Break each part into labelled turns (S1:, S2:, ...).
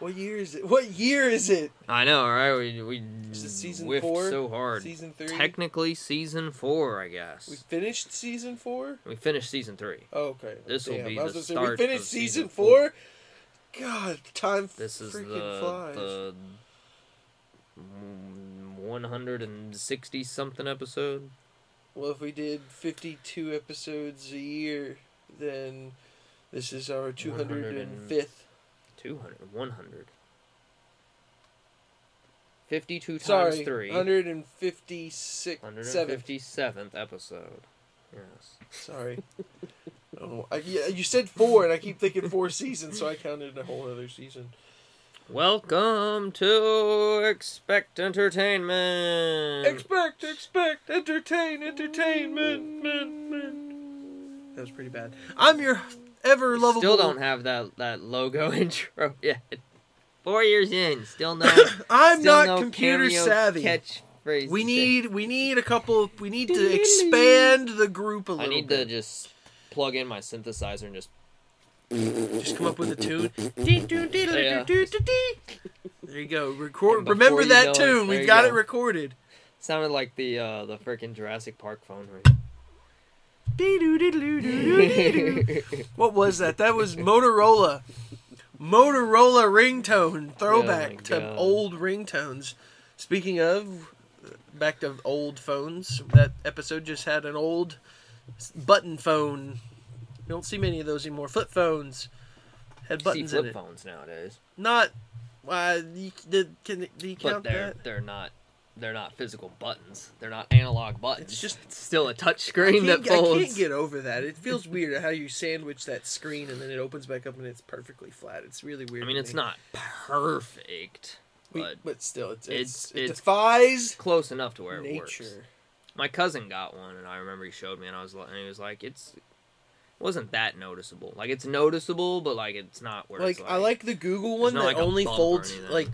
S1: What year is it? What year is it?
S2: I know, all right? We we
S1: Is it season
S2: whiffed
S1: four?
S2: so hard.
S1: Season three.
S2: Technically, season four, I
S1: we
S2: guess.
S1: finished season four.
S2: We, finished season three.
S1: Oh, okay.
S2: This will
S1: Damn,
S2: be
S1: I was
S2: the
S1: gonna say,
S2: start
S1: We finished
S2: of
S1: season,
S2: season
S1: four. God, time
S2: This is the,
S1: freaking flies.
S2: the mm, 160 something episode.
S1: Well, if we did fifty-two episodes a year, then this is our two hundred and fifth.
S2: 200, 100. 52 times
S1: Sorry,
S2: 3.
S1: hundred and fifty-six. Seven.
S2: 157th episode. Yes.
S1: Sorry. Oh, I, yeah, you said four, and I keep thinking four seasons, so I counted a whole other season.
S2: Welcome to Expect Entertainment.
S1: Expect, expect, entertain, entertainment. Man, man. That was pretty bad. I'm your ever lovable.
S2: Still don't have that that logo intro yet. Four years in, still no.
S1: I'm
S2: still
S1: not
S2: no
S1: computer
S2: cameo
S1: savvy.
S2: Catchphrase.
S1: we need we need a couple. We need to expand the group a
S2: I
S1: little.
S2: need to
S1: bit.
S2: just plug in my synthesizer and just.
S1: just come up with a tune.
S2: Yeah.
S1: There you go. Record.
S2: And before
S1: Remember
S2: you know
S1: that
S2: it,
S1: tune.
S2: there
S1: We've
S2: you
S1: got
S2: go.
S1: it recorded.
S2: Sounded like the uh, the freaking Jurassic Park phone
S1: Dee-doo-dee-doo-doo-doo-doo-doo.
S2: ring.
S1: What was that? That was Motorola. Motorola ringtone
S2: Oh my
S1: throwback to
S2: God.
S1: old ringtones. Speaking of back to old phones, that episode just had an old s- button phone. You don't see many of those anymore. Flip phones had
S2: see
S1: buttons in
S2: flip
S1: it.
S2: phones nowadays,
S1: Not. Uh, you, the, can, do you
S2: but
S1: count
S2: they're
S1: that?
S2: they're not they're not physical buttons. They're not analog buttons.
S1: It's just-
S2: still a touch
S1: I
S2: screen that
S1: can't, I
S2: folds.
S1: can't get over that. It feels weird how you sandwich that screen and then it opens back up and it's perfectly flat. It's really weird.
S2: I mean,
S1: to
S2: it's
S1: me.
S2: not perfect,
S1: We-
S2: but
S1: but still, it's,
S2: it's-
S1: it's, it
S2: it's
S1: defies
S2: close enough to where it works.
S1: nature.
S2: My cousin got one, and I remember he showed me, and I was li- and he was like, "It's it wasn't that noticeable. Like it's noticeable, but like it's not where
S1: Like,
S2: it's
S1: I like the Google one
S2: not
S1: that
S2: like a
S1: only
S2: bump or
S1: folds
S2: anything.
S1: like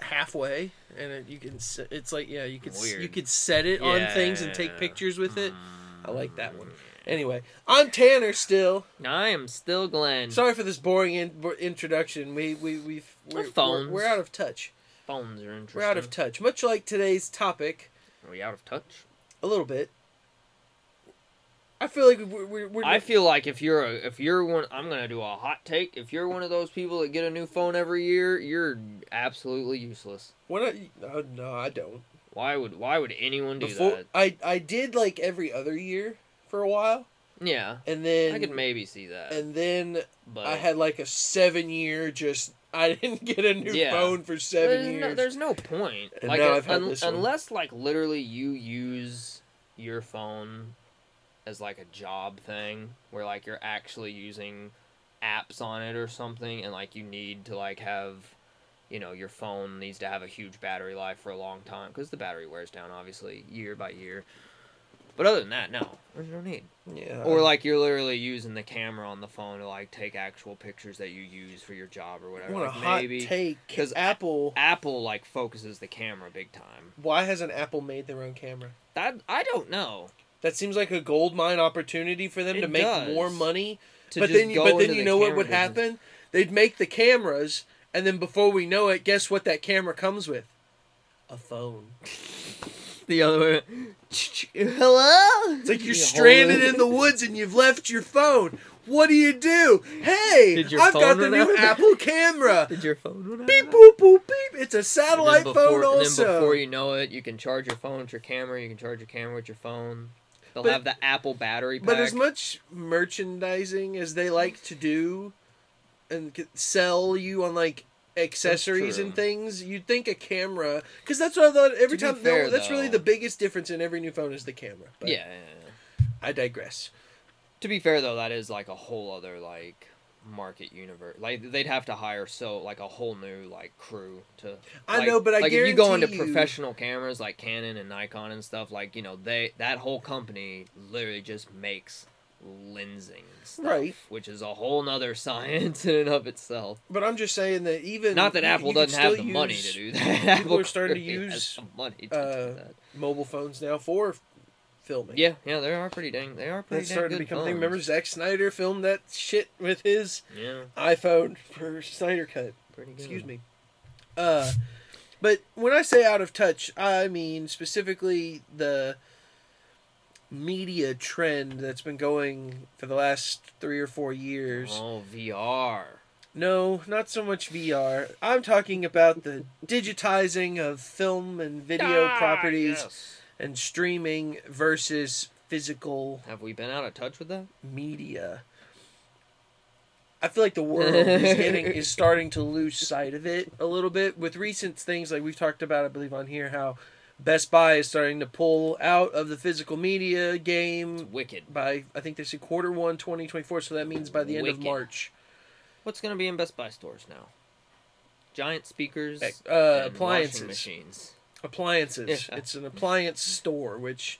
S1: halfway, and it, you can. s- It's like yeah, you could s you
S2: Weird.
S1: could set it on things and
S2: Yeah.
S1: take pictures with it. I like that one.
S2: Mm.
S1: Anyway, I'm Tanner still.
S2: I am still Glenn.
S1: Sorry for this boring in- bo- introduction. We we we've we're,
S2: phones.
S1: we're, we're out of touch.
S2: Phones are interesting.
S1: We're out of touch. Much like today's topic,
S2: Are we out of touch?
S1: a little bit. I feel like we're we're, we're
S2: I feel like if you're a, if you're one, I'm gonna do a hot take. If you're one of those people that get a new phone every year, you're absolutely useless.
S1: we're not, no, no, I don't.
S2: Why would why would anyone do
S1: Before
S2: that?
S1: I I did like every other year for a while,
S2: Yeah,
S1: and then
S2: I could maybe see that.
S1: and then
S2: but
S1: I had like a seven year just I didn't get a new
S2: Yeah.
S1: phone for seven
S2: there's no,
S1: years.
S2: there's no point.
S1: And
S2: like
S1: now
S2: uh,
S1: I've had
S2: un-
S1: this one.
S2: unless like literally you use your phone as like a job thing where like you're actually using apps on it or something and like you need to like have you know your phone needs to have a huge battery life for a long time cuz the battery wears down obviously year by year. But other than that, no. There's no need.
S1: yeah,
S2: Or like you're literally using the camera on the phone to like take actual pictures that you use for your job or
S1: I
S2: whatever.
S1: want a
S2: Like,
S1: hot
S2: maybe
S1: take
S2: 'cause
S1: because Apple.
S2: Apple like focuses the camera big time.
S1: Why hasn't Apple made their own camera?
S2: That I don't know.
S1: That seems like a gold mine opportunity for them
S2: It
S1: to make
S2: does.
S1: more money.
S2: To
S1: but
S2: just
S1: then, you-
S2: go
S1: but then
S2: into
S1: you
S2: the
S1: know what
S2: camera
S1: would
S2: business.
S1: happen? They'd make the cameras, and then before we know it, guess what? That camera comes with a phone.
S2: The other way. Hello.
S1: It's like you're stranded in the woods and you've left your phone. What do you do? Hey,
S2: Did your
S1: I've got
S2: phone
S1: the
S2: run
S1: new
S2: out?
S1: Apple camera.
S2: Did your phone run out?
S1: Beep boop boop beep. It's a
S2: And then
S1: satellite
S2: before-
S1: phone also.
S2: And then before you know it, you can charge your phone with your camera. You can charge your camera with your phone. They'll
S1: But-
S2: have the Apple battery pack.
S1: but as much merchandising as they like to do and c- sell you on like accessories
S2: true.
S1: and things, you'd think a camera cuz that's what I thought every
S2: To be
S1: time no,
S2: fair,
S1: that's really
S2: though-
S1: the biggest difference in every new phone is the camera. But
S2: yeah, yeah, yeah, yeah.
S1: I digress.
S2: To be fair though, that is like a whole other like market universe. Like they'd have to hire so like a whole new like crew to.
S1: I
S2: like-
S1: know, but I
S2: like if you go into
S1: guarantee you-
S2: professional cameras like Canon and Nikon and stuff, like you know they that whole company literally just makes lensing stuff,
S1: Right.
S2: Which is a whole nother science in and of itself.
S1: But I'm just saying that even
S2: Not that
S1: you-
S2: Apple
S1: you could
S2: doesn't have the
S1: still
S2: money
S1: use
S2: to do that. Apple
S1: are starting to
S2: clearly has
S1: use,
S2: the money to
S1: uh,
S2: do that.
S1: mobile phones now for f- filming.
S2: Yeah, yeah, they are pretty dang. They are pretty
S1: That's
S2: dang
S1: starting
S2: good
S1: to become a
S2: phones.
S1: thing. Remember Zack Snyder filmed that shit with his
S2: Yeah.
S1: iPhone for Snyder Cut.
S2: pretty good.
S1: Excuse me. Uh, but when I say out of touch, I mean specifically the media trend that's been going for the last three or four years.
S2: Oh, VR.
S1: No, not so much VR. I'm talking about the digitizing of film and video
S2: Ah,
S1: properties
S2: yes.
S1: and streaming versus physical
S2: Have we been out of touch with that?
S1: media. I feel like the world is getting is starting to lose sight of it a little bit with recent things like we've talked about, I believe, on here how Best Buy is starting to pull out of the physical media game
S2: Wicked.
S1: by I think they say quarter one 2024, so that means by the end of
S2: Wicked.
S1: March.
S2: What's gonna be in Best Buy stores now? Giant speakers,
S1: Uh,
S2: and washing
S1: appliances.
S2: machines,
S1: Appliances.
S2: Yeah.
S1: It's an appliance store, which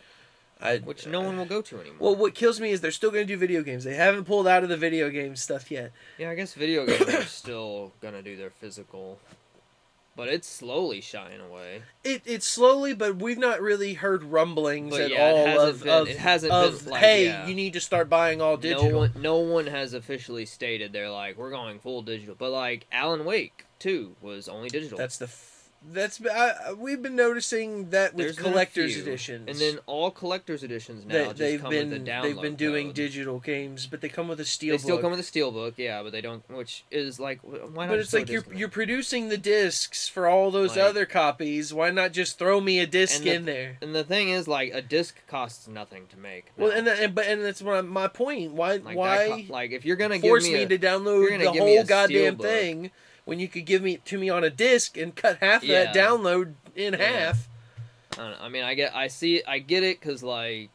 S1: I
S2: which no one will go to anymore.
S1: Well, what kills me is they're still going to do video games. They haven't pulled out of the video game stuff yet.
S2: yeah, I guess video games are still gonna do their physical, but it's slowly shying away.
S1: It it's slowly, but we've not really heard rumblings
S2: But
S1: at
S2: yeah, it
S1: all
S2: hasn't
S1: of,
S2: been-
S1: of
S2: it hasn't
S1: of
S2: been, like,
S1: hey,
S2: yeah.
S1: you need to start buying all digital.
S2: No one, no one has officially stated they're like we're going full digital. But like Alan Wake too was only digital.
S1: that's the f- that's I, I- we've been noticing that with
S2: There's been a
S1: collectors
S2: few.
S1: editions,
S2: and then all collectors editions now
S1: that
S2: just
S1: they've
S2: come
S1: been
S2: with the download.
S1: they've been doing
S2: code.
S1: digital games, but they come with a steel.
S2: They still
S1: book.
S2: come with a steelbook, yeah, but they don't. Which is like, wh- why not?
S1: but
S2: just
S1: it's
S2: throw
S1: like
S2: a
S1: you're
S2: disc in it?
S1: you're producing the discs for all those
S2: Like-
S1: other copies. Why not just throw me a disc
S2: And the-
S1: in there?
S2: And the thing is, like, a disc costs nothing to make.
S1: Well,
S2: now.
S1: and, that, and but and that's my, my point. Why
S2: like, that
S1: why
S2: co- like, if you're gonna
S1: force
S2: give
S1: me,
S2: me, a-
S1: to
S2: you're
S1: download
S2: gonna
S1: the
S2: give me
S1: whole
S2: a
S1: goddamn
S2: steelbook.
S1: thing when you could give me to me on a disc and cut half of
S2: Yeah.
S1: that download in
S2: Yeah.
S1: half.
S2: I, don't know, I mean, I get, I see, I get it, cause like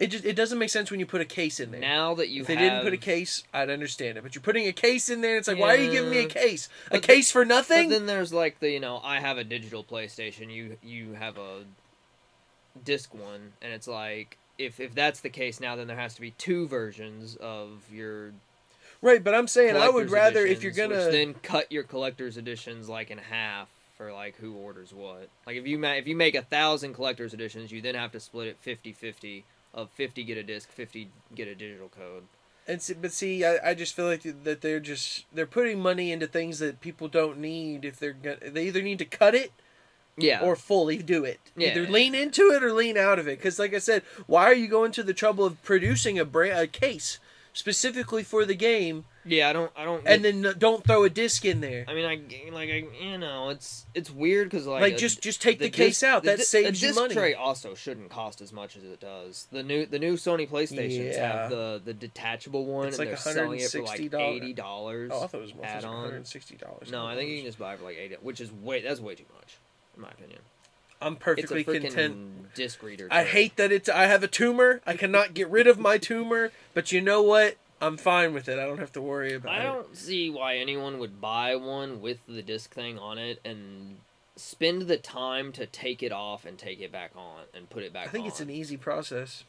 S1: It just it doesn't make sense when you put a case in there.
S2: now that you
S1: if they
S2: have,
S1: didn't put a case, I'd understand it. But you're putting a case in there, and it's like, why are you giving me a
S2: Yeah.
S1: case? a
S2: But the-
S1: case for
S2: but
S1: nothing?
S2: then there's like the you know, I have a digital PlayStation, you you have a disc one, and it's like. If, if that's the case now, then there has to be two versions of your.
S1: right, but I'm saying I would
S2: collector's
S1: rather if you're
S2: editions, which
S1: gonna
S2: then cut your collector's editions like in half for like who orders what. Like if you ma- if you make a thousand collector's editions, you then have to split it 50-50 Of fifty get a disc, fifty get a digital code.
S1: and see, but see, I, I just feel like that they're just they're putting money into things that people don't need. If they're gonna, they either need to cut it
S2: Yeah.
S1: or fully do it.
S2: Yeah.
S1: Either lean into it or lean out of it. Because, like I said, why are you going to the trouble of producing a, bra- a case specifically for the game
S2: yeah, I don't I don't. get-
S1: and then don't throw a disc in there?
S2: I mean I g- like I you know it's it's weird because like
S1: Like,
S2: a-
S1: just just take the,
S2: disc-
S1: case out.
S2: the
S1: That
S2: di-
S1: saves
S2: a
S1: you
S2: disc
S1: money.
S2: tray also shouldn't cost as much as it does. The new the new Sony PlayStations
S1: Yeah.
S2: have the the detachable one
S1: It's
S2: and
S1: like
S2: they're selling it for like
S1: $160.
S2: eighty dollars.
S1: Oh, I thought it was more
S2: Add
S1: like
S2: on.
S1: $160.
S2: No, I think you can just buy it for like eight, which is way that's way too much, in my opinion.
S1: I'm perfectly
S2: it's a freaking
S1: content.
S2: disc reader.
S1: I
S2: tray.
S1: hate that it's. I have a tumor. I cannot get rid of my tumor. But you know what? I'm fine with it. I don't have to worry about
S2: I
S1: it.
S2: don't see why anyone would buy one with the disc thing on it and spend the time to take it off and take it back on and put it back.
S1: I think it's
S2: on.
S1: an e- easy process.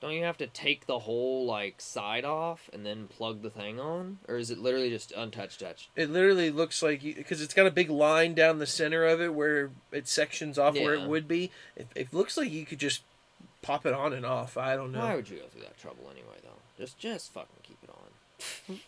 S2: Don't you have to take the whole like side off and then plug the thing on, or is it literally just untouched touch?
S1: It literally looks like because it's got a big line down the center of it where it sections off where it
S2: Yeah.
S1: would be. It, it looks like you could just pop it on and off. I don't know.
S2: Why
S1: Why,
S2: would you go through that trouble anyway, though? Just just fucking keep it on.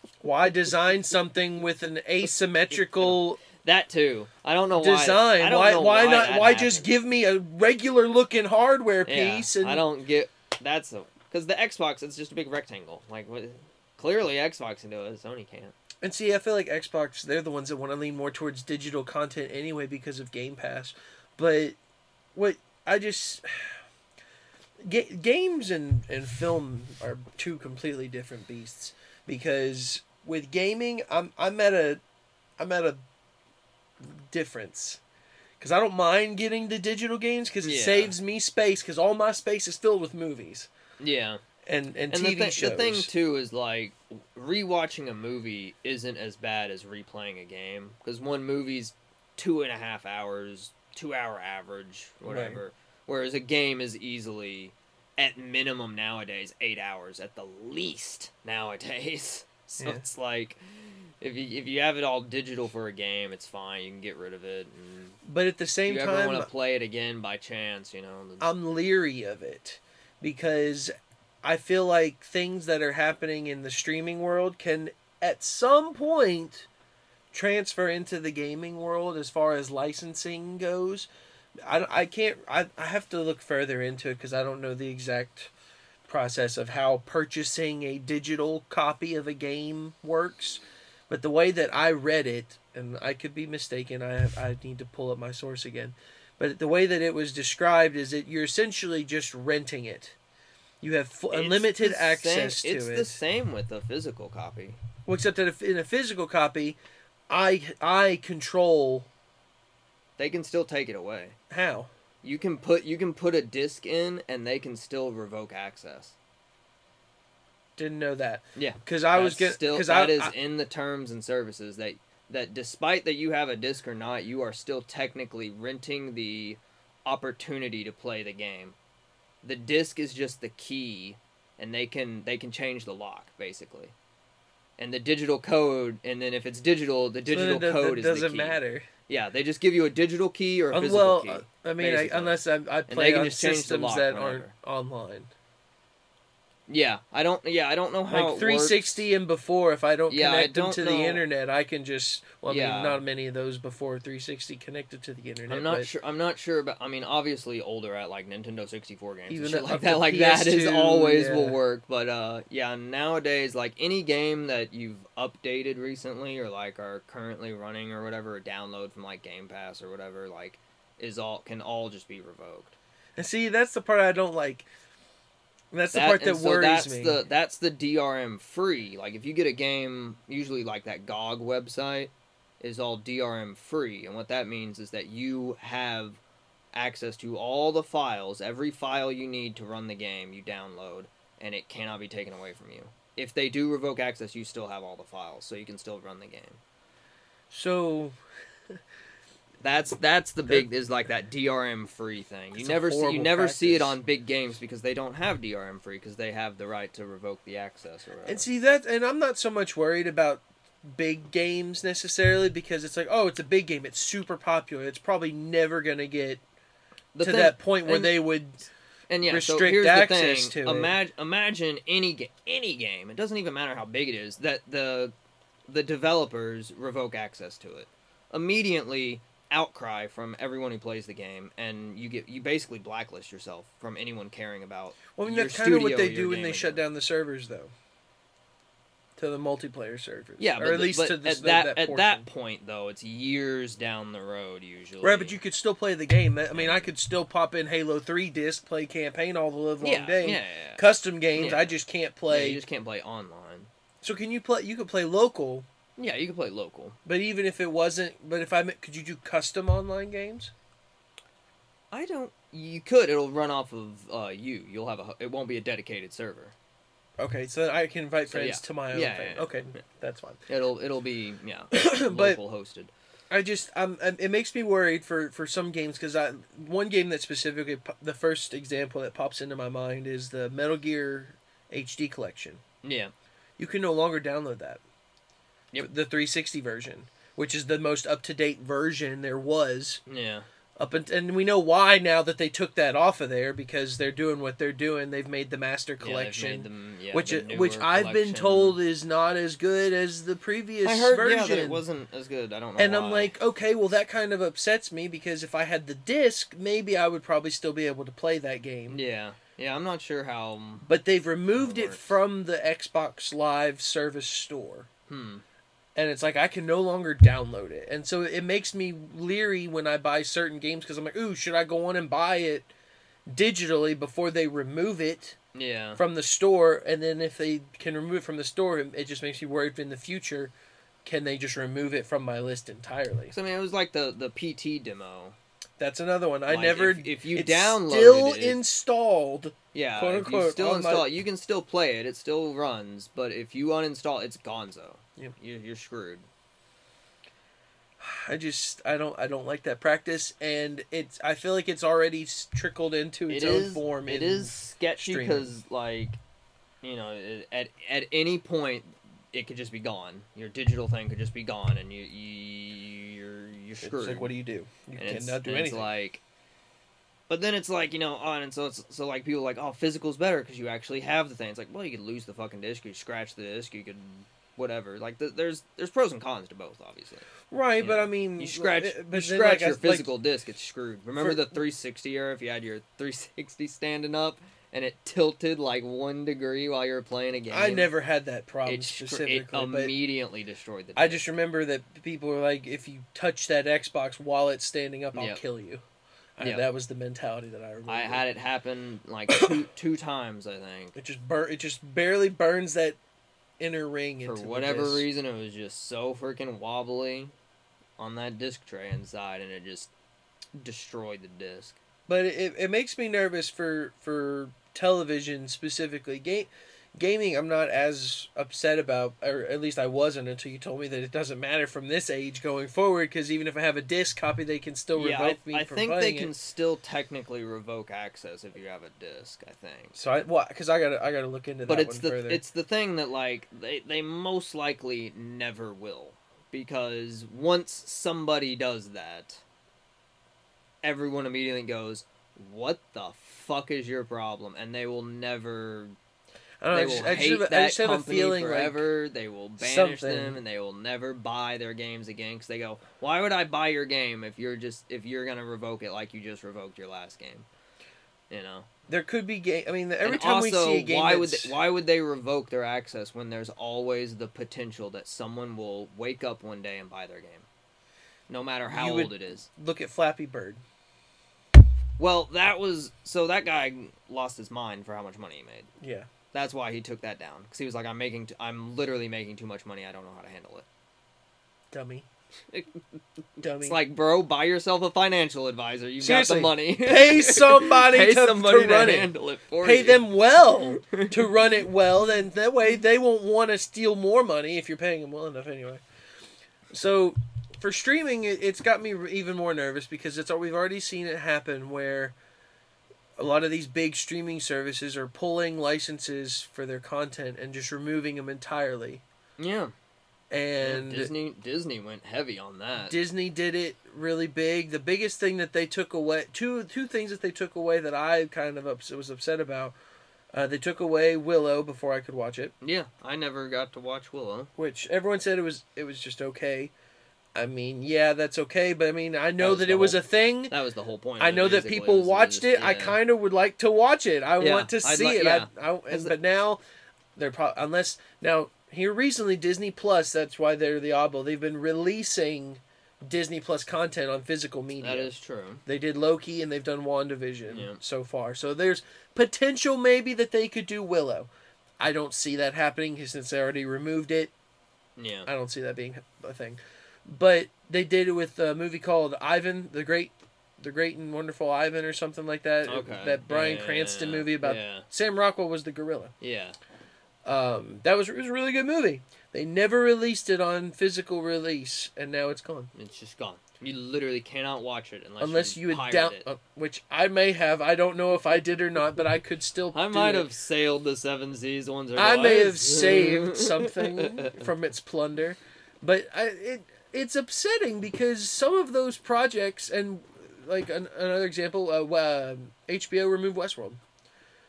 S1: design something with an asymmetrical
S2: That too. I don't know why. I
S1: design?
S2: don't
S1: Why
S2: know
S1: why,
S2: why
S1: not?
S2: that
S1: Why just
S2: happened.
S1: give me a regular looking hardware piece? and
S2: I don't get that's the because the Xbox it's just a big rectangle. Like what, clearly Xbox can do it, Sony can't.
S1: and see, I feel like Xbox they're the ones that want to lean more towards digital content anyway because of Game Pass. But what I just Ga- games and, and film are two completely different beasts because with gaming I'm I'm at a I'm at a difference because I don't mind getting the digital games because it
S2: Yeah.
S1: saves me space because all my space is filled with movies
S2: Yeah,
S1: and
S2: and
S1: and, TV
S2: the, thi-
S1: shows
S2: the thing too is like rewatching a movie isn't as bad as replaying a game because one movie's two and a half hours, two hour average, whatever. Whereas a game is easily, at minimum nowadays, eight hours at the least nowadays. So
S1: Yeah.
S2: it's like. If you, if you have it all digital for a game, it's fine. You can get rid of it and
S1: but at the
S2: If
S1: same
S2: you ever want
S1: time
S2: to play it again by chance, you know. then-
S1: I'm leery of it because I feel like things that are happening in the streaming world can at some point transfer into the gaming world as far as licensing goes. I, I can't I, I have to look further into it because I don't know the exact process of how purchasing a digital copy of a game works. But the way that I read it, and I could be mistaken, I have, I need to pull up my source again. But the way that it was described is that you're essentially just renting it. You have f-
S2: It's
S1: unlimited
S2: the
S1: access
S2: same, it's
S1: to it.
S2: the same with a physical copy.
S1: Well, except that if in a physical copy, I I control
S2: They can still take it away.
S1: how.
S2: You can put you can put a disc in and they can still revoke access.
S1: Didn't know that
S2: Yeah.
S1: because I was
S2: That's
S1: gonna
S2: still
S1: because I,
S2: that is
S1: I-
S2: in the terms and services that that despite that you have a disc or not, you are still technically renting the opportunity to play the game. The disc is just the key and they can they can change the lock basically. And the digital code and then if it's digital, the
S1: so
S2: digital
S1: it do-
S2: code is
S1: it
S2: the
S1: doesn't
S2: key.
S1: matter.
S2: Yeah, they just give you a digital key or a
S1: Un-
S2: physical
S1: well, uh,
S2: key.
S1: I mean, I,
S2: basically.
S1: unless I, I
S2: they
S1: play
S2: can
S1: on
S2: just change the
S1: systems
S2: lock
S1: that
S2: whenever.
S1: aren't online,
S2: Yeah, I don't. Yeah, I don't know how
S1: like
S2: it
S1: 360 and before. If I don't
S2: Yeah, I
S1: connect them
S2: don't
S1: to
S2: know.
S1: the internet, I can just. Well, I
S2: Yeah.
S1: mean, not many of those before 360 connected to the
S2: works.
S1: internet.
S2: I'm not
S1: but
S2: sure. I'm not sure about. I mean, obviously, older at like Nintendo 64 games,
S1: Even
S2: and shit
S1: up
S2: like
S1: to
S2: that, like that is
S1: PS2,
S2: always will
S1: yeah.
S2: work. But uh, yeah, nowadays, like any game that you've updated recently or like are currently running or whatever, or download from like Game Pass or whatever, like is all can all just be revoked.
S1: And see, that's the part I don't like. And That's the part that
S2: and so
S1: worries
S2: that's
S1: me.
S2: The, that's the DRM free. Like if you get a game, usually like that GOG website is all DRM free, and what that means is that you have access to all the files, every file you need to run the game, you download, and it cannot be taken away from you. If they do revoke access, you still have all the files, so you can still run the game.
S1: So
S2: That's that's the big is like that DRM free thing. You
S1: It's a
S2: never see you
S1: horrible
S2: never see it
S1: practice.
S2: on big games because they don't have DRM free because they have the right to revoke the access or whatever.
S1: And see that, and I'm not so much worried about big games necessarily because it's like, oh, it's a big game, it's super popular, it's probably never gonna get
S2: The
S1: to
S2: thing-
S1: that point where
S2: and-
S1: they would.
S2: and yeah, so
S1: restrict
S2: here's
S1: access
S2: the thing.
S1: to it.
S2: Imag- imagine any ga- any game. It doesn't even matter how big it is that the the developers revoke access to it immediately. Outcry from everyone who plays the game, and you get you basically blacklist yourself from anyone caring about.
S1: Well, I mean,
S2: your
S1: that's kind of
S2: studio
S1: what they
S2: or your
S1: do when
S2: game
S1: they
S2: again.
S1: shut down the servers, though. To the multiplayer servers,
S2: Yeah,
S1: or
S2: but
S1: at
S2: the-
S1: least
S2: but
S1: to this,
S2: at that, at
S1: portion.
S2: that point though, it's years down the road usually.
S1: Right, but you could still play the game. I mean, I could still pop in Halo Three disc, play campaign all the live long
S2: yeah,
S1: day.
S2: yeah, yeah.
S1: Custom games,
S2: Yeah.
S1: I just can't
S2: Yeah,
S1: play.
S2: you just can't play online.
S1: So can you play? You could play local,
S2: Yeah, you can play local.
S1: but even if it wasn't, but if I meant- could you do custom online games?
S2: I don't. You could. It'll run off of uh, you. You'll have a. ho- It won't be a dedicated server.
S1: Okay, so I can invite
S2: So,
S1: friends
S2: yeah.
S1: to my own
S2: Yeah,
S1: thing.
S2: yeah, yeah.
S1: Okay, that's fine.
S2: It'll. It'll be yeah.
S1: But-
S2: local hosted.
S1: I just um, um, it makes me worried for for some games because I one game that specifically po- the first example that pops into my mind is the Metal Gear HD collection.
S2: Yeah.
S1: You can no longer download that.
S2: Yep.
S1: The 360 version, which is the most up to date version there was
S2: Yeah.
S1: up and, and we know why now that they took that off of there because they're doing what they're doing. They've made the master
S2: Yeah, they've
S1: collection.
S2: made them- yeah,
S1: which uh,
S2: the
S1: which
S2: newer
S1: I've been
S2: collection.
S1: told is not as good as the previous
S2: I heard
S1: version.
S2: yeah that it wasn't as good. I don't know.
S1: and I'm
S2: why.
S1: like, okay, well that kind of upsets me because if I had the disc, maybe I would probably still be able to play that game.
S2: Yeah. Yeah. I'm not sure how. um,
S1: But they've removed it
S2: works.
S1: from the Xbox Live service store.
S2: Hmm.
S1: And it's like I can no longer download it. And so it makes me leery when I buy certain games because I'm like, ooh, should I go on and buy it digitally before they remove it?
S2: Yeah.
S1: from the store, and then if they can remove it from the store, it just makes me worried in the future. Can they just remove it from my list entirely?
S2: So I mean, it was like the the PT demo.
S1: That's another one. I
S2: Like,
S1: never.
S2: if- if you
S1: it's
S2: downloaded
S1: still
S2: it-
S1: installed.
S2: Yeah,
S1: quote,
S2: if you
S1: unquote,
S2: still
S1: on my-
S2: install it, you can still play it. It still runs, but if you uninstall, it's Gonzo.
S1: Yep.
S2: You, you're screwed.
S1: I just I don't I don't like that practice, and it's I feel like it's already s- trickled into its
S2: It
S1: own
S2: is-
S1: form.
S2: It
S1: in-
S2: is sketchy
S1: streaming.
S2: because, like, you know, it- at at any point, it could just be gone. Your digital thing could just be gone, and you, you you're you're
S1: It's
S2: screwed.
S1: like what do you do? You
S2: and it's-
S1: cannot do
S2: and
S1: anything.
S2: It's like, but then it's like you know, on and so it's so like people are like, oh, physical's better because you actually have the thing. It's like, well, you could lose the fucking disc, you could scratch the disc, you could whatever. Like th- there's there's pros and cons to both, obviously. You
S1: Right, but
S2: know,
S1: I mean,
S2: You scratch,
S1: uh,
S2: you
S1: then,
S2: scratch
S1: like, I-
S2: your
S1: like,
S2: physical disc, it's screwed. Remember
S1: For-
S2: the 360 era? If you had your 360 standing up and it tilted like one degree while you were playing a game,
S1: I never had that problem
S2: it, scr- it
S1: specifically, but
S2: immediately destroyed the.
S1: I
S2: disc.
S1: just remember that people were like, "If you touch that Xbox while it's standing up, I'll
S2: Yeah.
S1: kill you." I-
S2: Yeah.
S1: That was the mentality that I remember.
S2: I had it happen like two, two times, I think.
S1: It just bur- It just barely burns that inner ring
S2: for
S1: into the
S2: whatever
S1: disc.
S2: reason it was just so freaking wobbly on that disc tray inside and it just destroyed the disc
S1: But it, it makes me nervous for for television specifically. Game gaming, I'm not as upset about, or at least I wasn't until you told me that it doesn't matter from this age going forward. Because even if I have a disc copy, they can still
S2: yeah i,
S1: revoke me
S2: I
S1: from
S2: think they
S1: playing
S2: can
S1: it.
S2: still technically revoke access if you have a disc i think
S1: So I well, because I gotta I gotta look into
S2: but
S1: that
S2: it's
S1: one
S2: the
S1: further.
S2: it's the thing that like they, they most likely never will because once somebody does that everyone immediately goes what the fuck is your problem and they will never
S1: Oh, I don't know.
S2: they
S1: I just,
S2: will
S1: I just
S2: hate
S1: have, a-
S2: that
S1: I just have a
S2: company
S1: feeling like
S2: forever. they will banish them,
S1: something-
S2: and they will never buy their games again because they go, "Why would I buy your game if you're just if you're gonna revoke it like you just revoked your last game?" You know.
S1: there could be game. I mean, every
S2: and
S1: time
S2: also,
S1: we see a game,
S2: why would
S1: that's-
S2: they, why would they revoke their access when there's always the potential that someone will wake up one day and buy their game, no matter how
S1: You
S2: old it
S1: would-
S2: is.
S1: look at Flappy Bird?
S2: Well, that was so that guy lost his mind for how much money he made.
S1: Yeah,
S2: That's why he took that down because he was like, "I'm making, t- I'm literally making too much money. I don't know how to handle it."
S1: dummy, dummy.
S2: It's like, bro, buy yourself a financial advisor. You've got
S1: Seriously,
S2: the money.
S1: pay somebody
S2: Pay
S1: to- to
S2: somebody
S1: run it.
S2: handle it for
S1: pay
S2: you.
S1: them well to run it well, then that way they won't want to steal more money if you're paying them well enough anyway. So for streaming, it, it's got me r- even more nervous because it's al- we've already seen it happen where a lot of these big streaming services are pulling licenses for their content and just removing them entirely.
S2: Yeah,
S1: And
S2: Disney Disney went heavy on that.
S1: Disney did it really big. The biggest thing that they took away, two two things that they took away that I kind of ups, was upset about. Uh, they took away Willow before I could watch it,
S2: yeah, I never got to watch Willow.
S1: which everyone said it was it was just okay. I mean, yeah, that's okay, but I mean, I know
S2: was
S1: that,
S2: the
S1: it was
S2: whole-
S1: a thing.
S2: That was the whole point.
S1: I
S2: of the
S1: know that
S2: music
S1: people
S2: was,
S1: watched
S2: just-
S1: it. I
S2: yeah.
S1: kind of would like to watch it. I
S2: Yeah,
S1: want to
S2: I'd
S1: see
S2: like-
S1: it.
S2: yeah.
S1: I, I,
S2: Is
S1: but now they're probably unless now here recently Disney Plus. That's why they're the oddball. They've been releasing Disney Plus content on physical media.
S2: That is true.
S1: They did Loki and they've done WandaVision
S2: Yeah.
S1: so far. So there's potential maybe that they could do Willow. I don't see that happening since they already removed it.
S2: Yeah.
S1: I don't see that being a thing. But they did it with a movie called Ivan the Great, the Great and Wonderful Ivan or something like that.
S2: Okay.
S1: That Brian
S2: Yeah,
S1: Cranston movie about
S2: yeah.
S1: Sam Rockwell was the gorilla.
S2: Yeah.
S1: Um, that was it was a really good movie. They never released it on physical release, and now it's gone.
S2: It's just gone. You literally cannot watch it unless
S1: unless you
S2: you,
S1: had
S2: pirate
S1: down,
S2: it.
S1: uh, which I may have. I don't know if I did or not, but I could still.
S2: I
S1: do
S2: might
S1: it.
S2: have sailed the seven seas once or
S1: I may
S2: twice.
S1: have saved something from its plunder, but I, it it's upsetting because some of those projects and like an, another example, uh, uh, HBO removed Westworld.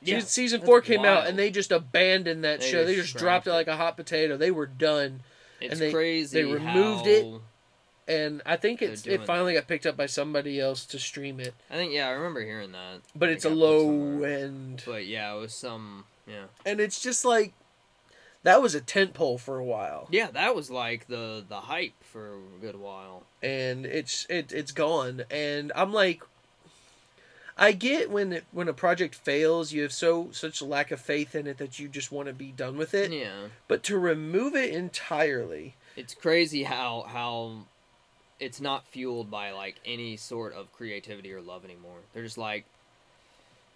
S2: Yeah.
S1: season, season
S2: that's
S1: four came out
S2: wild.
S1: and they just abandoned that
S2: They
S1: show. They
S2: just
S1: just
S2: dropped
S1: dropped it like a hot potato. They were done,
S2: It's
S1: and they-
S2: crazy.
S1: they removed it.
S2: how-
S1: and I think
S2: They're
S1: it's
S2: doing
S1: it finally got picked up by somebody else to stream it.
S2: I think yeah, I remember hearing that.
S1: But
S2: It
S1: it's a
S2: got put
S1: low
S2: somewhere.
S1: end.
S2: But yeah, it was some yeah.
S1: and it's just like that was a tent pole for a while
S2: Yeah, that was like the the hype for a good while.
S1: and it's it, it's gone and i'm like i get when it, when a project fails you have so such lack of faith in it that you just want to be done with it
S2: Yeah.
S1: but to remove it entirely
S2: It's crazy how how it's not fueled by like any sort of creativity or love anymore. They're just like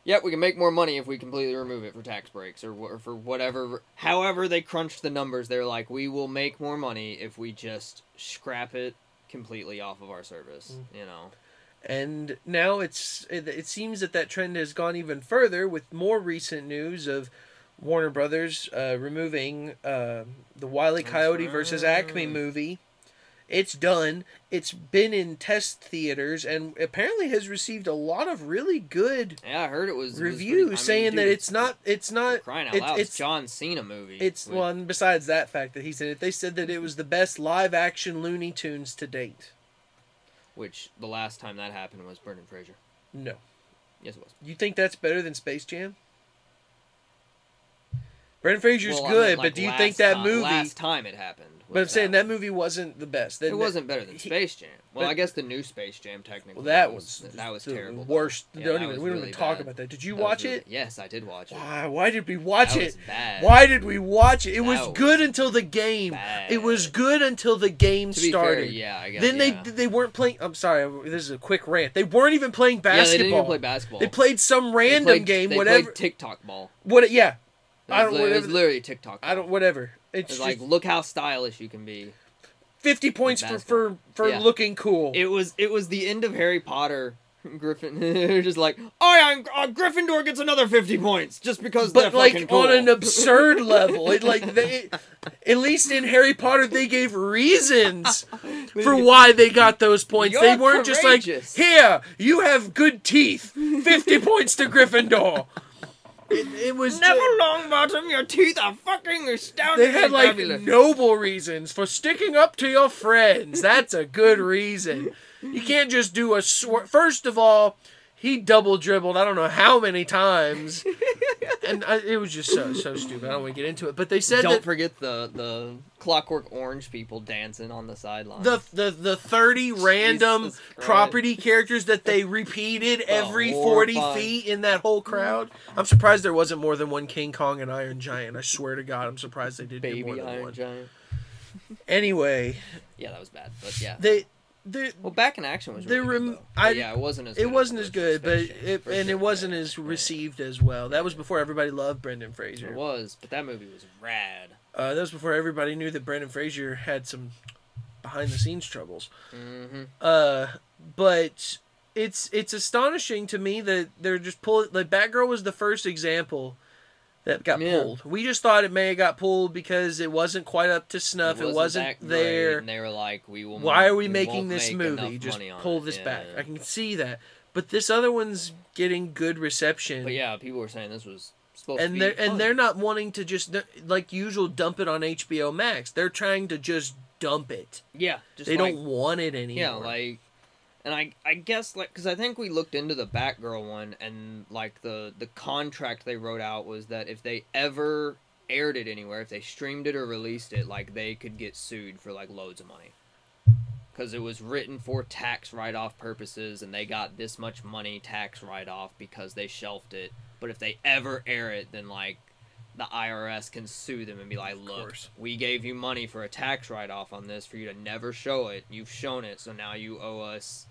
S2: Yep, we can make more money if we completely remove it for tax breaks or, wh- or for whatever. However, they crunched the numbers. They're like, we will make more money if we just scrap it completely off of our service.
S1: Mm.
S2: You know,
S1: and now it's it, it seems that that trend has gone even further with more recent news of warner brothers uh, removing uh, the wile e
S2: That's
S1: coyote versus acme
S2: right.
S1: movie It's done. It's been in test theaters and apparently has received a lot of really good
S2: Yeah, I heard it was it was pretty-
S1: reviews
S2: I mean,
S1: saying
S2: dude,
S1: that it's not. It's not.
S2: crying out
S1: it's-
S2: loud. It's,
S1: it's-
S2: John Cena movie.
S1: It's
S2: with-
S1: well, and besides that fact that he said it, they said that it was the best live action Looney Tunes to date.
S2: which the last time that happened was Brendan Fraser.
S1: No,
S2: Yes, it was.
S1: you think that's better than Space Jam? Brendan Fraser's
S2: Well, I
S1: good,
S2: meant, like,
S1: but do you
S2: last
S1: think that
S2: time-
S1: movie?
S2: Last time it happened.
S1: but I'm
S2: was
S1: saying
S2: that
S1: that movie wasn't the best. That-
S2: It wasn't better than
S1: he-
S2: Space Jam. Well,
S1: but-
S2: I guess the new Space Jam technically.
S1: Well, that
S2: was
S1: was
S2: that was
S1: the
S2: terrible. though.
S1: Worst.
S2: Yeah,
S1: don't
S2: that
S1: even.
S2: was
S1: We don't
S2: really
S1: even talk
S2: bad.
S1: about that. Did you
S2: That was
S1: watch
S2: really-
S1: it?
S2: Yes, I did watch it.
S1: Why? Why did we watch
S2: That
S1: it?
S2: was bad.
S1: Why did we watch it? It
S2: That
S1: was
S2: was
S1: good until the game. It was
S2: bad.
S1: good until the game
S2: To be
S1: started.
S2: fair, yeah, I guess.
S1: Then
S2: yeah.
S1: they they weren't playing. I'm sorry. This is a quick rant. They weren't even playing
S2: Yeah,
S1: basketball.
S2: they didn't even play basketball.
S1: They played some
S2: They
S1: random
S2: played-
S1: game.
S2: they
S1: Whatever.
S2: Played TikTok ball.
S1: what? Yeah.
S2: It
S1: I
S2: was li-
S1: don't-
S2: It was
S1: whatever-
S2: literally TikTok.
S1: I
S2: ball.
S1: don't. Whatever. It's,
S2: It's
S1: just
S2: like look how stylish you can be.
S1: 50 points for for for
S2: Yeah.
S1: looking cool.
S2: It was it was the end of Harry Potter. Griffin, they're just like, oh yeah, uh, Gryffindor gets another fifty points just because
S1: but
S2: they're
S1: like
S2: fucking cool.
S1: on an absurd level, it like they, at least in Harry Potter they gave reasons for why they got those points. they
S2: You're
S1: weren't
S2: courageous.
S1: just like here you have good teeth, fifty points to Gryffindor. It, it was ju-
S2: Neville Longbottom, your teeth are fucking astounding.
S1: They had like noble reasons for sticking up to your friends. That's a good reason. You can't just do a sw- first of all, he double dribbled. I don't know how many times, and I, it was just so so stupid. I don't want to get into it, but they said
S2: Don't
S1: that
S2: forget the the Clockwork Orange people dancing on the sideline.
S1: the the the thirty random
S2: Christ.
S1: property characters that they repeated every forty
S2: horrifying.
S1: feet in that whole crowd. I'm surprised there wasn't more than one King Kong and Iron Giant. I swear to God, I'm surprised they did do more
S2: baby
S1: than
S2: Iron
S1: one.
S2: Giant.
S1: Anyway,
S2: Yeah, that was bad, but yeah.
S1: they. they
S2: well, back in action was
S1: they
S2: really
S1: rem-
S2: good, though.
S1: I-
S2: But yeah, it wasn't as
S1: it
S2: good
S1: wasn't
S2: as
S1: as good, but
S2: Space Jam,
S1: it,
S2: for
S1: and
S2: sure.
S1: it wasn't
S2: Yeah,
S1: as
S2: yeah.
S1: received as well. That was before everybody loved Brendan
S2: It
S1: Fraser.
S2: was, but that movie was rad.
S1: Uh, that was before everybody knew that Brendan Fraser had some behind the scenes troubles.
S2: Mm-hmm.
S1: Uh, but it's it's astonishing to me that they're just pulling. Like Batgirl was the first example that got
S2: Yeah.
S1: pulled. We just thought it may have got pulled because it wasn't quite up to snuff. It wasn't,
S2: that great,
S1: there.
S2: And they were like, "We will."
S1: why are we
S2: won't
S1: making this
S2: make
S1: movie?
S2: enough
S1: Just
S2: money on
S1: pull
S2: it."
S1: this
S2: Yeah,
S1: back.
S2: yeah.
S1: I can see that. But this other one's getting good reception.
S2: But yeah, people were saying this was supposed to
S1: and
S2: be.
S1: they're
S2: fun.
S1: and they're not wanting to just like usual dump it on HBO Max. They're trying to just dump it.
S2: yeah, just
S1: they
S2: like,
S1: don't want it anymore.
S2: Yeah, like, and I I guess like because I think we looked into the Batgirl one and like the the contract they wrote out was that if they ever aired it anywhere, if they streamed it or released it, like they could get sued for like loads of money. Because it was written for tax write off purposes, and they got this much money tax write off because they shelved it. But if they ever air it, then like the IRS can sue them and be like, look,
S1: course.
S2: we gave you money for a tax write off on this for you to never show it. You've shown it, so now you owe us,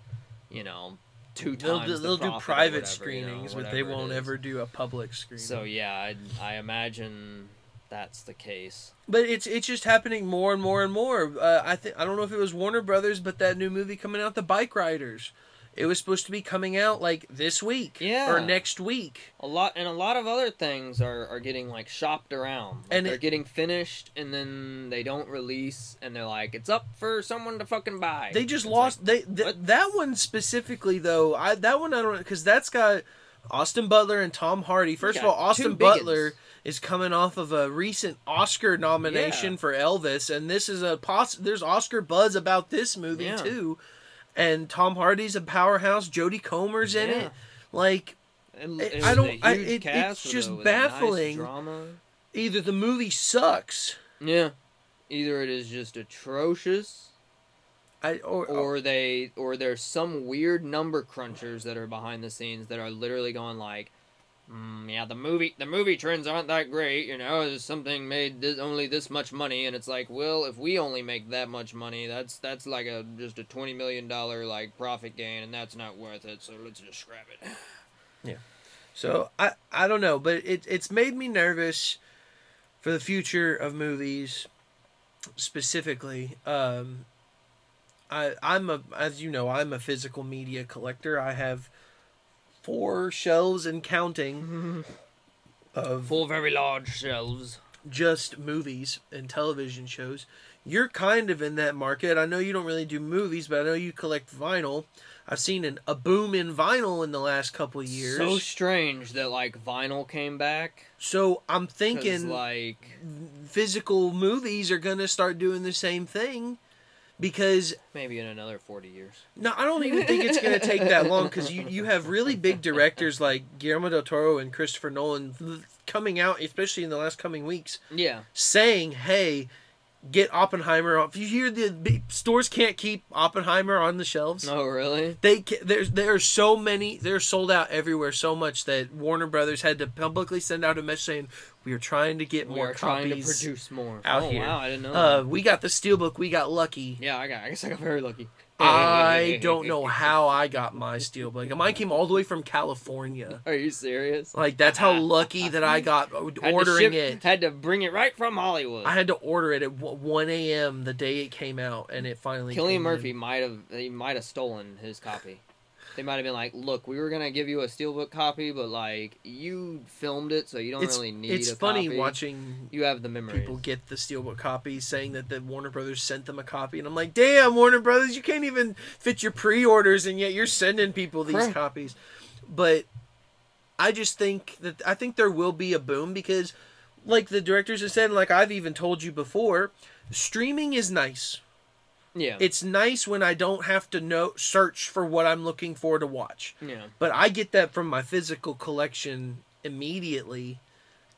S2: you know, two
S1: they'll,
S2: times. the
S1: they'll do
S2: profit or
S1: private
S2: whatever, you know,
S1: screenings, but they
S2: whatever it
S1: won't
S2: is."
S1: ever do a public screening.
S2: So yeah, I, I imagine that's the case.
S1: but it's it's just happening more and more and more. Uh, I think I don't know if it was Warner Brothers, but that new movie coming out, The Bike Riders, it was supposed to be coming out like this week
S2: Yeah.
S1: or next week.
S2: A lot and a lot of other things are, are getting like shopped around. Like,
S1: And
S2: they're
S1: it-
S2: getting finished and then they don't release and they're like, It's up for someone to fucking buy.
S1: They just
S2: It's
S1: lost. they th-
S2: what?
S1: that one specifically though. I that one I don't because that's got Austin Butler and Tom Hardy. First of
S2: got
S1: all, Austin
S2: two biggins.
S1: Butler is coming off of a recent Oscar nomination
S2: Yeah.
S1: for Elvis, and this is a poss- There's Oscar buzz about this movie
S2: Yeah.
S1: too, and Tom Hardy's a powerhouse. Jodie Comer's in
S2: Yeah.
S1: it. Like
S2: like, it- it
S1: I- I
S2: was a
S1: don't- I-
S2: huge
S1: it- it's
S2: cast with a-
S1: just
S2: with a
S1: baffling.
S2: nice drama.
S1: either the movie sucks,
S2: Yeah. Either it is just atrocious
S1: I or, or
S2: or they or there's some weird number crunchers that are behind the scenes that are literally going like mm, yeah the movie the movie trends aren't that great you know there's something made this only this much money and it's like well if we only make that much money that's that's like a just a 20 million dollar like profit gain and that's not worth it so let's just scrap it
S1: so I I don't know, but it it's made me nervous for the future of movies specifically. Um, I I'm a as you know I'm a physical media collector. I have four shelves and counting of
S2: four very large shelves
S1: just movies and television shows. You're kind of in that market. I know you don't really do movies, but I know you collect vinyl. I've seen an, a boom in vinyl in the last couple of years.
S2: So strange that like vinyl came back.
S1: So I'm
S2: 'cause,
S1: thinking
S2: like
S1: physical movies are gonna start doing the same thing because
S2: maybe in another forty years.
S1: no, I don't even think it's gonna take that long because you you have really big directors like Guillermo del Toro and Christopher Nolan th- coming out, especially in the last coming weeks,
S2: Yeah.
S1: saying, "Hey, get Oppenheimer off." You hear the big stores can't keep Oppenheimer on the shelves.
S2: No, Oh, really.
S1: They ca- there's there are so many they're sold out everywhere so much that Warner Brothers had to publicly send out a message saying we are trying to get
S2: We
S1: more
S2: are
S1: copies.
S2: trying to produce more.
S1: out
S2: oh
S1: here.
S2: wow, I didn't know.
S1: Uh,
S2: that.
S1: we got the steelbook. We got lucky.
S2: Yeah, I got. I guess I got very lucky.
S1: I don't know how I got my steelbook. Mine came all the way from California.
S2: Are you serious?
S1: Like that's how lucky that I got
S2: Had to
S1: ordering
S2: ship-
S1: it.
S2: Had to bring it right from Hollywood.
S1: I had to order it at w- 1 a.m. the day it came out, and it finally.
S2: Killian
S1: came in.
S2: Murphy might have they might have stolen his copy. They might have been like, "Look, we were gonna give you a steelbook copy, but like you filmed it, so you don't
S1: It's
S2: really need."
S1: it's
S2: a
S1: funny
S2: copy.
S1: watching
S2: You have the memory.
S1: people get the steelbook copies, saying that the Warner Brothers sent them a copy, and I'm like, damn, Warner Brothers, you can't even fit your pre-orders, and yet you're sending people these
S2: Correct.
S1: copies. But I just think that I think there will be a boom because, like the directors have said, like I've even told you before, streaming is nice.
S2: Yeah.
S1: It's nice when I don't have to know search for what I'm looking for to watch
S2: yeah.
S1: but I get that from my physical collection immediately,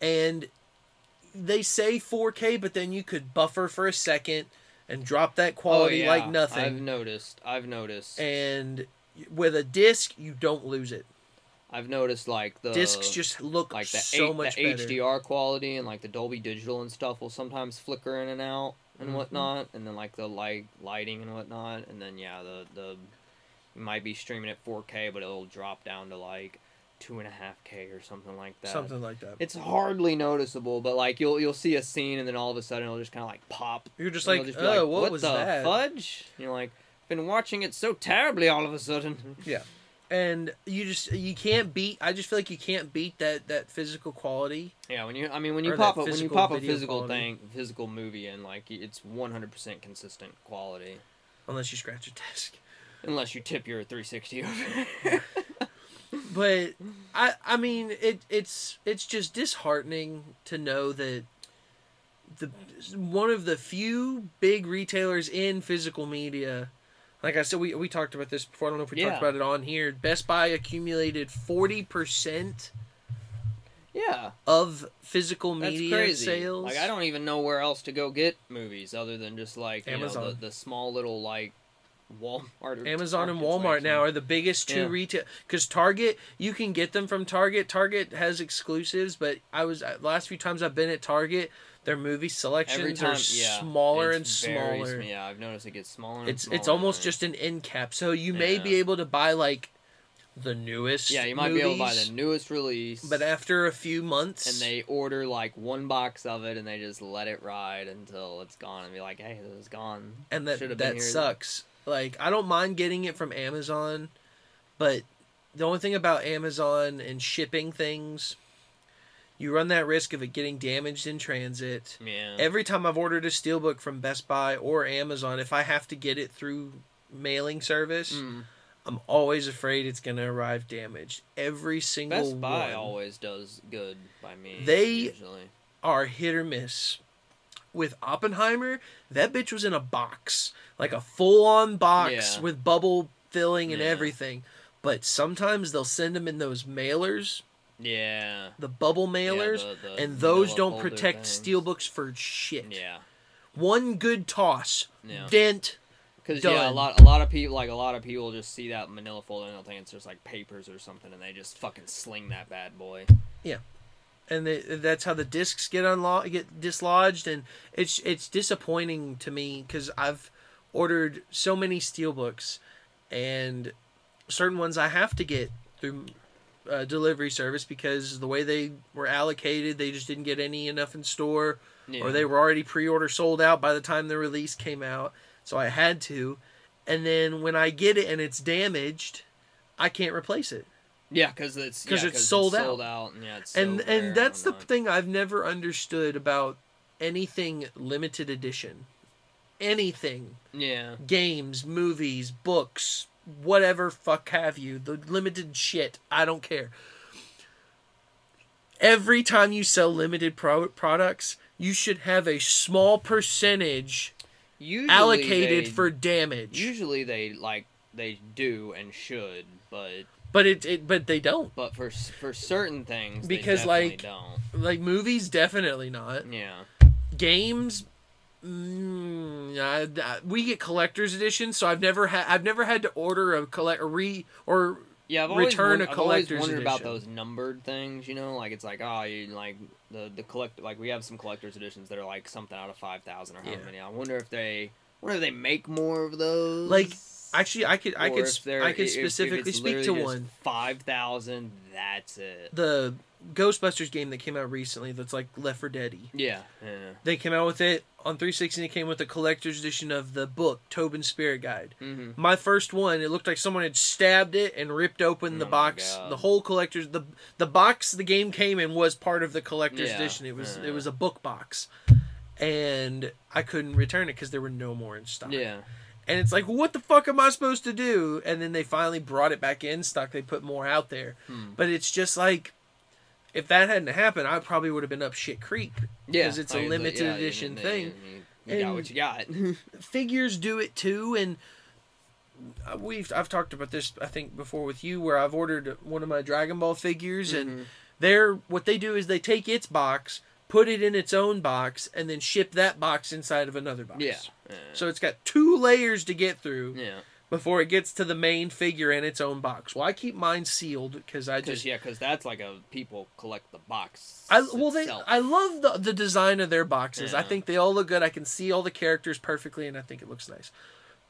S1: and they say 4K, but then you could buffer for a second and drop that quality
S2: Oh, yeah.
S1: like
S2: I've
S1: nothing.
S2: noticed. I've noticed.
S1: And with a disc, you don't lose it.
S2: I've noticed like the
S1: Discs just look
S2: like the,
S1: so
S2: H-
S1: much
S2: the
S1: better.
S2: HDR quality and like the Dolby Digital and stuff will sometimes flicker in and out and
S1: Mhm.
S2: whatnot, and then like the light lighting and whatnot, and then yeah, the the you might be streaming at 4K, but it'll drop down to like two and a half K or something like that.
S1: Something like that.
S2: It's hardly noticeable, but like you'll you'll see a scene, and then all of a sudden it'll just kind of like pop.
S1: You're just
S2: and
S1: like,
S2: you'll just be
S1: oh, what, was
S2: the
S1: that?
S2: fudge? And you're like, been watching it so terribly all of a
S1: Mm-hmm.
S2: sudden.
S1: And you just you can't beat. I just feel like you can't beat that that physical quality.
S2: Yeah, when you, I mean, when you
S1: Or
S2: pop
S1: that
S2: a, when you
S1: physical
S2: pop a
S1: video
S2: physical
S1: quality.
S2: thing, physical movie, and like it's one hundred percent consistent quality,
S1: Unless you scratch a disc.
S2: unless you tip your three sixty over.
S1: but I I mean it it's it's just disheartening to know that the one of the few big retailers in physical media like I said we we talked about this before I don't know if we
S2: Yeah.
S1: talked about it on here Best Buy accumulated 40%
S2: yeah,
S1: of physical
S2: that's
S1: media
S2: crazy.
S1: sales
S2: Like I don't even know where else to go get movies other than just like you know,
S1: Amazon.
S2: the, the small little like Walmart. Or
S1: Amazon and
S2: markets,
S1: Walmart
S2: like,
S1: now are the biggest two
S2: Yeah.
S1: retail because Target you can get them from Target. Target has exclusives, but I was uh, last few times I've been at Target, their movie selections
S2: every time
S1: are
S2: yeah,
S1: smaller and
S2: it's very sm-
S1: smaller.
S2: Yeah, I've noticed it gets smaller. And
S1: it's
S2: smaller
S1: it's almost
S2: and-
S1: just an end cap, so you may be
S2: Yeah.
S1: able to buy like the newest.
S2: yeah. You might be able to buy
S1: movies,
S2: the newest release,
S1: but after a few months,
S2: and they order like one box of it and they just let it ride until it's gone and be like hey this is gone
S1: and that
S2: Should've been
S1: that
S2: here.
S1: sucks. Like I don't mind getting it from Amazon, but the only thing about Amazon and shipping things, you run that risk of it getting damaged in transit.
S2: yeah
S1: Every time I've ordered a steelbook from Best Buy or Amazon, if I have to get it through mailing service,
S2: Mm.
S1: I'm always afraid it's going to arrive damaged. Every single
S2: best buy
S1: one.
S2: always does good by me
S1: They-
S2: usually
S1: are hit or miss. With Oppenheimer, that bitch was in a box, like a full on box
S2: Yeah.
S1: with bubble filling and
S2: Yeah.
S1: everything. But sometimes they'll send them in those mailers,
S2: yeah
S1: the bubble mailers,
S2: the- the
S1: and those
S2: manila
S1: don't
S2: folder
S1: protect
S2: things.
S1: steelbooks for shit.
S2: yeah
S1: One good toss,
S2: Yeah.
S1: dent.
S2: because yeah a
S1: Done.
S2: lot a lot of people like a lot of people just see that manila folder and they'll think it's just like papers or something and they just fucking sling that bad boy
S1: And they, that's how the discs get unlo- get dislodged, and it's it's disappointing to me because I've ordered so many steelbooks, and certain ones I have to get through uh, delivery service because the way they were allocated, they just didn't get any enough in store,
S2: yeah.
S1: or they were already pre-order sold out by the time the release came out. So I had to, and then when I get it and it's damaged, I can't replace it.
S2: Yeah, because it's
S1: 'Cause
S2: yeah,
S1: it's sold out.
S2: out, and yeah, it's
S1: and
S2: so rare
S1: and that's the
S2: whatnot.
S1: thing I've never understood about anything limited edition, anything
S2: Yeah,
S1: games, movies, books, whatever fuck have you, the limited shit. I don't care. Every time you sell limited pro- products, you should have a small percentage
S2: usually
S1: allocated
S2: they-
S1: for damage.
S2: Usually they like they do and should, but
S1: but it, it but they don't.
S2: but for s- for certain things they
S1: Because,
S2: definitely
S1: like-
S2: don't.
S1: Like movies definitely not.
S2: Yeah,
S1: games mm, I, I- we get collector's editions so i've never had i've never had to order a collect a re or
S2: yeah. I've always
S1: Return
S2: won-
S1: a
S2: I've always
S1: collector's
S2: wondered about
S1: edition.
S2: those numbered things. You know, like it's like oh, you like the the collect like we have some collector's editions that are like something out of five thousand or how
S1: Yeah.
S2: many. I wonder if they wonder if they make more of those.
S1: Like, actually i could i
S2: Or
S1: could
S2: if
S1: sp-
S2: they're-
S1: i could
S2: if- if it's
S1: specifically speak to
S2: literally just
S1: one
S2: 5,000, that's it.
S1: the ghostbusters game that came out recently that's like left for dead
S2: Yeah. yeah.
S1: they came out with it on 360 it came with a collector's edition of the book tobin's spirit guide
S2: Mm-hmm.
S1: my first one it looked like someone had stabbed it and ripped open the
S2: Oh my
S1: box
S2: God.
S1: the whole collector's the the box the game came in was part of the collector's
S2: Yeah,
S1: edition it was
S2: yeah.
S1: it was a book box and i couldn't return it because there were no more in stock
S2: Yeah.
S1: and it's like what the fuck am i supposed to do and then they finally brought it back in stock they put more out there
S2: Hmm.
S1: but it's just like if that hadn't happened i probably would have been up shit creek
S2: Yeah.
S1: 'Cause it's a
S2: like,
S1: limited
S2: yeah, you-
S1: edition
S2: you-
S1: thing.
S2: You, you got what
S1: And-
S2: you got.
S1: figures do it too and uh, we've I've talked about this I think before with you where I've ordered one of my Dragon Ball figures and they're what they do is they take its box put it in its own box and then ship that box inside of another box
S2: yeah. yeah.
S1: so it's got two layers to get through
S2: yeah.
S1: before it gets to the main figure in its own box well I keep mine sealed because I
S2: Because
S1: just
S2: yeah, 'cause that's like a people collect the box.
S1: I, well, they
S2: itself.
S1: I love the, the design of their boxes. I
S2: Yeah.
S1: think they all look good. I can see all the characters perfectly, and I think it looks nice.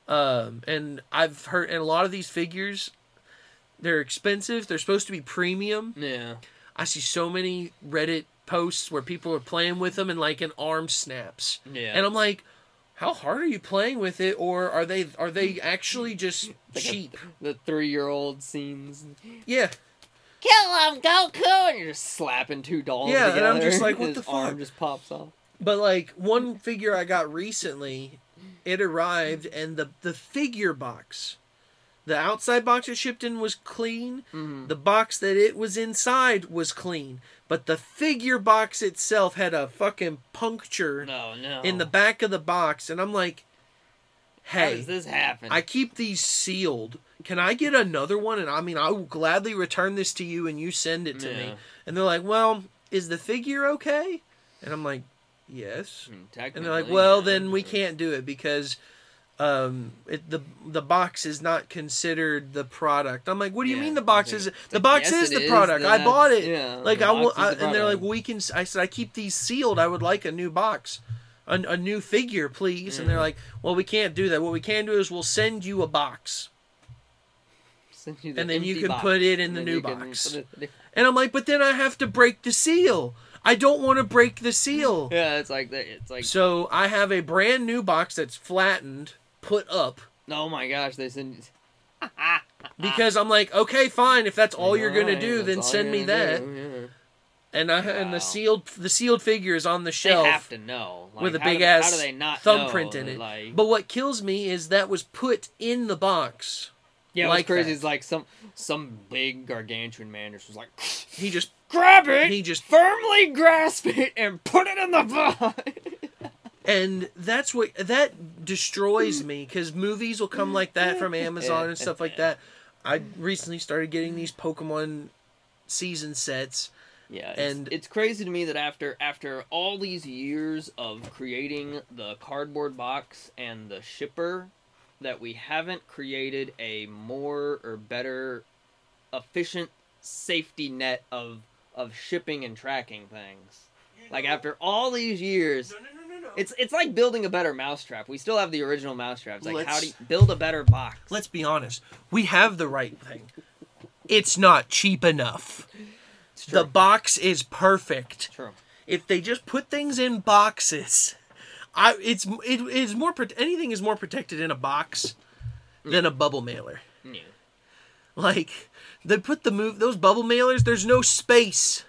S1: Um, and I've heard, and a lot of these figures, they're expensive. They're supposed to be premium.
S2: yeah.
S1: I see so many Reddit posts where people are playing with them and like an arm snaps,
S2: Yeah.
S1: and I'm like, how hard are you playing with it, or are they are they actually just
S2: Like a-
S1: cheap?
S2: the three-year-old scenes.
S1: Yeah,
S2: Kill him, Goku, and you're just slapping two dolls.
S1: Yeah, and
S2: together,
S1: I'm just like, what
S2: his
S1: the
S2: Arm
S1: fuck?
S2: just pops off.
S1: But like one figure I got recently, it arrived and the the figure box, the outside box it shipped in was clean.
S2: Mhm.
S1: The box that it was inside was clean, but the figure box itself had a fucking puncture
S2: No, no.
S1: in the back of the box, and I'm like,
S2: How
S1: hey,
S2: does this happen?
S1: I keep these sealed. Can I get another one? And I mean, I will gladly return this to you and you send it to me.
S2: Yeah.
S1: And they're like, well, is the figure okay? And I'm like, yes.
S2: Hmm, Technically,
S1: And they're like, well,
S2: yeah,
S1: then we
S2: but-
S1: can't do it because um, it, the the box is not considered the product. I'm like, what do you
S2: Yeah,
S1: mean the box
S2: okay.
S1: is
S2: It's
S1: the
S2: like,
S1: box
S2: yes,
S1: is
S2: it
S1: the
S2: is,
S1: product?
S2: then
S1: I bought
S2: that's-
S1: it.
S2: yeah,
S1: like
S2: the
S1: I will,
S2: box is
S1: I,
S2: the
S1: and they're like,
S2: product.
S1: we can. s- I said, I keep these sealed. I would like a new box, a, a new figure, please. And they're
S2: Mm.
S1: like, well, we can't do that. What we can do is we'll send you a box.
S2: Send you
S1: and then you
S2: empty
S1: can put it in
S2: and
S1: the
S2: then
S1: new
S2: you can
S1: box.
S2: put it-
S1: And I'm like, but then I have to break the seal. I don't want to break the seal.
S2: Yeah, it's like that. It's like
S1: So I have a brand new box that's flattened, put up.
S2: oh my gosh, they send.
S1: because I'm like, okay, fine. If that's all you're gonna
S2: Alright,
S1: do,
S2: that's
S1: then
S2: all
S1: send
S2: you're
S1: me
S2: gonna
S1: that.
S2: do, yeah.
S1: And I and
S2: Wow.
S1: the sealed the sealed figure is on the
S2: They
S1: shelf
S2: have to know like,
S1: with a
S2: how do
S1: big
S2: they- how
S1: ass
S2: do they not
S1: thumbprint
S2: know
S1: in
S2: that,
S1: it.
S2: Like,
S1: But what kills me is that was put in the box.
S2: yeah, what's
S1: like
S2: crazy
S1: that.
S2: is like some some big gargantuan man just was like,
S1: He just
S2: grab it,
S1: he just
S2: firmly grasp it, and put it in the box.
S1: and that's what that destroys me because movies will come like that from Amazon and stuff like that. I recently started getting these Pokemon season sets.
S2: Yeah, it's,
S1: And-
S2: it's crazy to me that after after all these years of creating the cardboard box and the shipper, that we haven't created a more or better efficient safety net of of shipping and tracking things. Like after all these years,
S1: no, no, no.
S2: it's it's like building a better mousetrap. We still have the original mousetrap. It's like how do you
S1: Let's-
S2: build a better box?
S1: let's be honest. We have the right thing. It's not cheap enough.
S2: It's
S1: The
S2: true.
S1: box is perfect.
S2: true.
S1: if they just put things in boxes i it's it is more pro- anything is more protected in a box than a bubble mailer
S2: Yeah.
S1: Like they put the move those bubble mailers. There's no space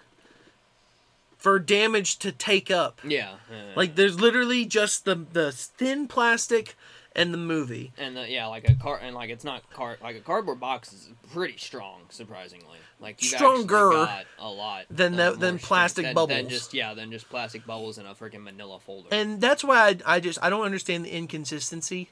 S1: for damage to take up.
S2: Yeah. yeah, yeah.
S1: Like there's literally just the the thin plastic and the movie.
S2: and the, yeah, like a car and like it's not cart like a cardboard box is pretty strong, surprisingly. Like you've actually
S1: Stronger
S2: got a lot
S1: than
S2: uh,
S1: the-
S2: more
S1: than
S2: strength
S1: plastic
S2: than, Than
S1: bubbles.
S2: just yeah, than just plastic bubbles in a freaking manila folder.
S1: And that's why I, I just I don't understand the inconsistency.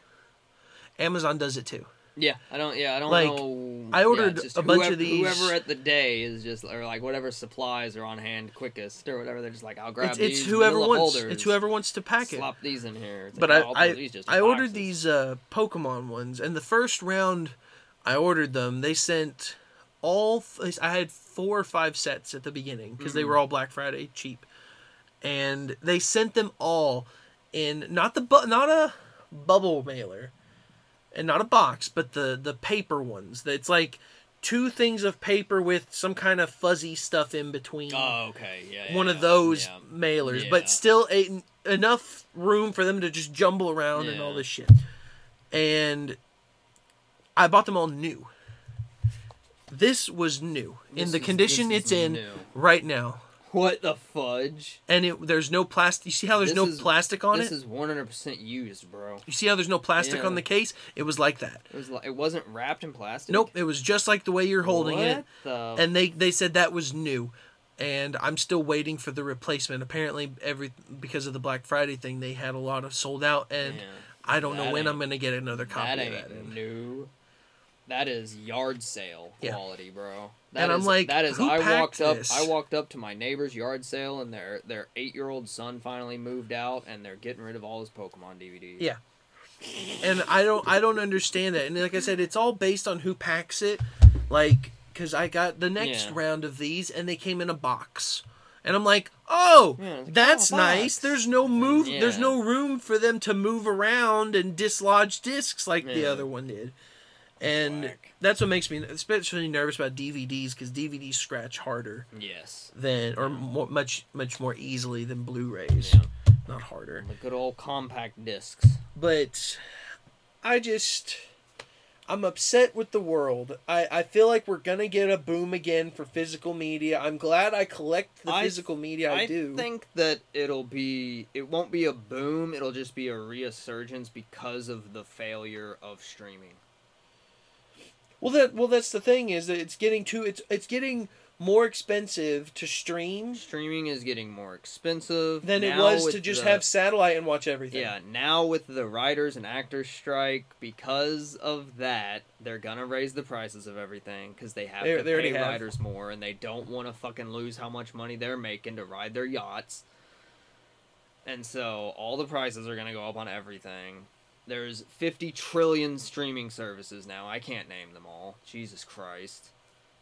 S1: Amazon does it too.
S2: yeah, I don't. Yeah, I don't
S1: Like,
S2: know.
S1: I
S2: yeah,
S1: ordered
S2: just
S1: a bunch of
S2: whoever-
S1: these-
S2: Whoever at the day is just or like whatever supplies are on hand quickest or whatever. They're just like, I'll grab
S1: It's, it's
S2: these
S1: whoever
S2: manila
S1: wants
S2: folders,
S1: it's whoever wants to pack it.
S2: slop these in here. It's
S1: But
S2: like,
S1: I
S2: oh, I'll put
S1: I,
S2: these just in
S1: I ordered
S2: boxes.
S1: these uh, Pokemon ones, and the first round I ordered them, they sent all. f- I had four or five sets at the beginning because
S2: Mm.
S1: they were all Black Friday cheap, and they sent them all in not the bu- not a bubble mailer, and not a box, but the the paper ones. It's like two things of paper with some kind of fuzzy stuff in between
S2: Oh, okay. Yeah. yeah,
S1: one of
S2: yeah,
S1: those
S2: yeah.
S1: mailers,
S2: Yeah.
S1: but still a, enough room for them to just jumble around and all
S2: Yeah.
S1: this shit. And I bought them all new. This was new
S2: This
S1: in the
S2: is-
S1: condition
S2: this
S1: it's
S2: is
S1: in
S2: new.
S1: right now,
S2: What the fudge?
S1: and it there's no plastic. You see how there's
S2: This
S1: no
S2: is-
S1: plastic on
S2: this
S1: it.
S2: is 100% used, bro.
S1: you see how there's no plastic
S2: Yeah.
S1: on the case? It was like that.
S2: It was like, it wasn't wrapped in plastic.
S1: Nope, it was just like the way you're holding
S2: what
S1: it.
S2: The...
S1: and they they said that was new and i'm still waiting for the replacement apparently every because of the black friday thing they had a lot of sold out and
S2: Yeah.
S1: i don't know
S2: That
S1: when i'm
S2: ain't-
S1: gonna get another
S2: that
S1: copy of that
S2: ain't
S1: in.
S2: new. That is yard sale
S1: Yeah.
S2: quality, bro. That
S1: And I'm
S2: is-
S1: like,
S2: that is.
S1: who
S2: I
S1: packed
S2: walked up.
S1: this?
S2: I walked up to my neighbor's yard sale, and their their eight year old son finally moved out, and they're getting rid of all his Pokemon DVDs.
S1: Yeah. and i don't i don't understand that and like i said it's all based on who packs it like because i got the next
S2: Yeah.
S1: round of these and they came in a box and i'm like oh
S2: Yeah, it's like,
S1: that's
S2: oh, a
S1: nice
S2: box.
S1: there's no move there's
S2: Yeah.
S1: no room for them to move around and dislodge discs like the
S2: Yeah.
S1: other one did and
S2: Whack.
S1: that's what makes me especially nervous about DVDs because DVDs scratch harder
S2: Yes.
S1: than or more, much much more easily than Blu-rays.
S2: Yeah.
S1: Not harder,
S2: The good old compact discs.
S1: but I just I'm upset with the world. I I feel like we're gonna get a boom again for physical media. I'm glad I collect the
S2: I-
S1: physical media. I, do.
S2: think that it'll be it won't be a boom, it'll just be a resurgence because of the failure of streaming.
S1: well, that well that's the thing is that it's getting too it's it's getting more expensive to stream
S2: Streaming is getting more expensive
S1: than it
S2: now
S1: was
S2: with
S1: to just
S2: the-
S1: have satellite and watch everything.
S2: Yeah, now with the writers and actors strike, because of that, they're gonna raise the prices of everything because they have
S1: They-
S2: to
S1: they already
S2: pay
S1: have.
S2: writers more, and they don't want to fucking lose how much money they're making to ride their yachts. And so all the prices are gonna go up on everything. There's 50 trillion streaming services now. I can't name them all. Jesus Christ.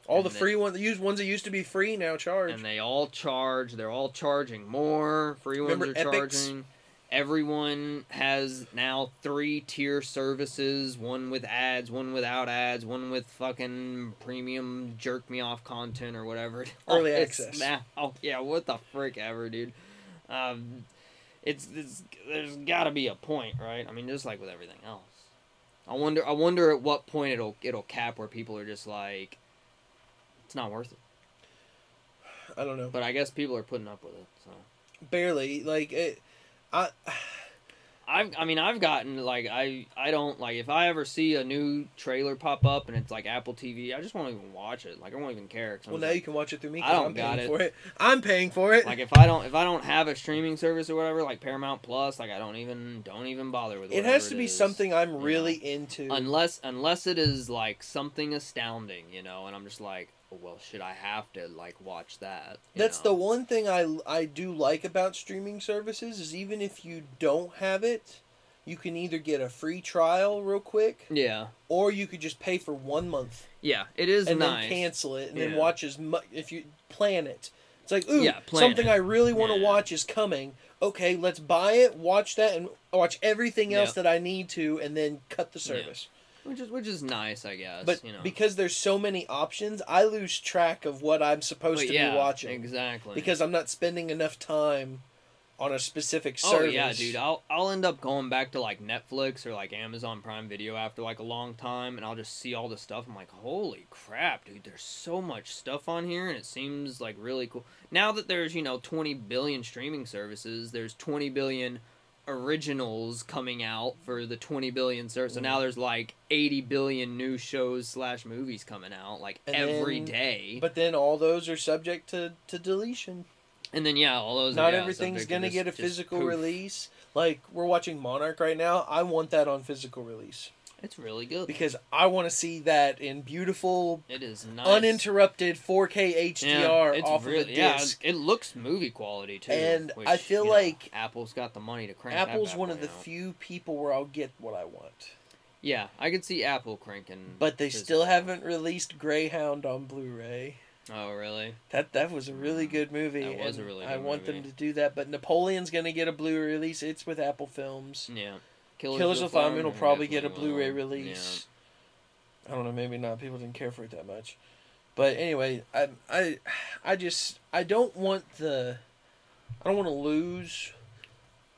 S1: All
S2: And
S1: the
S2: then-
S1: free ones, the used ones that used to be free now charge.
S2: and they all charge. They're all charging more. Free ones
S1: Remember
S2: are
S1: Epics?
S2: charging. Everyone has now three tier services: one with ads, one without ads, one with fucking premium jerk me off content or whatever.
S1: Early
S2: It's
S1: access.
S2: Now, oh yeah, what the frick ever, dude. Um, it's, it's there's got to be a point, right? I mean, just like with everything else. I wonder. I wonder at what point it'll it'll cap where people are just like, it's not worth it.
S1: I don't know,
S2: But I guess people are putting up with it. So
S1: barely. Like it, I,
S2: I've, I mean, I've gotten like I, I don't like if I ever see a new trailer pop up and it's like Apple TV, I just won't even watch it. Like I won't even care. 'cause I'm
S1: well
S2: just
S1: now you can watch it through me.
S2: I
S1: 'cause
S2: don't
S1: I'm
S2: got
S1: paying
S2: it.
S1: for it. I'm paying for it.
S2: like, like if I don't if I don't have a streaming service or whatever, like Paramount Plus, like I don't even don't even bother with.
S1: it
S2: whatever
S1: has to be
S2: is.
S1: something I'm
S2: know.
S1: really into.
S2: Unless unless it is like something astounding, you know, and I'm just like, "Oh, well, should I have to like watch that? you
S1: That's the
S2: know?
S1: one thing I I do like about streaming services is even if you don't have it, you can either get a free trial real quick,
S2: Yeah,
S1: or you could just pay for one month
S2: yeah, it is
S1: and
S2: nice.
S1: then cancel it and
S2: Yeah.
S1: then watch as much if you plan it. It's like ooh,
S2: Yeah, plan
S1: something
S2: it.
S1: I really want to
S2: Yeah.
S1: watch is coming. Okay, let's buy it, watch that, and watch everything else
S2: Yeah.
S1: that I need to, and then cut the service.
S2: which is which is nice, I guess.
S1: But
S2: you know,
S1: because there's so many options, I lose track of what I'm supposed
S2: But
S1: to
S2: yeah,
S1: be watching
S2: exactly
S1: because I'm not spending enough time on a specific
S2: Oh
S1: service.
S2: yeah, dude. I'll I'll end up going back to like Netflix or like Amazon Prime Video after like a long time, and I'll just see all this stuff. I'm like, holy crap, dude! There's so much stuff on here, and it seems like really cool. Now that there's you know 20 billion streaming services, there's 20 billion originals coming out for the 20 billion service. So now
S1: Mm-hmm.
S2: there's like 80 billion new shows slash movies coming out like
S1: And
S2: every
S1: then-
S2: day.
S1: But then all those are subject to, to deletion.
S2: and then yeah, all those.
S1: Not
S2: yeah,
S1: everything's
S2: subject to
S1: gonna
S2: just-
S1: get a
S2: just
S1: physical
S2: poof.
S1: release. Like we're watching Monarch right now. I want that on physical release
S2: It's really good.
S1: because I want to see that in beautiful,
S2: it is nice.
S1: uninterrupted 4K HDR off
S2: real-
S1: of a
S2: yeah,
S1: disc.
S2: it looks movie quality too.
S1: And
S2: which,
S1: I feel
S2: you know,
S1: like
S2: Apple's got the money to crank. that
S1: Apple's
S2: bad
S1: one
S2: boy
S1: of the
S2: out.
S1: few people where I'll get what I want.
S2: Yeah, I could see Apple cranking.
S1: But they
S2: this
S1: still
S2: out.
S1: haven't released Greyhound on Blu-ray.
S2: Oh really?
S1: That that was a really good movie.
S2: That was a
S1: and
S2: really
S1: I
S2: good
S1: want them
S2: movie.
S1: to do that, but Napoleon's gonna get a Blu-ray release. It's with Apple Films.
S2: Yeah.
S1: Killers of Fireman will
S2: Fireman
S1: probably get a
S2: definitely will.
S1: Blu-ray release. I don't know, maybe not. People didn't care for it that much. But anyway, I I I just I don't want the I don't want to lose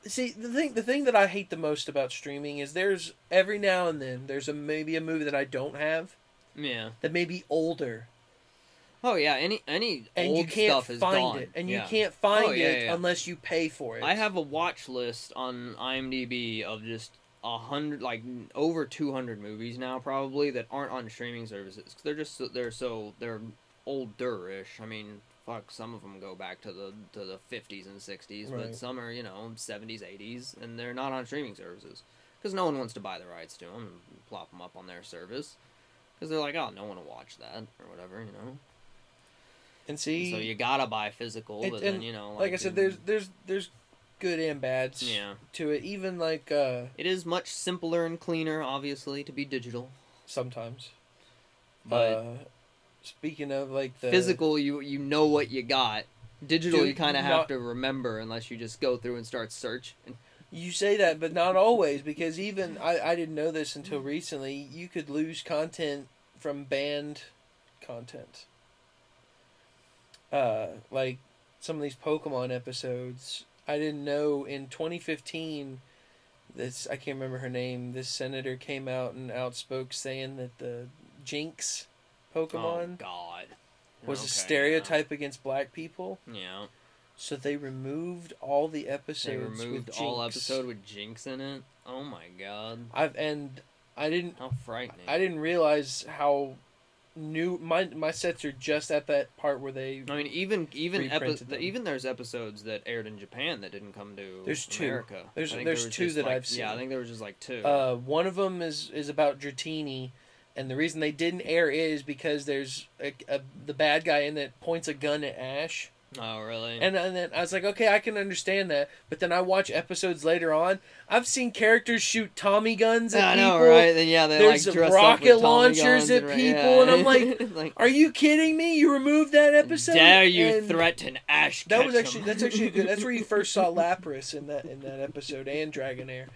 S1: See, the thing the thing that I hate the most about streaming is there's every now and then there's a maybe a movie that I don't have
S2: Yeah. yeah.
S1: that may be older
S2: Oh yeah. Any any
S1: and
S2: old
S1: you can't
S2: stuff is
S1: find
S2: gone.
S1: it and
S2: Yeah.
S1: you can't find
S2: Oh, yeah,
S1: it
S2: yeah.
S1: unless you pay for it.
S2: I have a watch list on IMDb of just a hundred, like over two hundred movies now, probably that aren't on streaming services. they they're just so- they're so they're older-ish. I mean, fuck, some of them go back to the to the fifties and sixties,
S1: Right.
S2: but some are you know seventies, eighties, and they're not on streaming services because no one wants to buy the rights to them and plop them up on their service because they're like, oh, no one will watch that or whatever, you know.
S1: and
S2: And
S1: see
S2: so you gotta buy physical,
S1: It-
S2: but then
S1: and
S2: you know, like,
S1: like, I said,
S2: in-
S1: there's there's there's good and bads
S2: yeah.
S1: to it. Even like uh
S2: It is much simpler and cleaner, obviously, to be digital.
S1: sometimes.
S2: But
S1: uh, speaking of like the
S2: physical, you you know what you got. Digital,
S1: Dude,
S2: you kind of
S1: not-
S2: have to remember unless you just go through and start search. And
S1: you say that, but not always because even I I didn't know this until recently. You could lose content from banned content. Uh, like some of these Pokemon episodes, I didn't know in 2015. This I can't remember her name. This senator came out and outspoke saying that the Jinx
S2: Oh
S1: Pokemon
S2: God,
S1: was
S2: Oh, Okay,
S1: a stereotype against black people.
S2: Yeah, yeah.
S1: So they removed all the episodes.
S2: they removed
S1: with
S2: all
S1: Jinx.
S2: episode with Jinx in it. Oh my God,
S1: I've and I didn't
S2: how frightening!
S1: I didn't realize how new my my sets are just at that part where they
S2: I mean, even even epi-
S1: Reprinted them.
S2: even there's episodes that aired in Japan that didn't come to
S1: There's two.
S2: America. I
S1: There's-
S2: think
S1: there's
S2: there was
S1: two
S2: just,
S1: that
S2: like-
S1: I've seen.
S2: Yeah, I think there was just like two.
S1: uh one of them is is about Dratini and the reason they didn't air it is because there's a, a, the bad guy in that points a gun at Ash
S2: oh really?
S1: and and then I was like okay I can understand that but then I watch episodes later on I've seen characters shoot Tommy guns at
S2: I
S1: people
S2: know, right? Then yeah, they
S1: There's
S2: like dress up
S1: rocket
S2: with Tommy
S1: launchers
S2: guns
S1: at
S2: and, right-
S1: people,
S2: yeah.
S1: and I'm like, Are you kidding me? You removed that episode?
S2: Dare you
S1: And
S2: threaten Ash?
S1: That was
S2: Ketchum.
S1: actually that's actually good. That's where you first saw Lapras in that in that episode and Dragonair.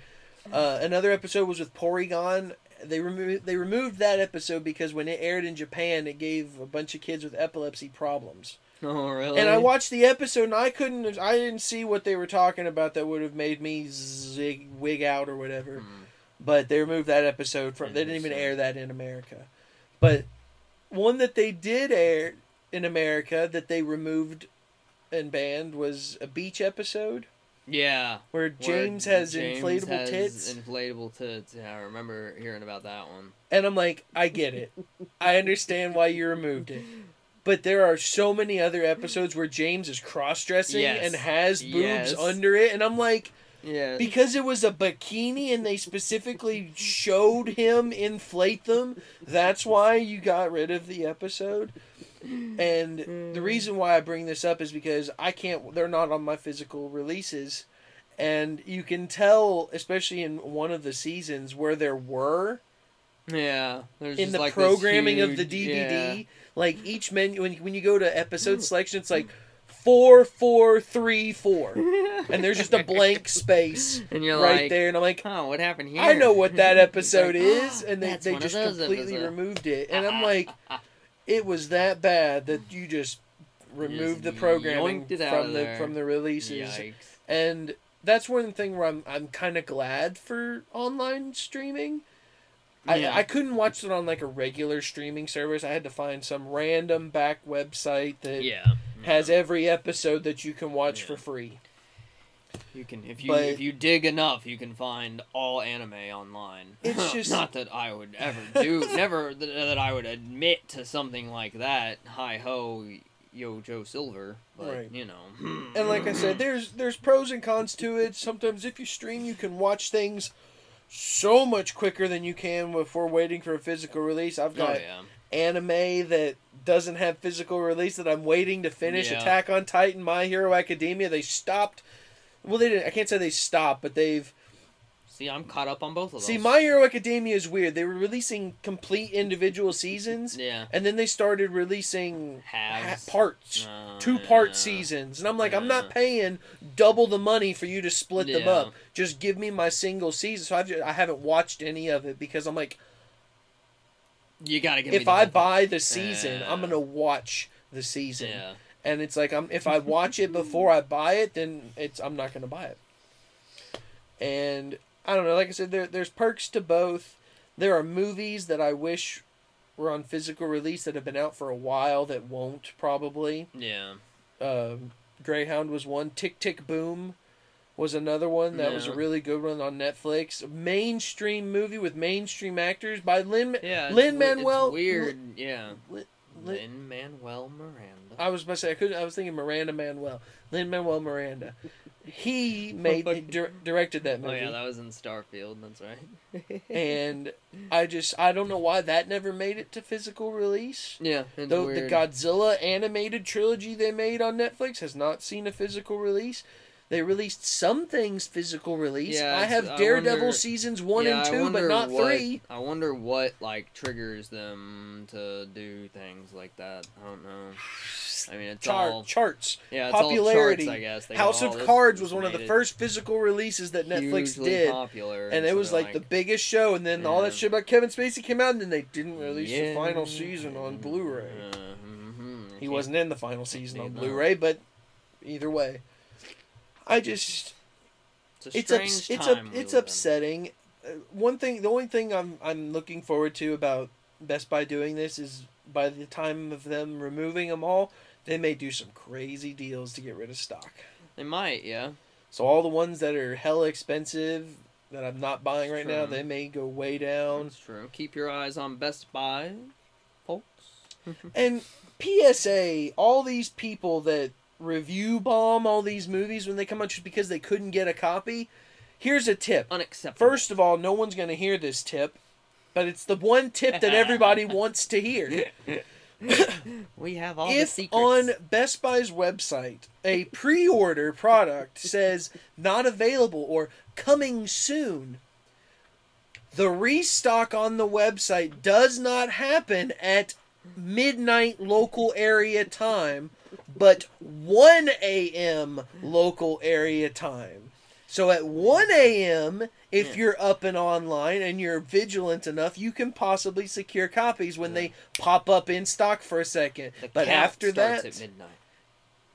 S1: Uh, another episode was with Porygon. They removed they removed that episode because when it aired in Japan, it gave a bunch of kids with epilepsy problems.
S2: Oh really?
S1: And I watched the episode and I couldn't I didn't see what they were talking about that would have made me zig wig out or whatever.
S2: Hmm.
S1: But they removed that episode from. They didn't even air that in America. But one that they did air in America that they removed and banned was a beach episode
S2: Yeah.
S1: where
S2: where
S1: James has
S2: James
S1: inflatable
S2: has
S1: tits,
S2: Inflatable tits. Yeah, I remember hearing about that one.
S1: and I'm like, I get it. I understand why you removed it. But there are so many other episodes where James is cross dressing
S2: Yes.
S1: and has boobs
S2: Yes.
S1: under it, and I'm like,
S2: Yeah.
S1: because it was a bikini and they specifically showed him inflate them that's why you got rid of the episode and
S2: Mm.
S1: the reason why i bring this up is because i can't they're not on my physical releases and you can tell especially in one of the seasons where there were
S2: yeah. There's
S1: in
S2: just,
S1: the
S2: like, this
S1: programming of the
S2: huge-
S1: dvd like each menu when, when you go to
S2: Mm.
S1: episode selection it's like four four three four
S2: Yeah.
S1: and there's just a blank space
S2: and you're
S1: right
S2: like,
S1: there and i'm like
S2: Oh, what happened here?
S1: I know what that
S2: It's
S1: episode
S2: like, "Ah, "Oh,
S1: is, and they,
S2: that's
S1: they
S2: one of
S1: just
S2: those
S1: completely
S2: episodes.
S1: removed it. And I'm like, it was that bad that you just removed the
S2: yoinked
S1: programming
S2: it out of
S1: from the
S2: there.
S1: from the releases.
S2: Yikes.
S1: and that's one thing where I'm I'm kind of glad for online streaming.
S2: Yeah.
S1: I, I couldn't watch it on like a regular streaming service. I had to find some random back website that
S2: yeah.
S1: has every episode that you can watch for
S2: Yeah.
S1: free.
S2: You can if you
S1: But-
S2: if you dig enough, you can find all anime online.
S1: It's just-
S2: not that I would ever do, never th- that I would admit to something like that. Hi ho, yo Joe Silver, but
S1: Right.
S2: you know.
S1: And like I said, there's there's pros and cons to it. Sometimes if you stream, you can watch things so much quicker than you can before waiting for a physical release. I've
S2: oh
S1: got
S2: yeah,
S1: anime that doesn't have physical release that I'm waiting to finish.
S2: Yeah.
S1: Attack on Titan, My Hero Academia. They stopped. Well, they didn't. I can't say they stopped, but they've.
S2: see, I'm caught up on both of those.
S1: See, My Hero Academia is weird. They were releasing complete individual seasons,
S2: yeah
S1: and then they started releasing ha-
S2: halves
S1: parts,
S2: Uh,
S1: two part
S2: yeah.
S1: seasons. And I'm like, I'm not
S2: Yeah.
S1: paying double the money for you to split them
S2: Yeah.
S1: up. Just give me my single season. So I've just, I haven't watched any of it because I'm like,
S2: You gotta give me
S1: if
S2: the
S1: I
S2: whole thing.
S1: buy the season,
S2: Yeah.
S1: I'm gonna watch the season.
S2: yeah,
S1: And it's like I'm if I watch it before I buy it, then it's I'm not gonna buy it. And I don't know, like I said, there there's perks to both. There are movies that I wish were on physical release that have been out for a while that won't probably.
S2: yeah,
S1: Um, Greyhound was one. Tick Tick Boom was another one that was a
S2: Yeah.
S1: really good one on Netflix. A mainstream movie with mainstream actors by Lin
S2: yeah. it's
S1: Lin
S2: we- it's
S1: Manuel
S2: weird, yeah.
S1: Lin-
S2: Lin Manuel Miranda.
S1: I was about to say I couldn't. I was thinking Miranda Manuel, Lin Manuel Miranda. He made he dir- directed that
S2: Oh
S1: movie,
S2: yeah, that was in Starfield. That's right.
S1: and I just I don't know why that never made it to physical release.
S2: yeah, it's
S1: Though the
S2: weird.
S1: Godzilla animated trilogy they made on Netflix has not seen a physical release. They released some things physical release.
S2: Yeah,
S1: I
S2: it's-
S1: have
S2: I
S1: Daredevil
S2: wonder-
S1: seasons one
S2: Yeah,
S1: and
S2: I
S1: two, but
S2: wonder
S1: not
S2: what-
S1: three.
S2: I wonder what like triggers them to do things like that. I don't know. I mean, it's
S1: Chart
S2: all
S1: charts.
S2: yeah, it's
S1: popularity.
S2: All charts, I guess They got
S1: House
S2: all
S1: of
S2: this-
S1: Cards
S2: this
S1: was one of the
S2: made it
S1: first physical releases that Netflix
S2: hugely
S1: did.
S2: popular,
S1: and it
S2: so
S1: was
S2: they're
S1: like the biggest show and then all that
S2: Yeah.
S1: shit about kevin spacey came out and then they didn't release the
S2: yeah,
S1: final season on blu-ray
S2: uh, mhm,
S1: he
S2: yeah.
S1: wasn't in the final season on
S2: no.
S1: blu-ray but either way i just
S2: It's a
S1: it's ups-
S2: strange
S1: it's
S2: time
S1: up,
S2: we
S1: it's
S2: live in.
S1: upsetting Uh, one thing the only thing i'm i'm looking forward to about best buy doing this is by the time of them removing them all they may do some crazy deals to get rid of stock
S2: They might, yeah.
S1: so all the ones that are hella expensive that i'm not buying right now
S2: True.
S1: they may go way down
S2: That's true. Keep your eyes on Best Buy, folks.
S1: And PSA, all these people that review bomb all these movies when they come out just because they couldn't get a copy. Here's a tip.
S2: Unacceptable.
S1: First of all, no one's going to hear this tip, but it's the one tip that everybody wants to hear.
S2: we have all the
S1: If
S2: secrets.
S1: on Best Buy's website a pre order product says not available or coming soon, the restock on the website does not happen at midnight local area time, but 1 a.m. local area time. So at 1 a.m., if
S2: Yeah.
S1: you're up and online and you're vigilant enough, you can possibly secure copies when they pop up in stock for a second.
S2: The
S1: but
S2: count
S1: after
S2: starts
S1: that,
S2: at midnight.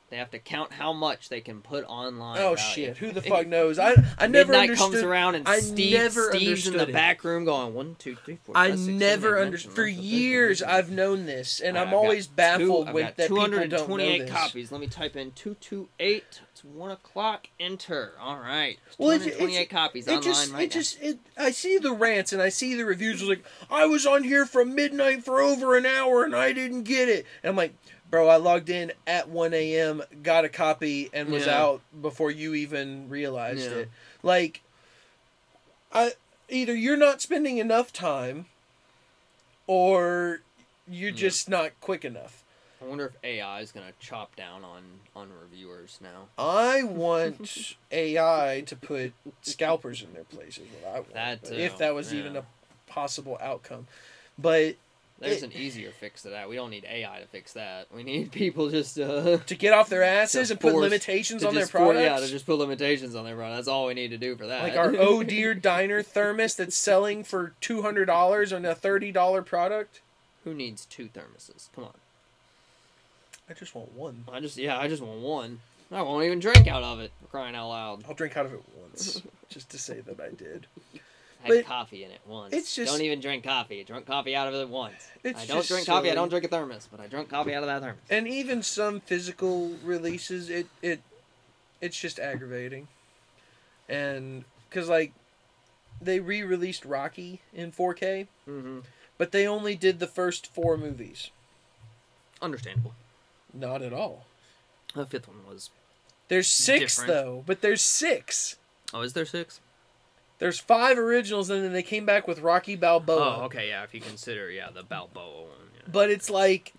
S2: They have to count how much they can put online.
S1: oh
S2: about
S1: shit,
S2: it.
S1: who the fuck knows? I I never
S2: Midnight
S1: understood.
S2: comes around and
S1: I
S2: Steve,
S1: never
S2: Steve's in the
S1: understood it.
S2: back room going one, two, three, four. five,
S1: I
S2: six, seven,
S1: never
S2: eight, nine,
S1: understood.
S2: ten,
S1: For
S2: eleven, twelve,
S1: years,
S2: thirteen,
S1: I've known this, and
S2: I've
S1: I'm
S2: got
S1: always
S2: two-
S1: baffled
S2: I've
S1: with
S2: got
S1: that people don't know
S2: 228
S1: this.
S2: copies. Let me type in two two eight. It's one o'clock. Enter. All right.
S1: Well,
S2: Well,
S1: it's-
S2: it's, twenty eight copies
S1: It
S2: online
S1: just,
S2: right
S1: it just, it. I see the rants and I see the reviews. It's like I was on here from midnight for over an hour and I didn't get it. And I'm like, bro, I logged in at 1 a.m., got a copy, and was
S2: Yeah.
S1: out before you even realized
S2: Yeah.
S1: it. Like, I either you're not spending enough time, or you're
S2: Yeah.
S1: just not quick enough.
S2: now. I wonder if AI is gonna chop down on on reviewers now.
S1: I want AI to put scalpers in their place. Is what I want.
S2: That too,
S1: if that was even
S2: yeah.
S1: a possible outcome, but
S2: There's an
S1: It-
S2: easier fix to that. We don't need AI to fix that. We need people just uh,
S1: to get off their asses
S2: To
S1: and put
S2: force-
S1: limitations
S2: to
S1: on their
S2: just for- yeah,
S1: products,
S2: to just put limitations on their product. That's all we need to do for that.
S1: like our oh dear diner thermos that's selling for two hundred dollars on a thirty dollar product.
S2: Who needs two thermoses? Come on.
S1: I just want one.
S2: I just yeah, I just want one. I won't even drink out of it. for Crying out loud.
S1: I'll drink out of it once, just to say that I did.
S2: I had
S1: But
S2: coffee in it once.
S1: it's just-
S2: don't even drink coffee. I drunk coffee out of it once.
S1: It's
S2: I don't
S1: just
S2: drink coffee. I
S1: silly.
S2: don't drink a thermos, but I drunk coffee out of that thermos.
S1: And even some physical releases, it it it's just aggravating. And because like they re-released Rocky in 4K,
S2: Mm-hmm.
S1: but they only did the first four movies.
S2: Understandable.
S1: Not at all.
S2: The fifth one was.
S1: There's six
S2: Different.
S1: though, but there's six.
S2: Oh, is there six?
S1: There's five originals, and then they came back with Rocky Balboa.
S2: Oh, okay, yeah. If you consider, yeah, the Balboa one. Yeah.
S1: But it's like,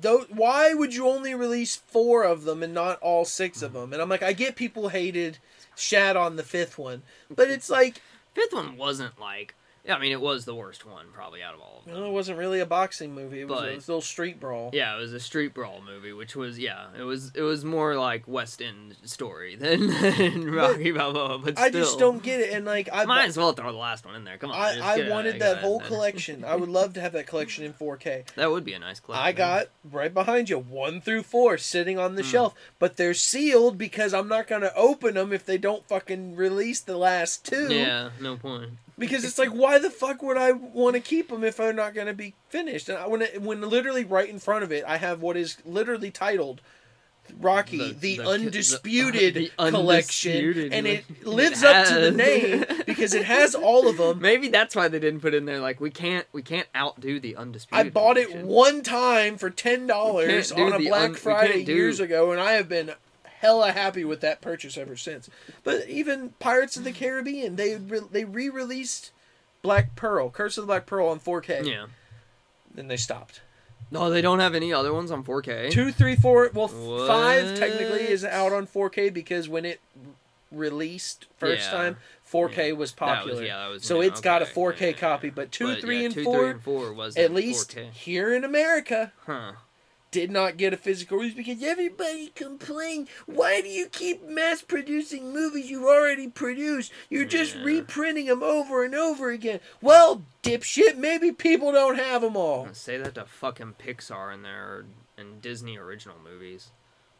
S1: tho- why would you only release four of them and not all six
S2: Mm-hmm.
S1: of them? And I'm like, I get people hated, shat on the fifth one, but it's like,
S2: Fifth one wasn't like. Yeah, I mean, it was the worst one probably out of all of them.
S1: well, it wasn't really a boxing movie. It was
S2: But-
S1: a little street brawl.
S2: Yeah, it was a street brawl movie, which was yeah, it was it was more like West End story than, than Rocky Balboa, but still,
S1: I just don't get it, and like I.
S2: Might as well throw the last one in there. Come on, just
S1: I,
S2: get
S1: I
S2: it out
S1: wanted
S2: of-
S1: that
S2: get it
S1: whole
S2: out of-
S1: collection. I would love to have that collection in 4K.
S2: That would be a nice collection.
S1: I got right behind you, one through four, sitting on the
S2: Hmm.
S1: shelf, but they're sealed because I'm not gonna open them if they don't fucking release the last two.
S2: Yeah, no point.
S1: Because it's like, why the fuck would I want to keep them if they're not gonna be finished? And I, when it, when literally right in front of it, I have what is literally titled
S2: The-
S1: Rocky, the,
S2: the-
S1: undisputed
S2: the
S1: collection,
S2: Undisputed,
S1: and
S2: like-
S1: it lives up to the name
S2: Yes.
S1: because it has all of them.
S2: Maybe that's why they didn't put in there like we can't we can't outdo the undisputed.
S1: I bought it
S2: Collection.
S1: one time for ten
S2: We
S1: dollars
S2: can't do
S1: on a
S2: the
S1: Black
S2: un- we
S1: Friday
S2: can't do-
S1: years ago, and I have been hella happy with that purchase ever since. But even Pirates of the Caribbean, they re- they re-released Black Pearl, Curse of the Black Pearl on 4K.
S2: Yeah.
S1: Then they stopped.
S2: No, they don't have any other ones on 4K.
S1: Two, three, four. Well, f five
S2: What?
S1: technically is out on 4K because when it released first
S2: Yeah.
S1: time, 4K was
S2: That was-
S1: popular.
S2: yeah, that was-
S1: so
S2: yeah,
S1: it's got a
S2: okay,
S1: 4K
S2: yeah, yeah,
S1: copy.
S2: yeah.
S1: But two,
S2: But,
S1: three,
S2: yeah,
S1: and
S2: two,
S1: four,
S2: three, and four was
S1: at least
S2: 4K.
S1: here in America.
S2: Huh.
S1: did not get a physical release because everybody complained. Why do you keep mass producing movies you've already produced? You're just
S2: Yeah.
S1: reprinting them over and over again. Well, dipshit, maybe people don't have them all.
S2: Say that to fucking Pixar and their and Disney original movies.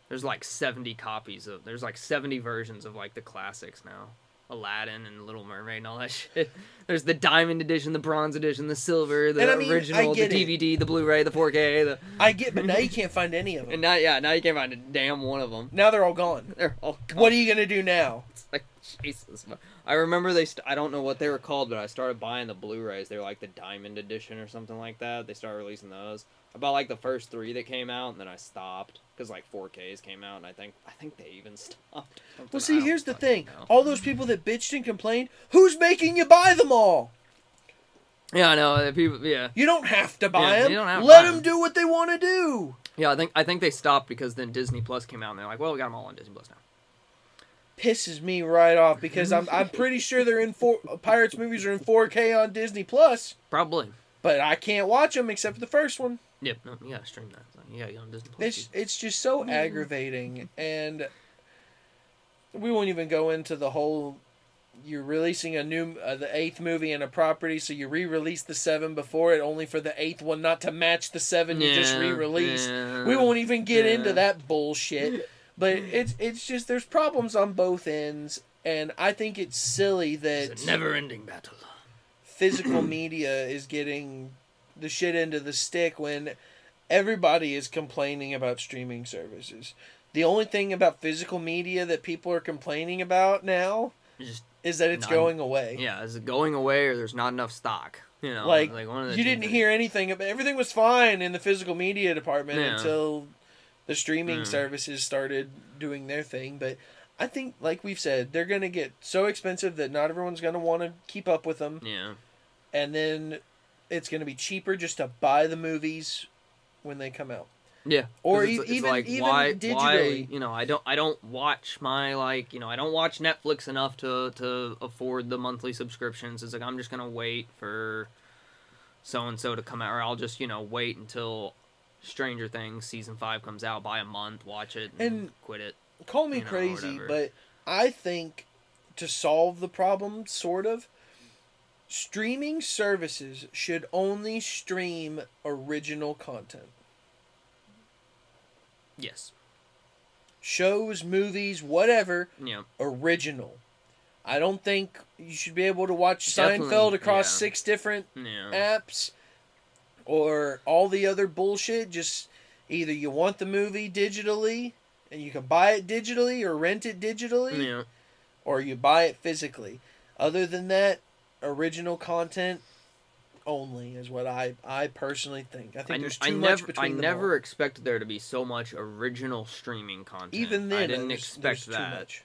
S2: There's like 70 copies of. There's like 70 versions of like the classics now. Aladdin and Little Mermaid and all that shit. There's the diamond edition, the bronze edition, the silver, the
S1: And I mean, I
S2: original, the
S1: get it.
S2: DVD, the Blu-ray, the 4K, the
S1: I get, but now you can't find any of them.
S2: and now yeah, now you can't find a damn one of them.
S1: Now they're all gone.
S2: They're all gone.
S1: What are you gonna do now?
S2: It's like Jesus. I remember they. St- I don't know what they were called, but I started buying the Blu-rays. They were like the Diamond Edition or something like that. They started releasing those. I bought like the first three that came out, and then I stopped because like 4Ks came out, and I think I think they even stopped.
S1: Well, see, here's the thing: all those people that bitched and complained, who's making you buy them all?
S2: Yeah, I know. the People. Yeah,
S1: You don't have to buy
S2: Yeah, you
S1: them.
S2: don't have to
S1: Let
S2: buy
S1: them
S2: 'em.
S1: do what they want to do.
S2: yeah. I think I think they stopped because then Disney Plus came out, and they're like, well, we got them all on Disney Plus now.
S1: pisses me right off because I'm I'm pretty sure they're in four Pirates movies are in 4K on Disney Plus,
S2: Probably.
S1: but I can't watch them except for the first one.
S2: Yep. No, you gotta stream that. It's like, you gotta get on Disney Plus.
S1: It's it's just so aggravating, and we won't even go into the whole. You're releasing a new uh, the eighth movie in a property, so you re-release the seven before it, only for the eighth one not to match the seven you just
S2: Yeah,
S1: re-released.
S2: yeah.
S1: We won't even get
S2: Yeah.
S1: into that bullshit. But it's it's just there's problems on both ends, and I think it's silly that
S2: It's a never-ending battle.
S1: physical media is getting the shit into the stick when everybody is complaining about streaming services. The only thing about physical media that people are complaining about now
S2: It's just
S1: is that it's
S2: None.
S1: going away.
S2: Yeah, is it going away or there's not enough stock? You know,
S1: Like,
S2: one of the
S1: you
S2: two
S1: didn't
S2: things.
S1: hear anything about everything was fine in the physical media department
S2: Yeah.
S1: until the streaming
S2: Mm.
S1: services started doing their thing, but I think like we've said, they're going to get so expensive that not everyone's going to want to keep up with them.
S2: Yeah,
S1: and then it's going to be cheaper just to buy the movies when they come out.
S2: yeah. 'Cause
S1: Or
S2: it's-
S1: e-
S2: it's
S1: even-
S2: like,
S1: even
S2: why, Why,
S1: digitally.
S2: you know, I don't, I don't watch my like, you know, I don't watch Netflix enough to to afford the monthly subscriptions. It's like I'm just gonna wait for so and so to come out, or I'll just you know wait until Stranger Things season five comes out, buy a month, watch it, and,
S1: And-
S2: quit it.
S1: Call me
S2: You know,
S1: crazy,
S2: whatever.
S1: but I think to solve the problem, sort of, streaming services should only stream original content.
S2: Yes,
S1: shows, movies, whatever,
S2: Yeah.
S1: original. I don't think you should be able to watch
S2: Definitely,
S1: Seinfeld across
S2: yeah.
S1: six different
S2: Yeah.
S1: apps or all the other bullshit. Just either you want the movie digitally and you can buy it digitally or rent it digitally
S2: yeah.
S1: or you buy it physically. Other than that, original content only is what I I personally think. I
S2: I,
S1: think there's
S2: I
S1: too much
S2: never,
S1: between
S2: I
S1: them
S2: never
S1: all.
S2: expected there to be so much original streaming content.
S1: Even then,
S2: I didn't
S1: there's-
S2: expect
S1: there's
S2: that.
S1: Too much.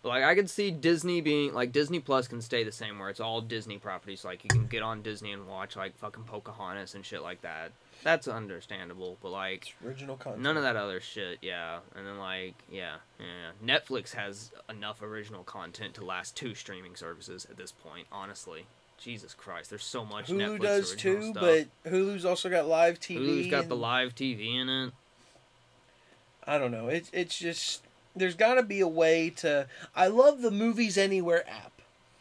S2: But, Like I could see Disney being like Disney Plus can stay the same where it's all Disney properties. Like you can get on Disney and watch like fucking Pocahontas and shit like that. That's understandable. But like
S1: It's original content.
S2: none of that other shit, yeah. And then like yeah, yeah. Netflix has enough original content to last two streaming services at this point. Honestly, Jesus Christ, there's so much
S1: Hulu
S2: Netflix
S1: does
S2: original
S1: too,
S2: stuff.
S1: but Hulu's also got live TV.
S2: Hulu's got
S1: and-
S2: the live TV in it.
S1: I don't know. It's it's just there's got to be a way to. I love the Movies Anywhere app.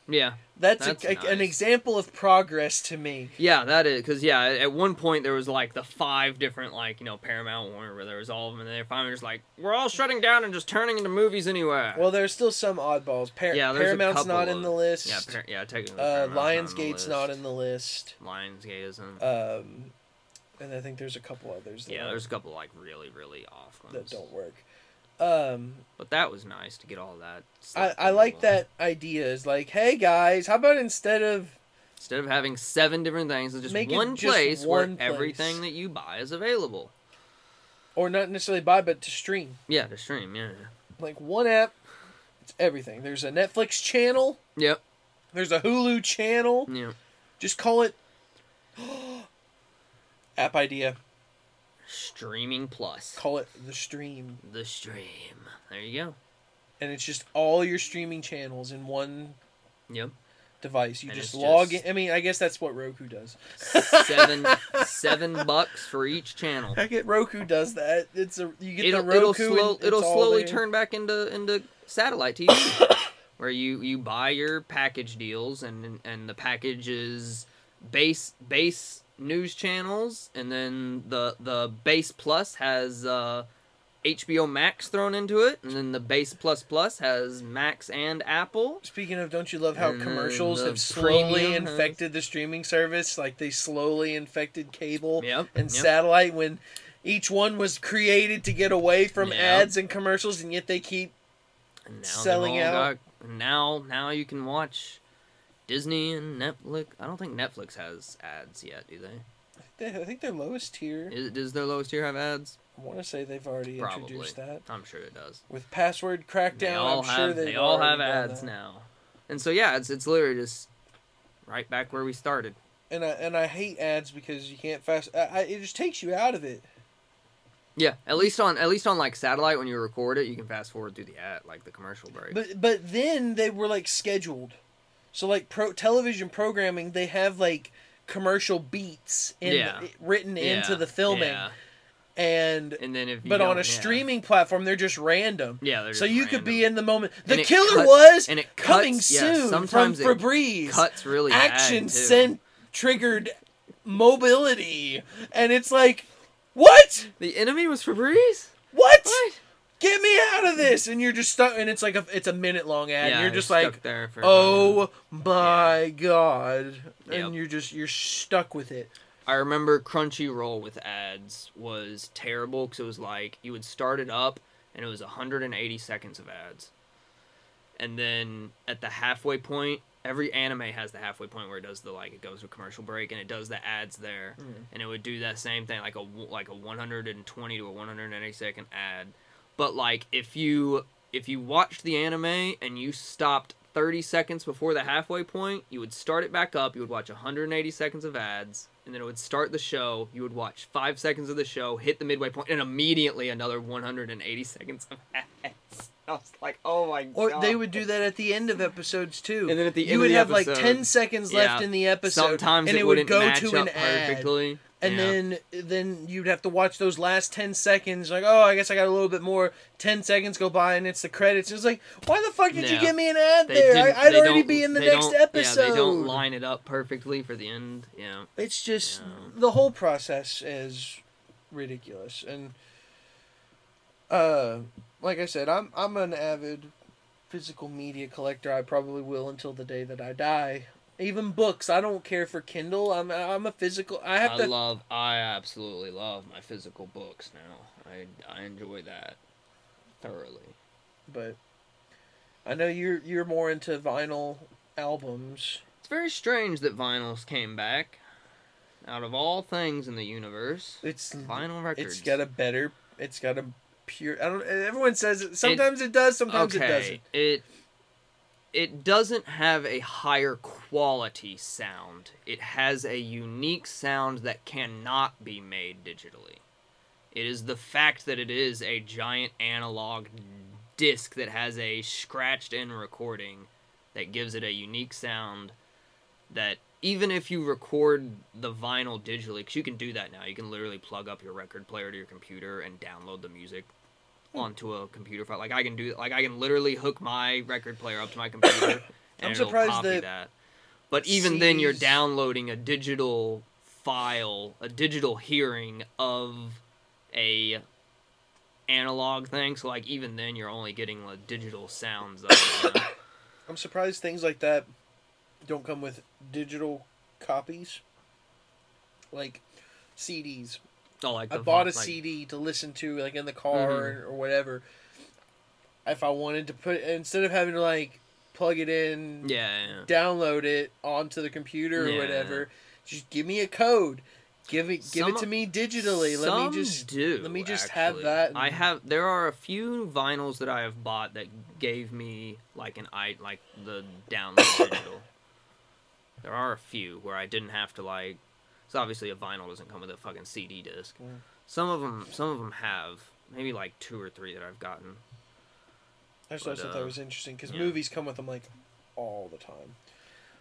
S2: Yeah,
S1: That's,
S2: That's
S1: a, a- an
S2: nice.
S1: example of progress to me.
S2: Yeah, that is because yeah, at one point there was like the five different like you know Paramount Warner where there was all of them, and they finally just like we're all shutting down and just turning into movies anywhere.
S1: Well, there's still some oddballs. Par-
S2: yeah, there's a
S1: Paramount's
S2: couple
S1: not
S2: of-
S1: in the list.
S2: yeah, par- yeah, technically,
S1: uh,
S2: Paramount's
S1: Lionsgate's not in the list.
S2: list. Lionsgate isn't.
S1: Um, and I think there's a couple others. That
S2: yeah,
S1: aren't-
S2: there's a couple like really really off ones.
S1: that don't work. Um,
S2: But that was nice to get all that.
S1: I,
S2: slapped
S1: I
S2: into
S1: like
S2: one.
S1: that idea. Is like, hey guys, how about instead of
S2: Instead of having seven different things, it's just
S1: Make it
S2: one
S1: just
S2: place
S1: one
S2: where
S1: place.
S2: everything that you buy is available.
S1: or not necessarily buy, but to stream.
S2: Yeah, to stream. Yeah. yeah.
S1: Like one app, it's everything. There's a Netflix channel.
S2: Yep.
S1: There's a Hulu channel.
S2: Yeah.
S1: Just call it app idea.
S2: Streaming plus
S1: Call it the stream,
S2: the stream. There you go.
S1: and it's just all your streaming channels in one
S2: Yep.
S1: device. You
S2: And
S1: just
S2: it's
S1: log
S2: just-
S1: in. I mean, I guess that's what Roku does.
S2: seven seven bucks for each channel.
S1: I get Roku does that. It's a you get
S2: It'll,
S1: the Roku.
S2: it'll slow
S1: and it's
S2: it'll
S1: all
S2: slowly
S1: there.
S2: turn back into into satellite TV, where you you buy your package deals and and the package is base base news channels and then the the base plus has uh, HBO Max thrown into it and then the base plus plus has Max and Apple.
S1: Speaking of, don't you love how
S2: And then
S1: commercials
S2: Mm-hmm. the
S1: have slowly
S2: premium has-
S1: infected the streaming service? Like they slowly infected cable
S2: Yep,
S1: and
S2: yep.
S1: satellite when each one was created to get away from
S2: Yep.
S1: ads and commercials, and yet they keep.
S2: And now they've
S1: Selling
S2: all
S1: out.
S2: got- and now now you can watch Disney and Netflix. I don't think Netflix has ads yet, do they?
S1: They, I think their lowest tier.
S2: Is, does their lowest tier have ads?
S1: I want to say they've already
S2: Probably.
S1: introduced that
S2: I'm sure it does.
S1: with password crackdown.
S2: they all
S1: I'm
S2: have
S1: sure they've
S2: they all have
S1: already done
S2: ads
S1: that.
S2: now, and so yeah, it's it's literally just right back where we started.
S1: And I and I hate ads because you can't fast. I, I, it just takes you out of it.
S2: Yeah, at least on at least on like satellite when you record it, you can fast forward through the ad like the commercial break.
S1: But but then they were like scheduled. So like pro television programming, they have like commercial beats in
S2: Yeah.
S1: written
S2: Yeah,
S1: into the filming,
S2: yeah.
S1: and
S2: and then if you
S1: but
S2: don't-
S1: on a
S2: yeah.
S1: streaming platform, they're just random.
S2: Yeah, they're
S1: so
S2: just
S1: you could be
S2: random.
S1: in the moment.
S2: And
S1: The
S2: it
S1: killer
S2: cuts-
S1: was
S2: and it cuts-
S1: coming
S2: yeah,
S1: soon
S2: sometimes
S1: from
S2: it
S1: Febreze.
S2: cuts really bad,
S1: action
S2: too.
S1: sent triggered mobility, and it's like, what?
S2: the enemy was Febreze.
S1: What?
S2: What?
S1: Get me out of this! And you're just stuck, and it's like a it's a minute long ad. and you're just
S2: stuck
S1: like,
S2: there for
S1: Oh my god. And
S2: Yep.
S1: you're just you're stuck with it.
S2: I remember Crunchyroll with ads was terrible because it was like you would start it up and it was 180 seconds of ads, and then at the halfway point, every anime has the halfway point where it does the like it goes to a commercial break and it does the ads there,
S1: Hmm.
S2: and it would do that same thing like a w- like a 120 to a 180 second ad, but like if you if you watched the anime and you stopped 30 seconds before the halfway point you would start it back up you would watch 180 seconds of ads and then it would start the show you would watch five seconds of the show hit the midway point and immediately another 180 seconds of ads i was like oh my
S1: Or
S2: god
S1: they would do that at the end of episodes too.
S2: And then at the
S1: you
S2: end of
S1: would
S2: the
S1: have like
S2: episode-
S1: ten seconds left
S2: Yeah.
S1: in the episode,
S2: sometimes
S1: and
S2: it,
S1: it would
S2: wouldn't
S1: go
S2: match
S1: to
S2: up
S1: an ad,
S2: perfectly
S1: and
S2: Yeah.
S1: then then you'd have to watch those last ten seconds. Like, oh, I guess I got a little bit more. Ten seconds go by, and it's the credits. It's like, why the fuck did you
S2: Yeah.
S1: give me an ad
S2: They
S1: there?
S2: didn't-
S1: I, I'd
S2: they
S1: already
S2: don't-
S1: be in the
S2: they
S1: next
S2: don't-
S1: episode.
S2: yeah, they don't line it up perfectly for the end yeah
S1: It's just
S2: Yeah.
S1: the whole process is ridiculous, and uh, like I said, I'm I'm an avid physical media collector. I probably will until the day that I die. Even books, I don't care for Kindle. I'm I'm a physical. I have
S2: I
S1: to.
S2: love, I absolutely love my physical books now. I, I enjoy that thoroughly.
S1: but I know you're you're more into vinyl albums.
S2: It's very strange that vinyls came back. Out of all things in the universe,
S1: It's
S2: vinyl records.
S1: it's got a better. It's got a pure. I don't. Everyone says it. Sometimes it, does. Sometimes it doesn't.
S2: It it doesn't have a higher quality sound. It has a unique sound that cannot be made digitally. It is the fact that it is a giant analog disc that has a scratched in recording that gives it a unique sound that even if you record the vinyl digitally, because you can do that now, you can literally plug up your record player to your computer and download the music
S1: Hmm.
S2: onto a computer file. Like I can do, like I can literally hook my record player up to my computer. and
S1: I'm
S2: it'll
S1: surprised
S2: copy
S1: that
S2: But even then, you're
S1: CDs
S2: downloading a digital file, a digital hearing of a analog thing. So like even then, you're only getting the digital sounds of it. you know?
S1: I'm surprised things like that don't come with digital copies, like CDs.
S2: Oh, like
S1: I
S2: the
S1: bought a
S2: vi- like- Mm-hmm.
S1: CD to listen to, like in the car or, or whatever. If I wanted to put instead of having to like plug it in,
S2: Yeah, yeah, yeah.
S1: download it onto the computer or
S2: Yeah.
S1: whatever, just give me a code. Give it, give
S2: Some-
S1: it to me digitally. Let
S2: Some
S1: me just
S2: do.
S1: let me just have
S2: actually.
S1: that
S2: I
S1: and-
S2: have. There are a few vinyls that I have bought that gave me like an i like the download digital. There are a few where I didn't have to like. It's obviously a vinyl doesn't come with a fucking CD disc.
S1: Mm.
S2: Some of them, some of them have maybe like two or three that I've gotten.
S1: I just always
S2: but,
S1: thought that
S2: uh,
S1: was interesting because
S2: yeah.
S1: movies come with them like all the time.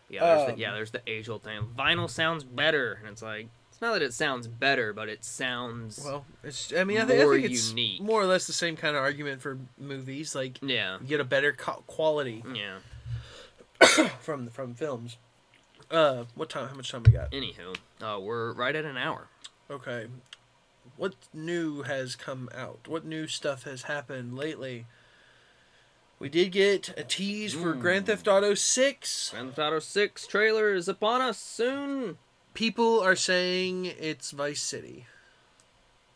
S2: Yeah, there's
S1: Um,
S2: the, yeah, there's the age old thing. Vinyl sounds better, and it's like it's not that it sounds better, but it sounds
S1: Well, it's I mean I,
S2: thi-
S1: think
S2: I More think
S1: it's
S2: it's unique.
S1: more
S2: more
S1: or less the same kind of argument for movies. Like
S2: yeah,
S1: you get a better quality
S2: yeah.
S1: from from films. Uh, what time? How much time we got?
S2: Anywho, uh, we're right at an hour.
S1: Okay. What new has come out? What new stuff has happened lately? We did get a tease for
S2: Hmm.
S1: Grand Theft Auto 6.
S2: Grand Theft Auto 6 trailer is upon us soon.
S1: People are saying it's Vice City.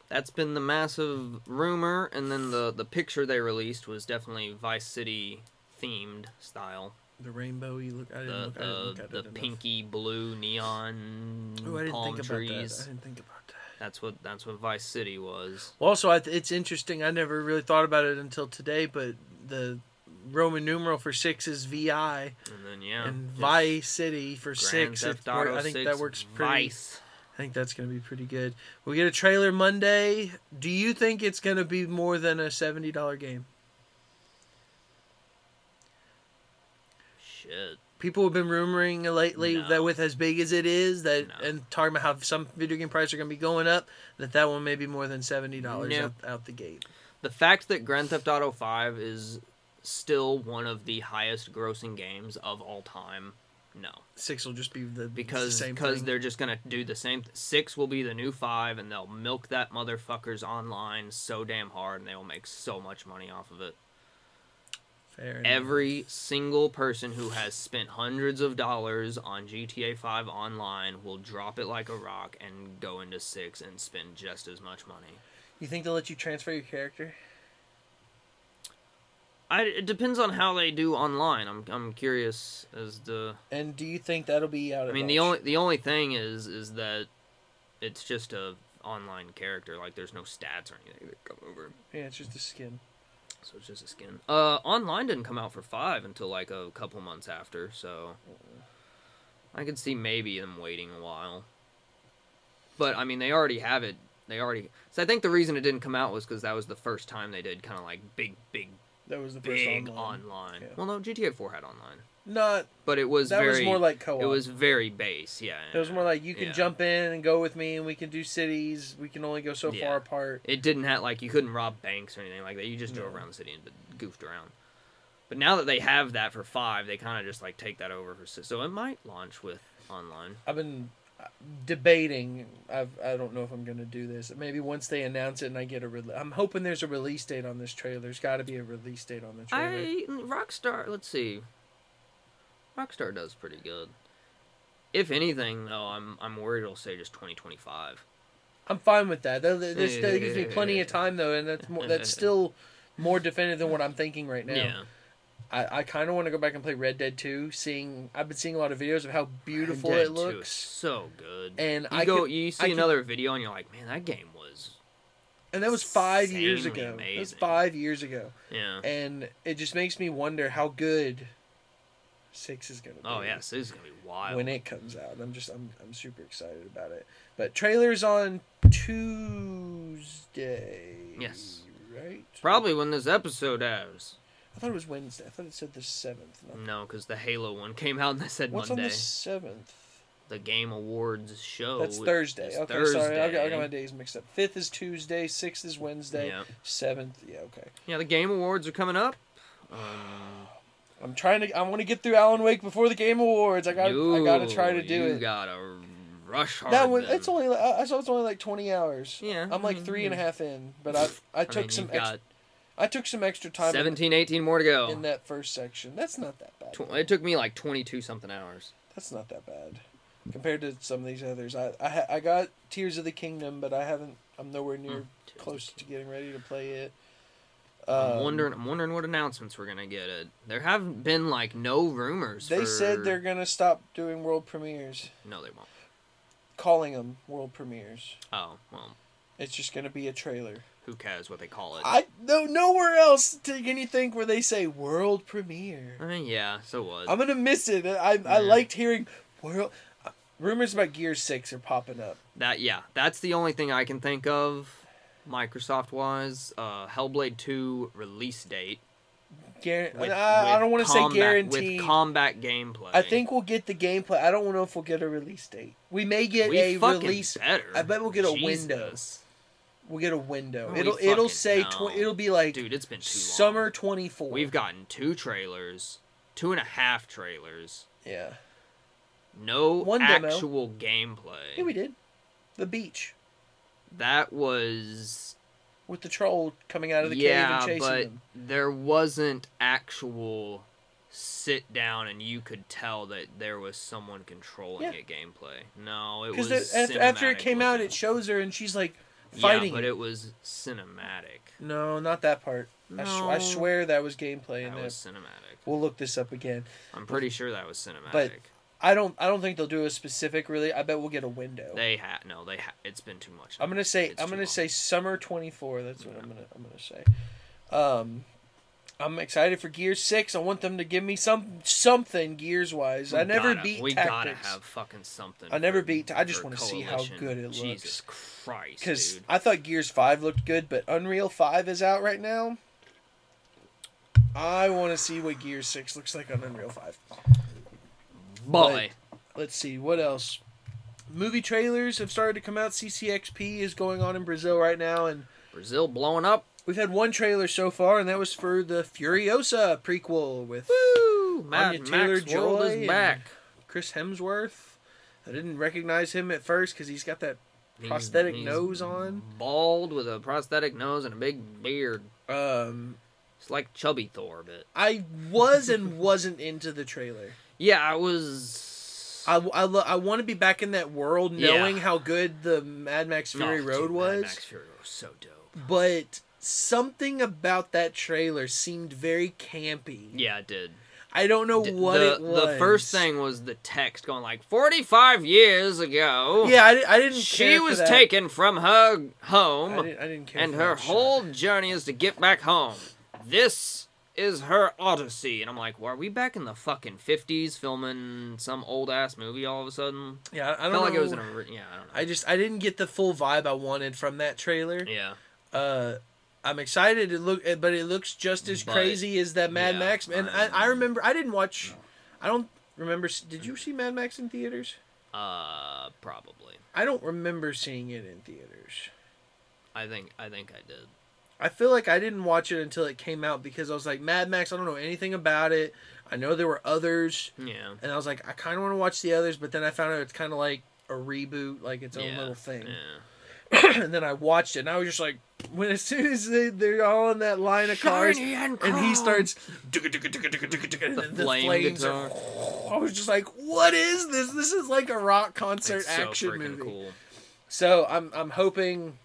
S2: That's been the massive rumor, and then the, the picture they released was definitely Vice City themed style.
S1: The rainbow you look I didn't,
S2: The uh,
S1: look, I didn't look
S2: the,
S1: at
S2: the
S1: it enough.
S2: pinky blue neon
S1: Ooh, I didn't
S2: palm
S1: think about that.
S2: trees.
S1: I didn't think about that.
S2: That's what that's what Vice City was.
S1: Well, also I th- it's interesting. I never really thought about it until today, but the Roman numeral for 6 is VI
S2: And then yeah,
S1: and
S2: just
S1: Vice City for
S2: Grand
S1: 6
S2: Theft
S1: it wor-
S2: Auto
S1: I think
S2: 6
S1: that works pretty
S2: Vice.
S1: I think that's going to be pretty good. We get a trailer Monday. Do you think it's going to be more than a $70 game?
S2: Shit.
S1: People have been rumoring lately
S2: No.
S1: that with as big as it is, that
S2: No.
S1: and talking about how some video game prices are going to be going up, that that one may be more than $70
S2: Nope.
S1: out, out the gate.
S2: The fact that Grand Theft Auto 5 is still one of the highest grossing games of all time. No.
S1: 6 will just be the
S2: because
S1: same
S2: because
S1: thing.
S2: they're just gonna do the same. Th- six will be the new five, and they'll milk that motherfuckers online so damn hard, and they will make so much money off of it.
S1: Fair enough.
S2: Every single person who has spent hundreds of dollars on GTA Five online will drop it like a rock and go into six and spend just as much money.
S1: You think they'll let you transfer your character?
S2: I, it depends on how they do online. I'm I'm curious as to
S1: And do you think that'll be out of
S2: I mean, the only the only thing is is that it's just a online character. Like, there's no stats or anything that come over,
S1: Yeah, it's just a skin.
S2: so it's just a skin. Uh, online didn't come out for five until like a couple months after, so I could see maybe them waiting a while. But I mean, they already have it. They already. So I think the reason it didn't come out was because that was the first time they did kind of like big, big,
S1: That was the first
S2: big
S1: online.
S2: online.
S1: Yeah.
S2: Well, no, GTA Four had online,
S1: Not
S2: but it was
S1: that
S2: very.
S1: was more like co-op.
S2: it was very base. Yeah.
S1: It was more like you can
S2: Yeah.
S1: jump in and go with me, and we can do cities. We can only go so
S2: Yeah.
S1: far apart.
S2: It didn't have like you couldn't rob banks or anything like that. You just drove
S1: No.
S2: around the city and goofed around. But now that they have that for five, they kind of just like take that over for six. So it might launch with online.
S1: I've been uh, debating. I've, I don't know if I'm going to do this. Maybe once they announce it and I get a release. I'm hoping there's a release date on this trailer. There's got to be a release date on the trailer.
S2: I Rockstar. Let's see. Rockstar does pretty good. If anything, though, I'm I'm worried it'll say just 2025.
S1: I'm fine with that. That, that, this- that gives me plenty of time though, and that's more, that's still more definitive than what I'm thinking right now.
S2: Yeah,
S1: I, I kind of want to go back and play Red Dead 2. Seeing I've been seeing a lot of videos of how beautiful
S2: Red Dead 2
S1: it
S2: is
S1: looks,
S2: so good.
S1: and
S2: you
S1: I
S2: go,
S1: could-
S2: you
S1: I
S2: see
S1: could-
S2: another video, and you're like, man, that game was
S1: and that was five years
S2: insanely
S1: ago. That was
S2: amazing.
S1: five years ago,
S2: yeah.
S1: and it just makes me wonder how good six is gonna be.
S2: Oh yeah, so this is gonna be wild.
S1: when it comes out. I'm just I'm I'm super excited about it. But trailers on Tuesday.
S2: Yes.
S1: Right.
S2: Probably when this episode ends.
S1: I thought it was Wednesday. I thought it said the seventh.
S2: No, because the Halo one came out and they said
S1: What's on
S2: Mm, Monday.
S1: the seventh?
S2: The Game Awards show.
S1: That's
S2: is-
S1: Thursday.
S2: is
S1: Okay, sorry, I got, I got my
S2: Thursday.
S1: days mixed up. Fifth is Tuesday. Sixth is Wednesday.
S2: Yeah.
S1: Seventh, yeah, okay.
S2: Yeah, the Game Awards are coming up. Um,
S1: I'm trying to. I want to get through Alan Wake before the Game Awards. I got. to I got to try to
S2: you-
S1: do
S2: you
S1: it.
S2: gotta rush hard.
S1: That one.
S2: then.
S1: It's only. like- I I saw it's only like 20 hours.
S2: Yeah,
S1: I'm like
S2: mhm,
S1: three and a
S2: yeah.
S1: half in, but I I
S2: I
S1: took
S2: mean,
S1: some.
S2: you've
S1: Ex-
S2: got
S1: I took some extra time. in-
S2: 17, 18 more to go.
S1: in that first section. That's not that bad.
S2: Tw- it took me like 22 something hours.
S1: That's not that bad compared to some of these others. I I, ha- I got Tears of the Kingdom, but I haven't. I'm nowhere
S2: Mm,
S1: near close to getting ready to play it.
S2: I'm
S1: Um,
S2: wondering. I'm wondering what announcements we're gonna get. It. There haven't been like no rumors.
S1: They
S2: for-
S1: said they're gonna stop doing world premieres,
S2: No, they won't.
S1: calling them world premieres.
S2: Oh well,
S1: It's just gonna be a trailer.
S2: who cares what they call it?
S1: I no nowhere else to can you think where they say world premiere.
S2: I mean, yeah, so what?
S1: I'm gonna miss it. I I
S2: Yeah.
S1: liked hearing world. Rumors about Gear Six are popping up.
S2: That yeah, that's the only thing I can think of, Microsoft wise. Uh, Hellblade Two release date.
S1: Guar-
S2: with-
S1: I, I
S2: with
S1: don't want to say
S2: combat-
S1: guarantee.
S2: with combat gameplay.
S1: I think we'll get the gameplay. I don't know if we'll get a release date. We may get
S2: we
S1: a
S2: fucking
S1: release.
S2: better.
S1: I bet we'll get a window.
S2: Jesus.
S1: We'll get a window.
S2: We
S1: it'll it'll
S2: fucking
S1: say
S2: know.
S1: tw- it'll be like
S2: Dude, it's been too
S1: summer
S2: long.
S1: twenty four.
S2: We've gotten two trailers, two and a half trailers,
S1: yeah.
S2: no
S1: One demo.
S2: actual gameplay.
S1: Yeah, we did. The beach
S2: That was
S1: with the troll coming out of the
S2: yeah,
S1: cave and chasing
S2: but
S1: them.
S2: there wasn't actual sit down, and you could tell that there was someone controlling
S1: Yeah.
S2: it gameplay. No, it was
S1: Because after
S2: cinematic
S1: it came out,
S2: looking.
S1: it shows her and she's like fighting.
S2: Yeah, but
S1: it.
S2: it was cinematic.
S1: No, not that part. I, sw- I
S2: No.
S1: swear that was gameplay in
S2: That was
S1: this.
S2: cinematic.
S1: We'll look this up again.
S2: I'm pretty sure that was cinematic.
S1: I don't. I don't think they'll do a specific. Really, I bet we'll get a window.
S2: they had no. They ha- it's been too much.
S1: I'm gonna say
S2: It's
S1: I'm
S2: too
S1: gonna
S2: long.
S1: say summer 24. That's what I'm gonna I'm gonna say. Um, I'm excited for Gear Six. I want them to give me some something gears wise.
S2: We
S1: I never
S2: gotta-
S1: beat
S2: We gotta
S1: tactics
S2: have fucking something.
S1: I never
S2: for-
S1: beat- I just
S2: for
S1: wanna see how
S2: Coalition.
S1: good it
S2: Jesus Christ,
S1: because
S2: dude.
S1: I thought Gears Five looked good, but Unreal Five is out right now. I want to see what Gear Six looks like on Unreal Five.
S2: Boy,
S1: Let's see what else. Movie trailers have started to come out. CCXP is going on in Brazil right now, and
S2: Brazil blowing up.
S1: We've had one trailer so far, and that was for the Furiosa prequel with
S2: Woo! Mad
S1: Anya
S2: Max
S1: Taylor-Joy
S2: world is
S1: and-
S2: back.
S1: Chris Hemsworth. I didn't recognize him at first because he's got that prosthetic nose on.
S2: bald with a prosthetic nose and a big beard.
S1: Um,
S2: It's like chubby Thor, but
S1: I was and wasn't into the trailer.
S2: yeah, I was.
S1: I, I, lo- I want to be back in that world
S2: Yeah.
S1: knowing how good the Mad Max
S2: No,
S1: Fury
S2: Oh, dude,
S1: Road
S2: Mad
S1: was,
S2: Max Fury Road was so dope.
S1: but something about that trailer seemed very campy.
S2: Yeah, it did.
S1: I don't know
S2: D-
S1: what
S2: the,
S1: it was.
S2: the first thing was the text going like 45 years ago
S1: Yeah, I, di- I didn't.
S2: she
S1: care for
S2: was
S1: that.
S2: taken from her
S1: I
S2: home
S1: didn't, I didn't care.
S2: and
S1: for
S2: her
S1: that shot.
S2: whole journey is to get back home this is her odyssey and i'm like well, are we back in the fucking 50s filming some old ass movie all of a sudden
S1: Yeah, I
S2: i felt
S1: don't know.
S2: like it was in a re- yeah i don't know
S1: I just I didn't get the full vibe I wanted from that trailer.
S2: yeah
S1: Uh, I'm excited. It look, but it looks just as
S2: But-
S1: crazy as that Mad
S2: yeah,
S1: Max. And I,
S2: I'm-
S1: I remember I didn't watch. I don't remember. s- Did you see Mad Max in theaters?
S2: uh probably
S1: I don't remember seeing it in theaters.
S2: i think i think i did
S1: I feel like I didn't watch it until it came out because I was like Mad Max. I don't know anything about it. I know there were others,
S2: yeah
S1: Hmm. and I was like I kind of want to watch the others, but then I found out it's kind of like a reboot, like its own
S2: yeah,
S1: little thing.
S2: yeah.
S1: and then I watched it, and I was just like, when as soon as they, they're all in that line of cars,
S2: Shiny and
S1: and he
S2: chrome.
S1: starts, "Dugga, dugga, dugga, dugga, dugga, dugga," and
S2: The
S1: the,
S2: flame
S1: flames are- I was just like, what is this? This is like a rock concert
S2: It's so
S1: action
S2: freaking
S1: movie.
S2: cool.
S1: So I'm I'm hoping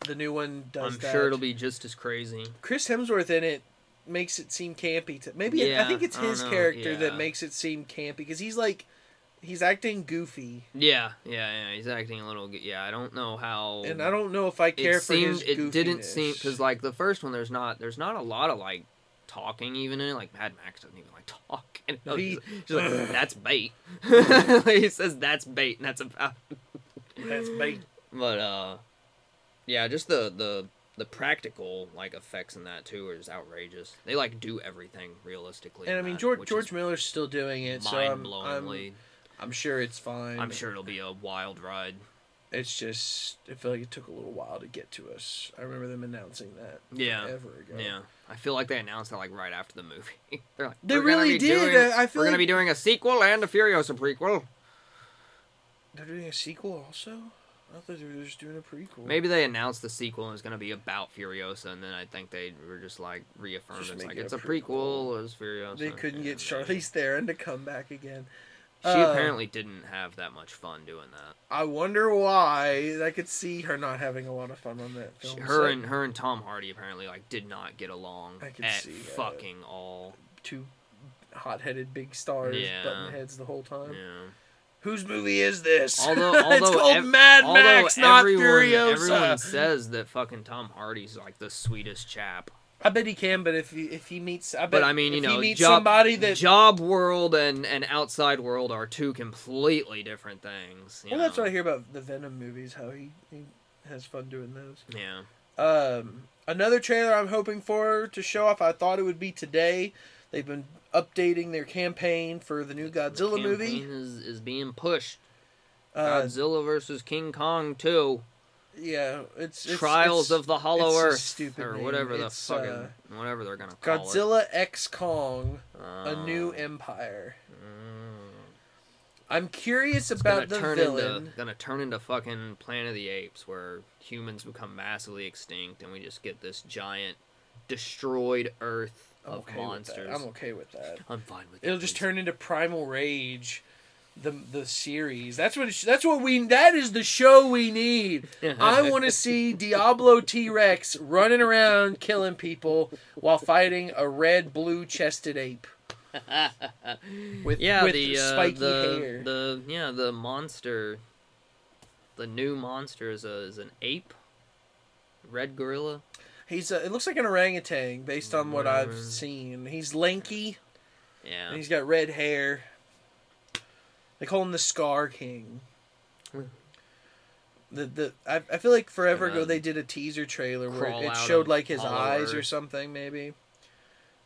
S1: the new one does.
S2: I'm
S1: that.
S2: sure it'll be just as crazy.
S1: Chris Hemsworth in it makes it seem campy to maybe I
S2: Yeah,
S1: think it's
S2: I don't
S1: his
S2: know,
S1: character that
S2: yeah.
S1: makes it seem campy because he's like he's acting goofy
S2: Yeah, yeah, yeah. He's acting a little. g- Yeah, I don't know how.
S1: and I don't know if I care
S2: it
S1: for
S2: seemed
S1: his
S2: it didn't seem
S1: goofiness.
S2: because like the first one there's not there's not a lot of like talking even in it like mad max doesn't even like talk and
S1: No, he-
S2: he's, he's like that's bait he says that's bait and that's about
S1: that's bait.
S2: but uh yeah just the the the practical like effects in that too is outrageous they like do everything realistically
S1: And I
S2: in
S1: mean
S2: that,
S1: George
S2: which
S1: George
S2: is
S1: Miller's still doing it, so I'm, I'm
S2: mind-blowingly
S1: I'm sure it's fine.
S2: i'm sure it'll be a wild ride
S1: it's just I feel like it took a little while to get to us. I remember them announcing that
S2: yeah
S1: ever ago.
S2: Yeah, I feel like they announced that like right after the movie. They're like,
S1: They
S2: "We're gonna
S1: really
S2: be
S1: did,
S2: doing-
S1: uh, I feel
S2: we're gonna
S1: like-
S2: be doing a sequel and a Furiosa prequel.
S1: They're doing a sequel also. I thought they were just doing a prequel.
S2: Maybe they announced the sequel is gonna be about Furiosa, and then I think they were just like reaffirmed
S1: Just
S2: it's
S1: make
S2: like
S1: it
S2: it's
S1: a
S2: a prequel. It's Furiosa.
S1: they couldn't
S2: Yeah,
S1: get
S2: maybe.
S1: Charlize Theron to come back again.
S2: She
S1: Uh,
S2: apparently didn't have that much fun doing that.
S1: I wonder why. I could see her not having a lot of fun on that
S2: She-
S1: film.
S2: her
S1: set.
S2: and her and Tom Hardy apparently like did not get along
S1: I can
S2: at
S1: see that.
S2: fucking all.
S1: two hot-headed big stars,
S2: Yeah.
S1: button heads the whole time.
S2: Yeah.
S1: Whose movie is this?
S2: Although,
S1: Uh, it's
S2: although
S1: called
S2: ev-
S1: Mad
S2: although
S1: Max, not
S2: everyone,
S1: Furiosa.
S2: Everyone says that fucking Tom Hardy's like the sweetest chap,
S1: I bet he can, but if he, if he meets, I bet,
S2: but I mean, you
S1: if
S2: know,
S1: he meets
S2: job,
S1: somebody that.
S2: job world and and outside world are two completely different things. you
S1: well, that's
S2: know?
S1: what I hear about the Venom movies. How he, he has fun doing those.
S2: Yeah,
S1: Um, another trailer I'm hoping for to show off. I thought it would be today. They've been updating their campaign for the new Godzilla
S2: the
S1: movie.
S2: campaign is is being pushed.
S1: Uh,
S2: Godzilla versus King Kong two,
S1: yeah, it's, it's
S2: Trials
S1: it's
S2: of the Hollow
S1: it's a
S2: Earth
S1: stupid
S2: or
S1: name.
S2: whatever the
S1: It's,
S2: fucking
S1: uh,
S2: whatever they're gonna call it.
S1: Godzilla X Kong: A
S2: Oh,
S1: New Empire.
S2: mm.
S1: I'm curious
S2: It's
S1: about the
S2: gonna turn
S1: villain.
S2: into gonna turn into fucking Planet of the Apes, where humans become massively extinct, and we just get this giant destroyed Earth
S1: I'm
S2: of
S1: okay
S2: monsters.
S1: With that. I'm okay with that.
S2: I'm fine with that,
S1: It'll just
S2: please.
S1: turn into Primal Rage. The, the series that's what it sh- that's what we that is the show we need I want to see Diablo T Rex running around killing people while fighting a red blue chested ape with
S2: yeah,
S1: with
S2: the uh,
S1: spiky
S2: the,
S1: hair.
S2: the yeah the monster, the new monster is a, is an ape, red gorilla.
S1: He's a, it looks like an orangutan based on what I've
S2: Mm.
S1: seen. He's lanky
S2: Yeah,
S1: and he's got red hair. They call him the Scar King.
S2: Mm.
S1: The the I, I feel like forever ago
S2: Gonna
S1: they did a teaser trailer where
S2: crawl
S1: it,
S2: out
S1: showed
S2: of
S1: like his
S2: Hollow
S1: eyes or
S2: Earth.
S1: something maybe.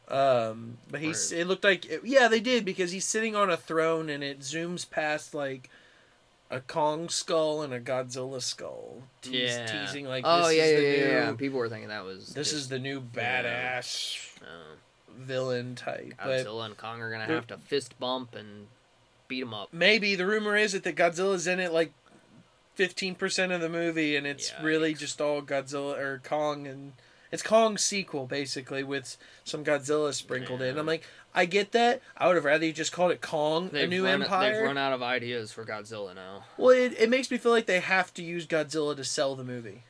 S1: Um, but he's
S2: Right.
S1: it looked like yeah they did because he's sitting on a throne and it zooms past like a Kong skull and a Godzilla skull, teas-
S2: yeah.
S1: teasing like
S2: oh
S1: this
S2: yeah
S1: is
S2: yeah,
S1: the
S2: yeah,
S1: new,
S2: yeah. People were thinking that was
S1: this is
S2: just,
S1: the new
S2: yeah.
S1: badass
S2: uh,
S1: villain type. But
S2: Godzilla and Kong are gonna
S1: They're-
S2: have to fist bump and beat them up.
S1: maybe the rumor is that the Godzilla's in it like fifteen percent of the movie, and it's really just all Godzilla or Kong, and it's Kong's sequel basically with some Godzilla sprinkled in.
S2: Yeah.
S1: I'm like, I get that. I would have rather you just called it Kong:
S2: They've
S1: A New
S2: run, They've
S1: Empire.
S2: run out of ideas for Godzilla now.
S1: well, it, it makes me feel like they have to use Godzilla to sell the movie,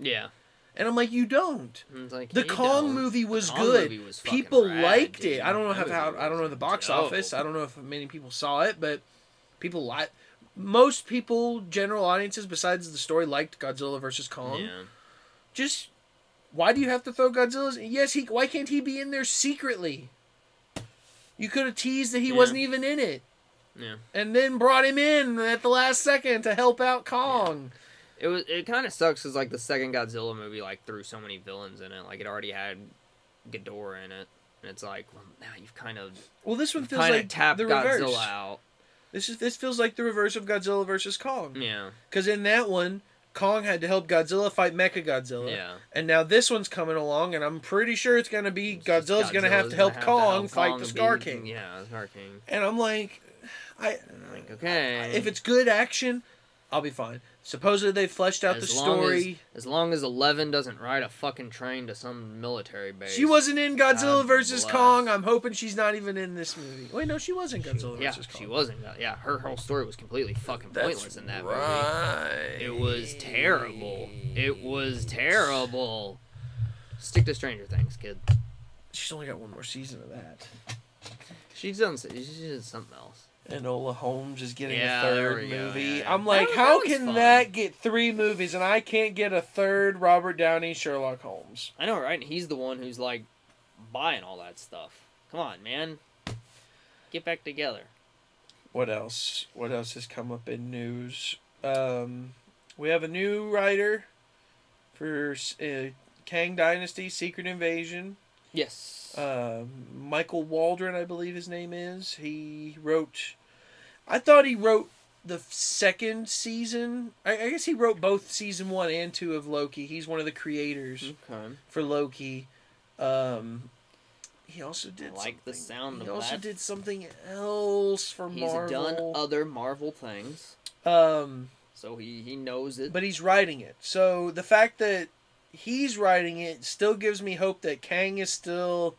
S2: Yeah,
S1: and I'm like, you don't.
S2: And it's like,
S1: The
S2: you
S1: Kong
S2: don't.
S1: movie was
S2: Kong
S1: good.
S2: movie was fucking
S1: people
S2: rad,
S1: liked
S2: dude.
S1: it. I don't know
S2: That
S1: how, how
S2: movie
S1: I don't know
S2: was
S1: the box
S2: dope.
S1: office. I don't know if many people saw it, but people like most people, general audiences, besides the story, liked Godzilla versus Kong.
S2: Yeah.
S1: Just why do you have to throw Godzilla's? Yes, he. Why can't he be in there secretly? You could have teased that he
S2: Yeah.
S1: wasn't even in it,
S2: Yeah.
S1: and then brought him in at the last second to help out Kong.
S2: It was. It kind of sucks because like the second Godzilla movie like threw so many villains in it. Like it already had Ghidorah in it, and it's like well, now you've kind of
S1: Well, this one
S2: kind of
S1: feels like
S2: tapped
S1: the
S2: Godzilla
S1: reverse.
S2: out.
S1: This is this feels like the reverse of Godzilla versus Kong.
S2: Yeah.
S1: Because in that one, Kong had to help Godzilla fight Mechagodzilla.
S2: Yeah.
S1: And now this one's coming along, and I'm pretty sure it's going to be
S2: It's just
S1: Godzilla's going to have to help Kong fight the
S2: and
S1: Scar
S2: be-
S1: King.
S2: Yeah, the Scar King.
S1: And I'm like, I
S2: Like okay.
S1: if it's good action, I'll be fine. Supposedly they fleshed out
S2: as
S1: the
S2: long
S1: story.
S2: As, as long as Eleven doesn't ride a fucking train to some military base.
S1: she wasn't in Godzilla
S2: God
S1: versus
S2: bless.
S1: Kong. I'm hoping she's not even in this movie. Wait, no, she was in Godzilla
S2: Yeah,
S1: versus Kong.
S2: she wasn't. Yeah, her whole story was completely fucking pointless in that movie.
S1: right.
S2: It was terrible. It was terrible. Stick to Stranger Things, kid.
S1: She's only got one more season of that.
S2: She's done. s- She's done something else.
S1: And Ola Holmes is getting
S2: Yeah,
S1: a
S2: there we
S1: third
S2: go,
S1: movie.
S2: yeah, yeah.
S1: I'm like,
S2: That- that
S1: how
S2: was
S1: can
S2: fun.
S1: that get three movies and I can't get a third Robert Downey Sherlock Holmes?
S2: I know, right? And he's the one who's like buying all that stuff. Come on, man. Get back together.
S1: What else? What else has come up in news? Um, we have a new writer for uh, Kang Dynasty: Secret Invasion.
S2: Yes.
S1: Um, Michael Waldron, I believe his name is. He wrote. I thought he wrote the second season. I, I guess he wrote both season one and two of Loki. He's one of the creators
S2: okay.
S1: for Loki. Um, he also did
S2: I like the
S1: something-
S2: sound
S1: He
S2: of
S1: also
S2: that.
S1: did something else for
S2: He's done
S1: Marvel.
S2: other Marvel things,
S1: um,
S2: so he he knows it.
S1: but he's writing it. So the fact that he's writing it still gives me hope that Kang is still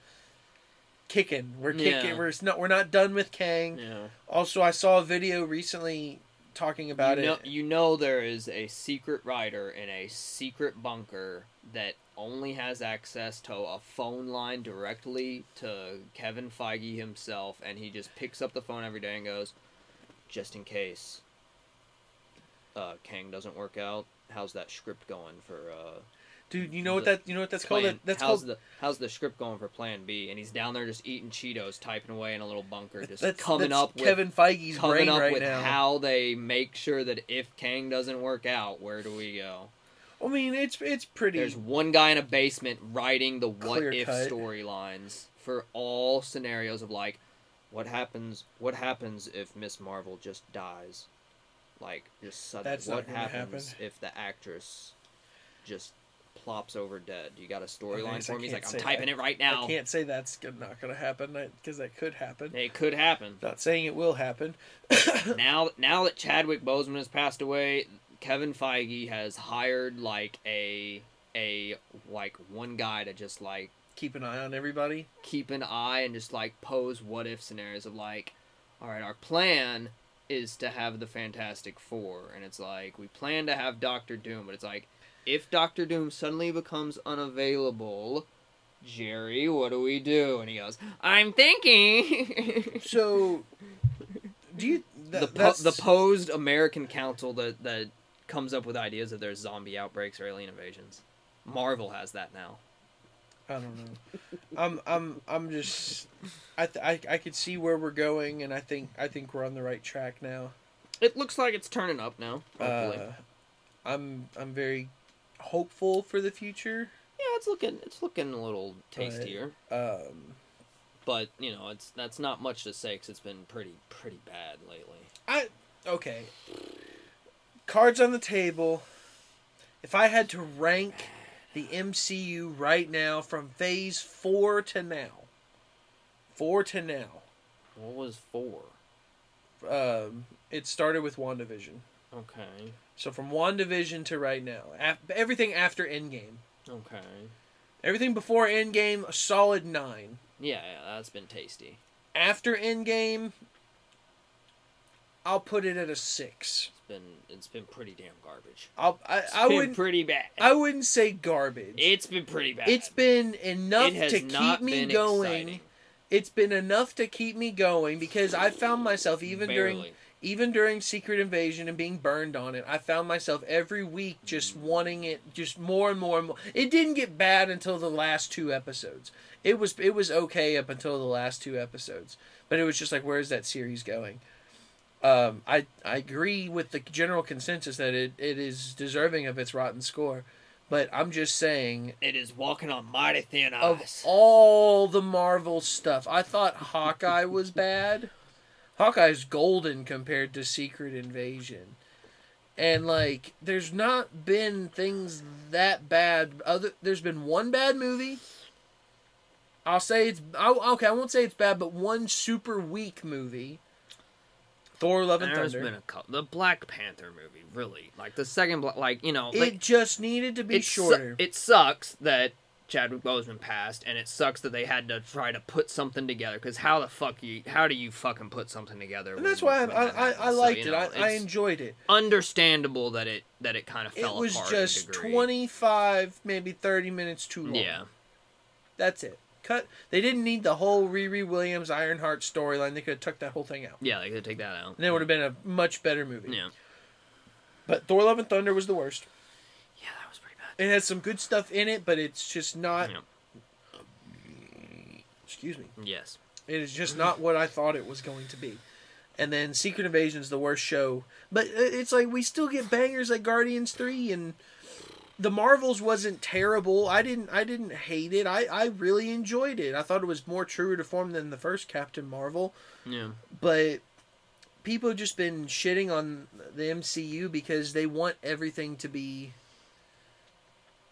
S1: kicking. We're kicking.
S2: Yeah.
S1: We're it's not. We're not done with Kang.
S2: yeah.
S1: Also, I saw a video recently talking about
S2: you know,
S1: it.
S2: You know there is a secret writer in a secret bunker that only has access to a phone line directly to Kevin Feige himself, and he just picks up the phone every day and goes, "Just in case, uh, Kang doesn't work out. How's that script going for?" Uh,
S1: Dude, you know what
S2: the
S1: that? You know what that's called?
S2: plan-
S1: That- That's
S2: how's the
S1: called.
S2: how's the script going for Plan B? And he's down there just eating Cheetos, typing away in a little bunker, just
S1: that's,
S2: coming
S1: that's
S2: up with
S1: Kevin Feige's
S2: coming
S1: brain
S2: up
S1: right
S2: with
S1: now.
S2: how they make sure that if Kang doesn't work out, where do we go?
S1: I mean, it's it's pretty.
S2: There's one guy in a basement writing the what
S1: Clear
S2: if
S1: cut.
S2: storylines for all scenarios of like what happens what happens if Miss Marvel just dies? Like just suddenly
S1: That's not
S2: what
S1: gonna
S2: happens if the actress just plops over dead? You got a storyline
S1: guess I
S2: for me? He's
S1: can't
S2: like, I'm
S1: say
S2: typing
S1: that.
S2: it right
S1: I
S2: now.
S1: can't say that's good- not going to happen because that could happen.
S2: It could happen.
S1: Not saying it will happen.
S2: now now that Chadwick Boseman has passed away, Kevin Feige has hired like a a like one guy to just like
S1: Keep an eye on everybody.
S2: keep an eye and just like pose what if scenarios of like, all right, our plan is to have the Fantastic Four, and it's like we plan to have Doctor Doom, but it's like if Doctor Doom suddenly becomes unavailable. Jerry, what do we do? And he goes, "I'm thinking."
S1: So, do you that,
S2: the, po-
S1: that's,
S2: the posed American Council that that comes up with ideas if there's zombie outbreaks or alien invasions. Marvel has that now.
S1: I don't know. I'm I'm I'm just I, th- I I could see where we're going, and I think I think we're on the right track now.
S2: It looks like it's turning up now. Hopefully,
S1: Uh, I'm I'm very hopeful for the future.
S2: yeah, it's looking it's looking a little tastier,
S1: Um,
S2: but you know it's that's not much to say because it's been pretty pretty bad lately.
S1: I okay. Cards on the table. If I had to rank the MCU right now from phase 4 to now. 4 to now.
S2: What was four?
S1: Um it started with WandaVision.
S2: Okay,
S1: So from WandaVision to right now. af- everything after Endgame.
S2: okay,
S1: Everything before Endgame a solid 9.
S2: yeah, yeah, that's been tasty.
S1: After Endgame I'll put it at a 6.
S2: It's been it's been pretty damn garbage.
S1: I'll, I
S2: It's
S1: I
S2: been
S1: wouldn't
S2: pretty bad.
S1: I wouldn't say garbage.
S2: it's been pretty bad.
S1: It's been enough
S2: It has
S1: to keep
S2: not
S1: me
S2: been
S1: going.
S2: exciting.
S1: It's been enough to keep me going because I found myself even during
S2: Barely.
S1: even during Secret Invasion and being burned on it. I found myself every week just wanting it just more and more and more. It didn't get bad until the last two episodes. It was it was okay up until the last two episodes, but it was just like where is that series going? Um, I I agree with the general consensus that it, it is deserving of its rotten score, but I'm just saying
S2: It is walking on mighty thin
S1: of
S2: ice.
S1: all the Marvel stuff. I thought Hawkeye was bad. Hawkeye's golden compared to Secret Invasion. And like there's not been things that bad other there's been one bad movie. I'll say it's I, okay, I won't say it's bad, but one super weak movie. Thor: Love and
S2: There's
S1: Thunder.
S2: been a cou- the Black Panther movie, really. Like the second, Bla- like you know, like,
S1: it just needed to be
S2: it su-
S1: shorter.
S2: it sucks that Chadwick Boseman passed, and it sucks that they had to try to put something together. Because how the fuck you? How do you fucking put something together?
S1: and that's
S2: when-
S1: why I,
S2: when that
S1: I, I, I
S2: happens? So,
S1: liked
S2: you know,
S1: it. I, I
S2: it's
S1: enjoyed it.
S2: understandable that it that it kind of
S1: It
S2: fell
S1: was
S2: apart. in
S1: just
S2: degree.
S1: 25, maybe 30 minutes too long.
S2: Yeah,
S1: That's it. Cut. They didn't need the whole Riri Williams Ironheart storyline. They could have tucked that whole thing out.
S2: yeah, they could take that out.
S1: And it would have been a much better movie.
S2: Yeah,
S1: But Thor Love and Thunder was the worst.
S2: yeah, that was pretty bad.
S1: It had some good stuff in it, but it's just not.
S2: Yeah.
S1: Excuse me.
S2: Yes,
S1: It is just not what I thought it was going to be. And then Secret Invasion is the worst show. But i- it's like we still get bangers like Guardians 3 and The Marvels wasn't terrible. I didn't I didn't hate it. I I really enjoyed it. I thought it was more true to form than the first Captain Marvel,
S2: yeah,
S1: but people have just been shitting on the MCU because they want everything to be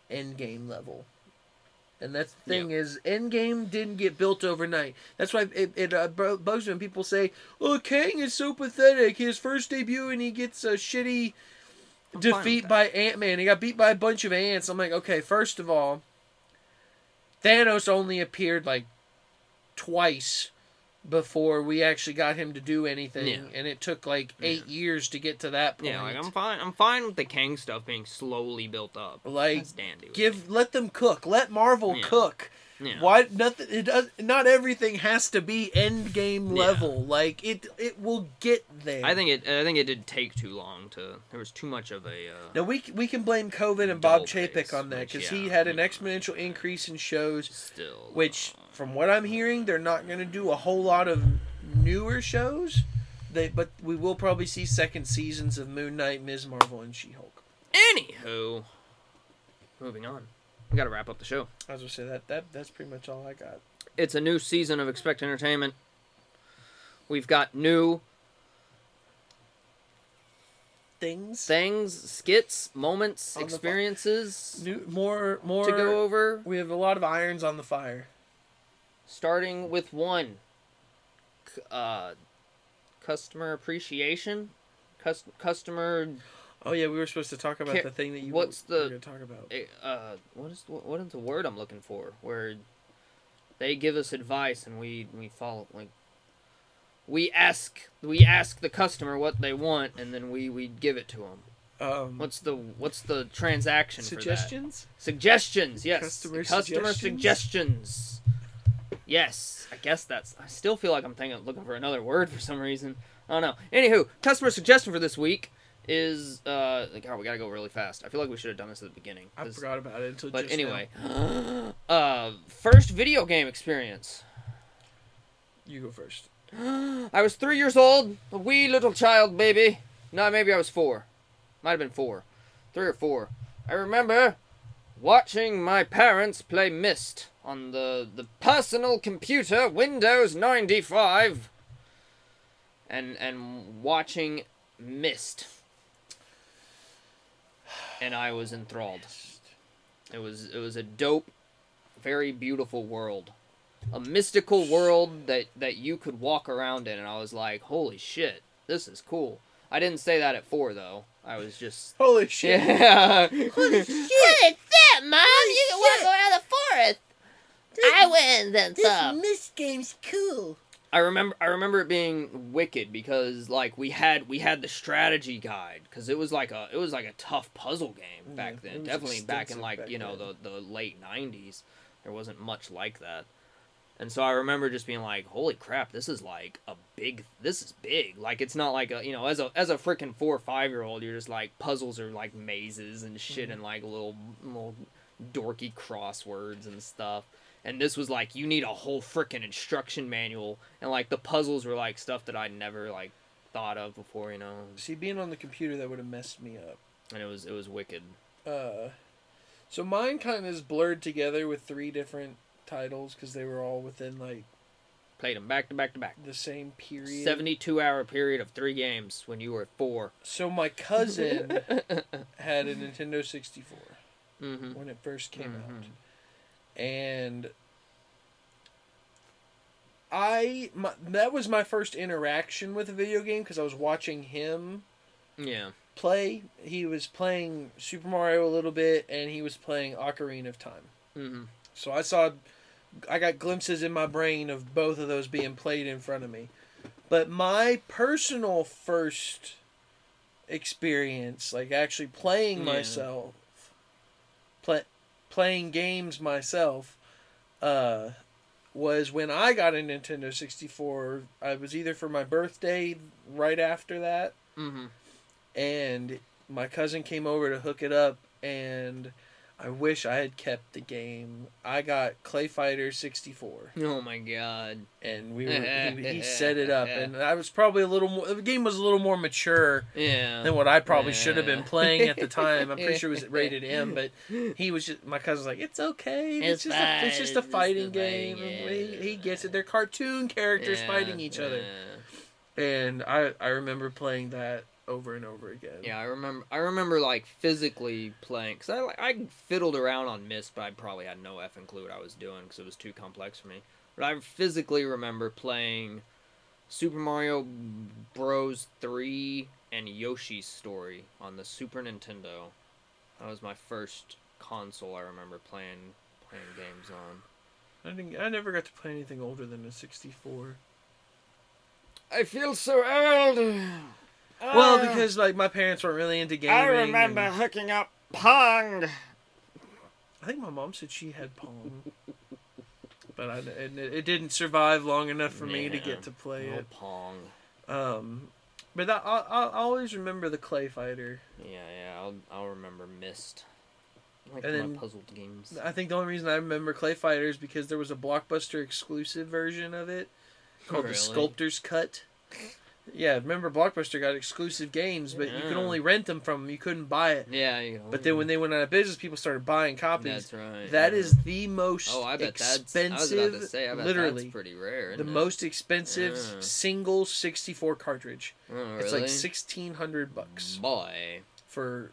S1: endgame level. And that's the thing is, Endgame didn't get built overnight. That's why it, it uh, bo- bugs me when people say, "Oh, Kang is so pathetic. His first debut and he gets a shitty
S2: I'm fine with
S1: defeat
S2: that.
S1: by Ant Man. He got beat by a bunch of ants." I'm like, okay, first of all, Thanos only appeared like twice before we actually got him to do anything,
S2: Yeah.
S1: and it took like eight years to get to that point.
S2: yeah. Like I'm fine. I'm fine with the Kang stuff being slowly built up.
S1: Like,
S2: That's dandy. with me.
S1: Give let them cook. Let Marvel
S2: Yeah.
S1: cook.
S2: yeah.
S1: Why nothing? It does. Not everything has to be end game
S2: Yeah.
S1: level. Like it, it will get there.
S2: I think it. I think it did take too long to. There was too much of a. Uh,
S1: Now we c- we can blame COVID and
S2: Double
S1: Bob
S2: pace,
S1: Chapek on that
S2: which,
S1: because he
S2: yeah,
S1: had an
S2: yeah.
S1: exponential increase in shows,
S2: Still.
S1: which
S2: uh,
S1: from what I'm hearing, they're not going to do a whole lot of newer shows. They but we will probably see second seasons of Moon Knight, Ms. Marvel, and She Hulk.
S2: uh, Anywho, moving on. We got to wrap up the show.
S1: I was gonna say that that that's pretty much all I got.
S2: It's a new season of Expect Entertainment. We've got new
S1: Things
S2: things, skits, moments,
S1: On the fi-
S2: experiences
S1: new, more more
S2: to go over.
S1: We have a lot of irons on the fire.
S2: Starting with one. C- Uh, customer appreciation. Cus- customer.
S1: Oh yeah, we were supposed to talk about
S2: Ca-
S1: the thing that you
S2: what's
S1: were
S2: the-
S1: gonna talk about.
S2: eh, Uh, what is what, what is the word I'm looking for? Where they give us advice and we we follow like. We ask we ask the customer what they want and then we we give it to them.
S1: Um,
S2: What's the what's the transaction for
S1: suggestions?
S2: that? Suggestions, yes.
S1: Customer
S2: Customer, customer
S1: suggestions?
S2: suggestions. Yes, I guess that's. I still feel like I'm thinking looking for another word for some reason. I don't know. Anywho, customer suggestion for this week is uh God, we gotta go really fast. I feel like we should have done this at the beginning.
S1: I
S2: This-
S1: forgot about it until.
S2: but
S1: just
S2: anyway, uh, first video game experience.
S1: now. you go first.
S2: I was three years old, a wee little child baby. No, maybe I was four. Might have been four. Three or four. I remember watching my parents play Myst on the, the personal computer Windows 95 and and watching Myst. And I was enthralled. It was it was a dope, very beautiful world. A mystical world that that you could walk around in and I was like, "Holy shit, this is cool." I didn't say that at 4 though. I was just
S1: Holy shit!
S2: yeah.
S3: What is that, Mom? you can walk around the forest. I win then some.
S1: Mist game's cool.
S2: I remember I remember it being wicked because like we had we had the strategy guide cuz it was like a it was like a tough puzzle game back
S1: Yeah, it
S2: then.
S1: was
S2: Definitely back in
S1: extensive
S2: like,
S1: back
S2: you know,
S1: then.
S2: the the late 90s. There wasn't much like that. And so I remember just being like, "Holy crap, this is like a big this is big. Like it's not like a, you know, as a as a freaking 4 or 5 year old, you're just like puzzles are like mazes and shit
S1: Mm-hmm.
S2: and like little little dorky crosswords and stuff. And this was like you need a whole freaking instruction manual, and like the puzzles were like stuff that I never like thought of before, you know.
S1: See, being on the computer that would have messed me up.
S2: And it was it was wicked.
S1: Uh, so mine kind of is blurred together with three different titles because they were all within like
S2: Played them back to back to back.
S1: the same period.
S2: Seventy-two hour period of three games when you were four.
S1: So my cousin had a Nintendo 64
S2: Mm-hmm.
S1: when it first came out,
S2: Mhm.
S1: and I my, that was my first interaction with a video game because I was watching him
S2: Yeah.
S1: play. He was playing Super Mario a little bit, and he was playing Ocarina of Time.
S2: Mm-hmm.
S1: So I saw, I got glimpses in my brain of both of those being played in front of me. But my personal first experience, like actually playing
S2: Yeah.
S1: myself, play, playing games myself, uh, was when I got a Nintendo 64. I was either for my birthday right after that
S2: Mm-hmm.
S1: and my cousin came over to hook it up and I wish I had kept the game. I got Clay Fighter 64
S2: Oh my god.
S1: and we were, he, he set it up and I was probably a little more the game was a little more mature
S2: Yeah.
S1: than what I probably should have been
S2: Yeah.
S1: playing at the time. I'm pretty sure it was rated M, but he was just my cousin's like it's okay.
S3: It's
S1: It's, just a, it's
S3: fine.
S1: just a
S3: It's
S1: fighting
S2: a
S1: game.
S2: fighting
S1: He, he
S2: game."
S1: gets it. They're cartoon characters
S2: Yeah,
S1: fighting each other.
S2: yeah.
S1: And I I remember playing that over and over again.
S2: Yeah, I remember. I remember like physically playing because I like, I fiddled around on Myst, but I probably had no effing clue what I was doing because it was too complex for me. But I physically remember playing Super Mario Bros. Three and Yoshi's Story on the Super Nintendo. That was my first console I remember playing playing games on.
S1: I didn't. I never got to play anything older than a sixty-four.
S2: I feel so old. Oh. Ah,
S1: well, because like my parents weren't really into gaming. and
S2: hooking up Pong.
S1: I think my mom said she had Pong, but I, and it, it didn't survive long enough for me to
S2: Yeah.
S1: get to play
S2: Oh,
S1: it.
S2: Pong.
S1: Um, but I, I, I always remember the Clay Fighter.
S2: Yeah, yeah, I'll, I'll remember Mist. I like
S1: And
S2: my
S1: then-
S2: puzzle games.
S1: I think the only reason I remember Clay Fighter is because there was a blockbuster exclusive version of it called the
S2: Really?
S1: Sculptor's Cut. Yeah, remember Blockbuster got exclusive games, but you could
S2: Yeah.
S1: only rent them from 'em. You couldn't buy it.
S2: Yeah, you know,
S1: But then when they went out of business, people started buying copies.
S2: that's right.
S1: That
S2: yeah.
S1: is the most
S2: oh, I bet
S1: expensive.
S2: That's, I was about to say, I bet
S1: literally,
S2: that's pretty rare.
S1: the
S2: isn't it?
S1: most expensive
S2: Yeah.
S1: single 64 cartridge.
S2: Oh, really? Mm.
S1: It's like 1600 bucks
S2: Boy,
S1: for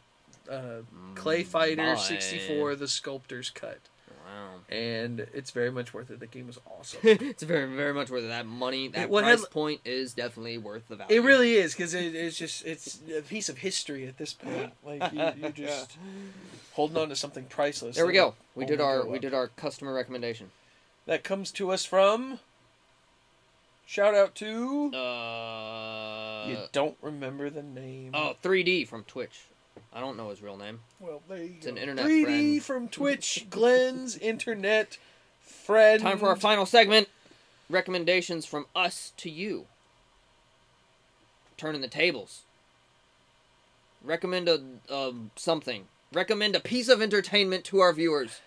S1: uh, Clay Fighter
S2: Boy.
S1: 64, the sculptor's cut,
S2: Wow,
S1: and it's very much worth it. The game was awesome.
S2: it's very very much worth it. that money. That
S1: what
S2: price
S1: had-
S2: point is definitely worth the value.
S1: It really is because it, it's just it's a piece of history at this point. Like you, you're just holding on to something priceless.
S2: There we
S1: that
S2: go. We
S1: will
S2: did
S1: only
S2: our
S1: go
S2: we
S1: up.
S2: did our customer recommendation.
S1: That comes to us from. Shout out to. you
S2: Uh,
S1: don't remember the name.
S2: oh, 3D from Twitch. I don't know his real name.
S1: Well, there you it's
S2: an internet
S1: 3D
S2: friend.
S1: from Twitch, Glenn's internet friend.
S2: Time for our final segment recommendations from us to you. Turning the tables. Recommend a uh, something. Recommend a piece of entertainment to our viewers.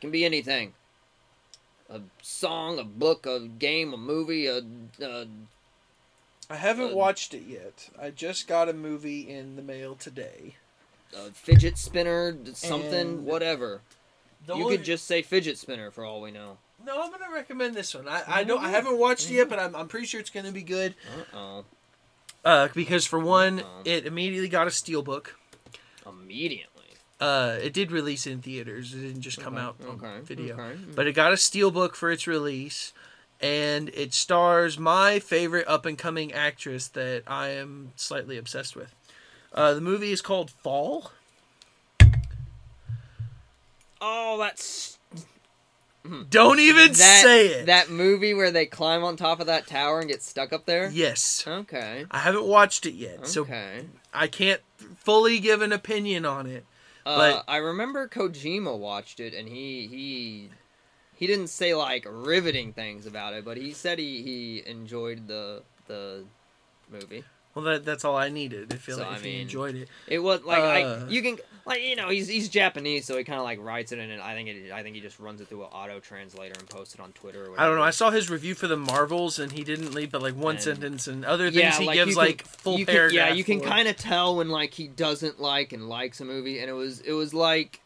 S2: Can be anything. A song, a book, a game, a movie, a, a
S1: I haven't
S2: uh,
S1: watched it yet. I just got a movie in the mail today.
S2: a fidget spinner, something,
S1: And-
S2: whatever. you could just say fidget spinner for all we know.
S1: No, I'm gonna recommend this one. I, I don't. I haven't watched it yet, but I'm, I'm pretty sure it's gonna be good.
S2: Uh oh.
S1: Uh, because for one,
S2: Uh-oh.
S1: it immediately got a steelbook.
S2: Immediately.
S1: Uh, it did release in theaters. It didn't just come out on
S2: Okay.
S1: video.
S2: Okay.
S1: but it got a steelbook for its release and it stars my favorite up and coming actress that I am slightly obsessed with. Uh, the movie is called Fall.
S2: Oh, that's
S1: Don't even
S2: that,
S1: say it.
S2: That movie where they climb on top of that tower and get stuck up there?
S1: yes.
S2: Okay.
S1: I haven't watched it yet, so
S2: okay.
S1: I can't fully give an opinion on it.
S2: Uh,
S1: but-
S2: I remember Kojima watched it and he he he didn't say like riveting things about it, but he said he, he enjoyed the the movie.
S1: Well, that, that's all I needed. I feel
S2: So,
S1: like
S2: I
S1: if you
S2: mean-
S1: enjoyed it.
S2: It was like
S1: Uh.
S2: I you can like you know he's he's Japanese, so he kind of like writes it in, and I think it I think he just runs it through an auto translator and posts it on Twitter. Or whatever.
S1: I don't know. I saw his review for the Marvels, and he didn't leave but like one
S2: And-
S1: sentence, and other things
S2: yeah,
S1: he
S2: like,
S1: gives
S2: you can-
S1: like full
S2: you can,
S1: paragraph.
S2: yeah you can
S1: for.
S2: kind of tell when like he doesn't like and likes a movie and it was it was like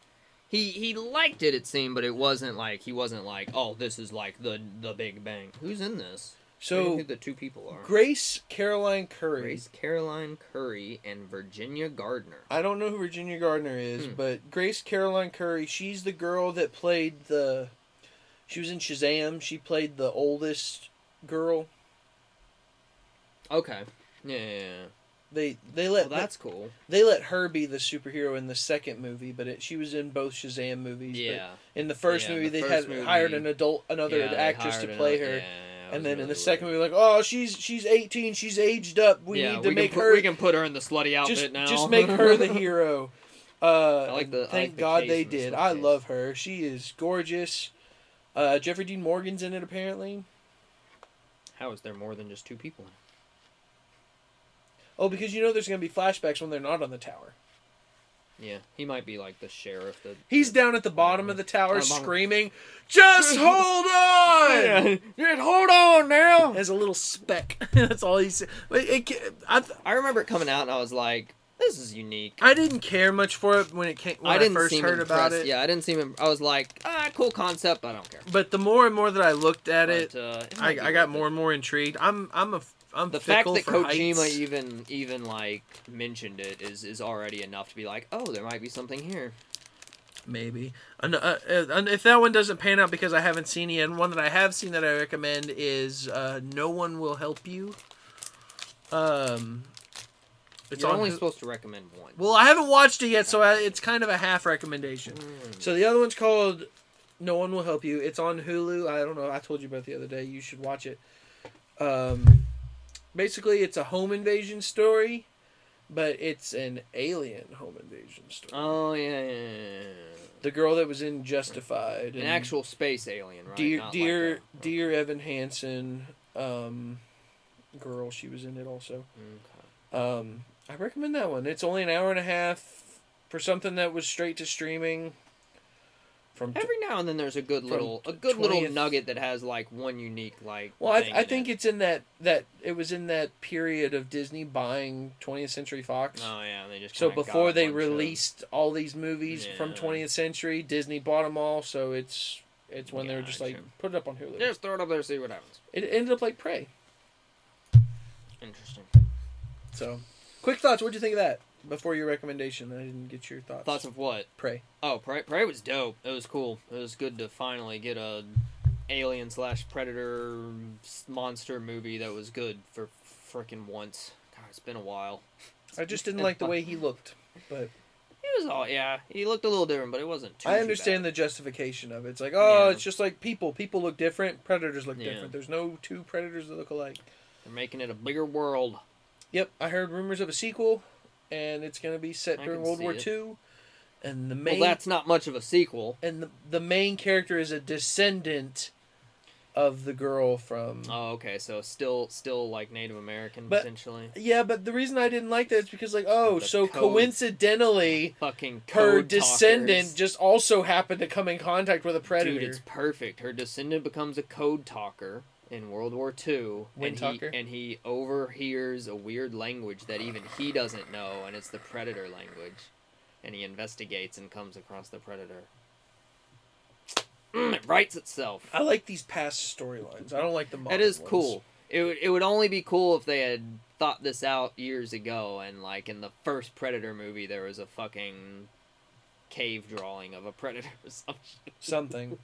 S2: he he liked it it seemed but it wasn't like he wasn't like oh this is like the the big bang who's in this Who do you
S1: So
S2: think the two people are
S1: Grace Caroline Curry.
S2: Grace Caroline Curry and Virginia Gardner
S1: I don't know who Virginia Gardner is,
S2: Hmm.
S1: but Grace Caroline Curry, she's the girl that played the She was in Shazam. She played the oldest girl.
S2: Okay. Yeah. yeah, yeah.
S1: They they
S2: Well,
S1: let
S2: that's cool.
S1: they let her be the superhero in the second movie, but it, she was in both Shazam movies. but
S2: Yeah.
S1: In the first
S2: Yeah,
S1: movie,
S2: the
S1: they
S2: first
S1: had hired
S2: movie-
S1: an adult, another
S2: Yeah, they
S1: actress to
S2: hired
S1: play
S2: another-
S1: her,
S2: yeah, yeah, it was
S1: and then in
S2: really
S1: the second
S2: weird.
S1: movie, like, oh, she's she's eighteen, she's aged up. We
S2: Yeah,
S1: need to
S2: we
S1: make
S2: can put,
S1: her
S2: We can put her in the slutty outfit
S1: just
S2: now.
S1: just make her the hero. Uh,
S2: I like the- I
S1: and
S2: like
S1: thank
S2: the
S1: God
S2: case
S1: they
S2: and the
S1: did.
S2: slip
S1: I
S2: case.
S1: love her. She is gorgeous. Uh, Jeffrey Dean Morgan's in it apparently.
S2: How is there more than just two people?
S1: Oh, because you know there's gonna be flashbacks when they're not on the tower.
S2: Yeah, he might be like the sheriff. That
S1: He's down at the bottom of the tower
S2: Oh, mom.
S1: screaming, "Just hold on!"
S2: hold on now.
S1: As a little speck. That's all he said. But it ca- I, th-
S2: I remember it coming out and I was like, "This is unique."
S1: I didn't care much for it when it came when I,
S2: didn't
S1: first
S2: seem
S1: heard about
S2: impressed.
S1: it.
S2: Yeah, I didn't seem. im- I was like, "Ah, cool concept. I don't care."
S1: But the more and more that I looked at it,
S2: But, uh, it might
S1: I,
S2: be
S1: I
S2: worth
S1: got
S2: it.
S1: more and more intrigued. I'm I'm a I'm
S2: The fact
S1: fickle
S2: that
S1: for
S2: Kojima
S1: heights.
S2: even even like mentioned it is is already enough to be like, "Oh, there might be something here."
S1: Maybe. And, uh, uh, and if that one doesn't pan out because I haven't seen it, and one that I have seen that I recommend is uh, No One Will Help You. Um, it's
S2: It's You're
S1: on
S2: only
S1: Hulu.
S2: supposed to recommend one.
S1: Well, I haven't watched it yet, so I, it's kind of a half recommendation.
S2: Mm.
S1: So the other one's called No One Will Help You. It's on Hulu. I don't know. I told you about it the other day. You should watch it. Um, basically, it's a home invasion story, but it's an alien home invasion story.
S2: Oh yeah, yeah, yeah, yeah, yeah.
S1: the girl that was in Justified.
S2: an
S1: and-
S2: actual space alien, right?
S1: dear
S2: Not like
S1: dear
S2: a-
S1: dear Evan Hansen um girl she was in it also
S2: Okay.
S1: um I recommend that one it's only an hour and a half for something that was straight to streaming from t-
S2: Every now and then there's a good
S1: From
S2: little
S1: t-
S2: a good little
S1: 20th
S2: nugget that has like one unique like.
S1: well I,
S2: thing
S1: I
S2: in
S1: think
S2: it.
S1: it's in that that it was in that period of Disney buying 20th Century Fox
S2: Oh yeah, they just.
S1: so
S2: kinda got
S1: before
S2: a
S1: they
S2: bunch of-
S1: released all these movies from
S2: Yeah.
S1: 20th Century Disney bought them all so it's it's when they were just like
S2: Gotcha.
S1: put it up on Hulu
S2: just throw it up there, see what happens.
S1: it ended up like Prey
S2: Interesting
S1: So, quick thoughts. What'd you think of that? Before your recommendation, I didn't get your thoughts.
S2: thoughts of what?
S1: Prey.
S2: Oh, Prey, Prey was dope. It was cool. It was good to finally get a alien slash predator s- monster movie that was good for frickin' once. God, it's been a while.
S1: I just didn't like the way he looked, but
S2: It was all yeah. He looked a little different, but it wasn't too.
S1: I understand the justification of it. It's like, oh,
S2: Yeah.
S1: it's just like people. People look different. Predators look
S2: Yeah.
S1: different. There's no two predators that look alike.
S2: they're making it a bigger world.
S1: Yep. I heard rumors of a sequel, and it's gonna be set
S2: I
S1: during
S2: can
S1: World
S2: see
S1: War
S2: it.
S1: II, and the main
S2: Well, that's not much of a sequel.
S1: and the, the main character is a descendant of the girl from.
S2: Oh, okay. So still, still like Native American
S1: But-
S2: potentially.
S1: Yeah, but the reason I didn't like that is because like, oh,
S2: The
S1: so
S2: code.
S1: coincidentally.
S2: Fucking
S1: her
S2: code
S1: descendant
S2: talkers.
S1: just also happened to come in contact with a predator.
S2: Dude, it's perfect. Her descendant becomes a code talker in World War II,
S1: Wind
S2: and
S1: talker?
S2: he and he overhears a weird language that even he doesn't know, and it's the predator language, and he investigates and comes across the predator. Mm, it writes itself.
S1: I like these past storylines. I don't like the modern.
S2: That is
S1: ones.
S2: cool. It would it would only be cool if they had thought this out years ago and like in the first Predator movie there was a fucking cave drawing of a predator or something.
S1: Something.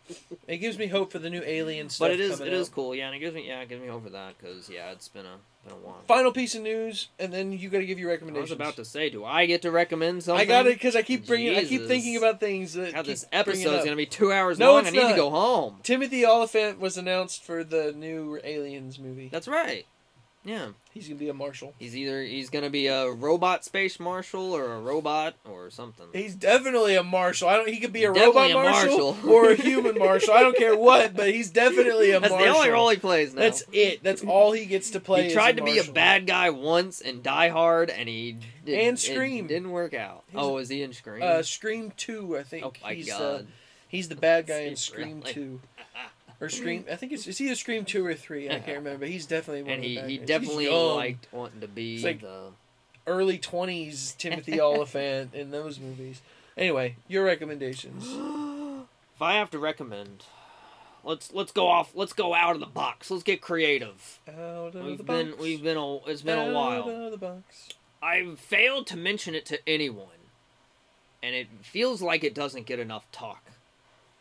S1: It gives me hope for the new alien stuff.
S2: But it is it is
S1: coming out.
S2: cool. Yeah, and it gives me yeah, it gives me hope for that cuz yeah, it's been a been a while.
S1: Final piece of news, and then you got to give your
S2: I
S1: recommendations.
S2: was about to say, do I get to recommend something?
S1: I got it because I keep bringing. I keep
S2: Jesus.
S1: thinking about things that.
S2: God,
S1: keep
S2: this
S1: bringing
S2: episode's
S1: up.
S2: going to be 2 hours
S1: No,
S2: long. I
S1: it's
S2: need
S1: not.
S2: to go home.
S1: Timothy Oliphant was announced for the new Aliens movie.
S2: That's right. Yeah.
S1: He's gonna be a marshal.
S2: He's either he's going to be a robot space marshal or a robot or something.
S1: He's definitely a marshal. I don't. He could be a
S2: Definitely
S1: robot
S2: a
S1: marshal,
S2: marshal.
S1: or a human marshal. I don't care what, but he's definitely a
S2: That's
S1: marshal.
S2: the only role he plays now.
S1: That's it. That's all he gets to play.
S2: he
S1: is
S2: tried to be a
S1: marshal.
S2: bad guy once in Die Hard, and he did,
S1: And Scream.
S2: It didn't work out.
S1: He's
S2: oh, is he in Scream?
S1: Uh, Scream Two, I think.
S2: oh my
S1: he's, Uh,
S2: god!
S1: he's the bad guy in
S2: Is he
S1: Scream
S2: really?
S1: Two, or Scream. I think it's it's either Scream Two or Three. I can't remember. He's definitely one
S2: and
S1: of the
S2: he,
S1: bad
S2: he
S1: guys.
S2: definitely
S1: He's young,
S2: liked wanting to be
S1: It's like-
S2: the.
S1: early twenties Timothy Oliphant in those movies. Anyway, your recommendations.
S2: if I have to recommend, let's let's go off. Let's go out of the box. Let's get creative.
S1: Out of the
S2: We've
S1: box.
S2: been we've been a, it's been
S1: Out
S2: a while.
S1: of the box.
S2: I've failed to mention it to anyone, and it feels like it doesn't get enough talk.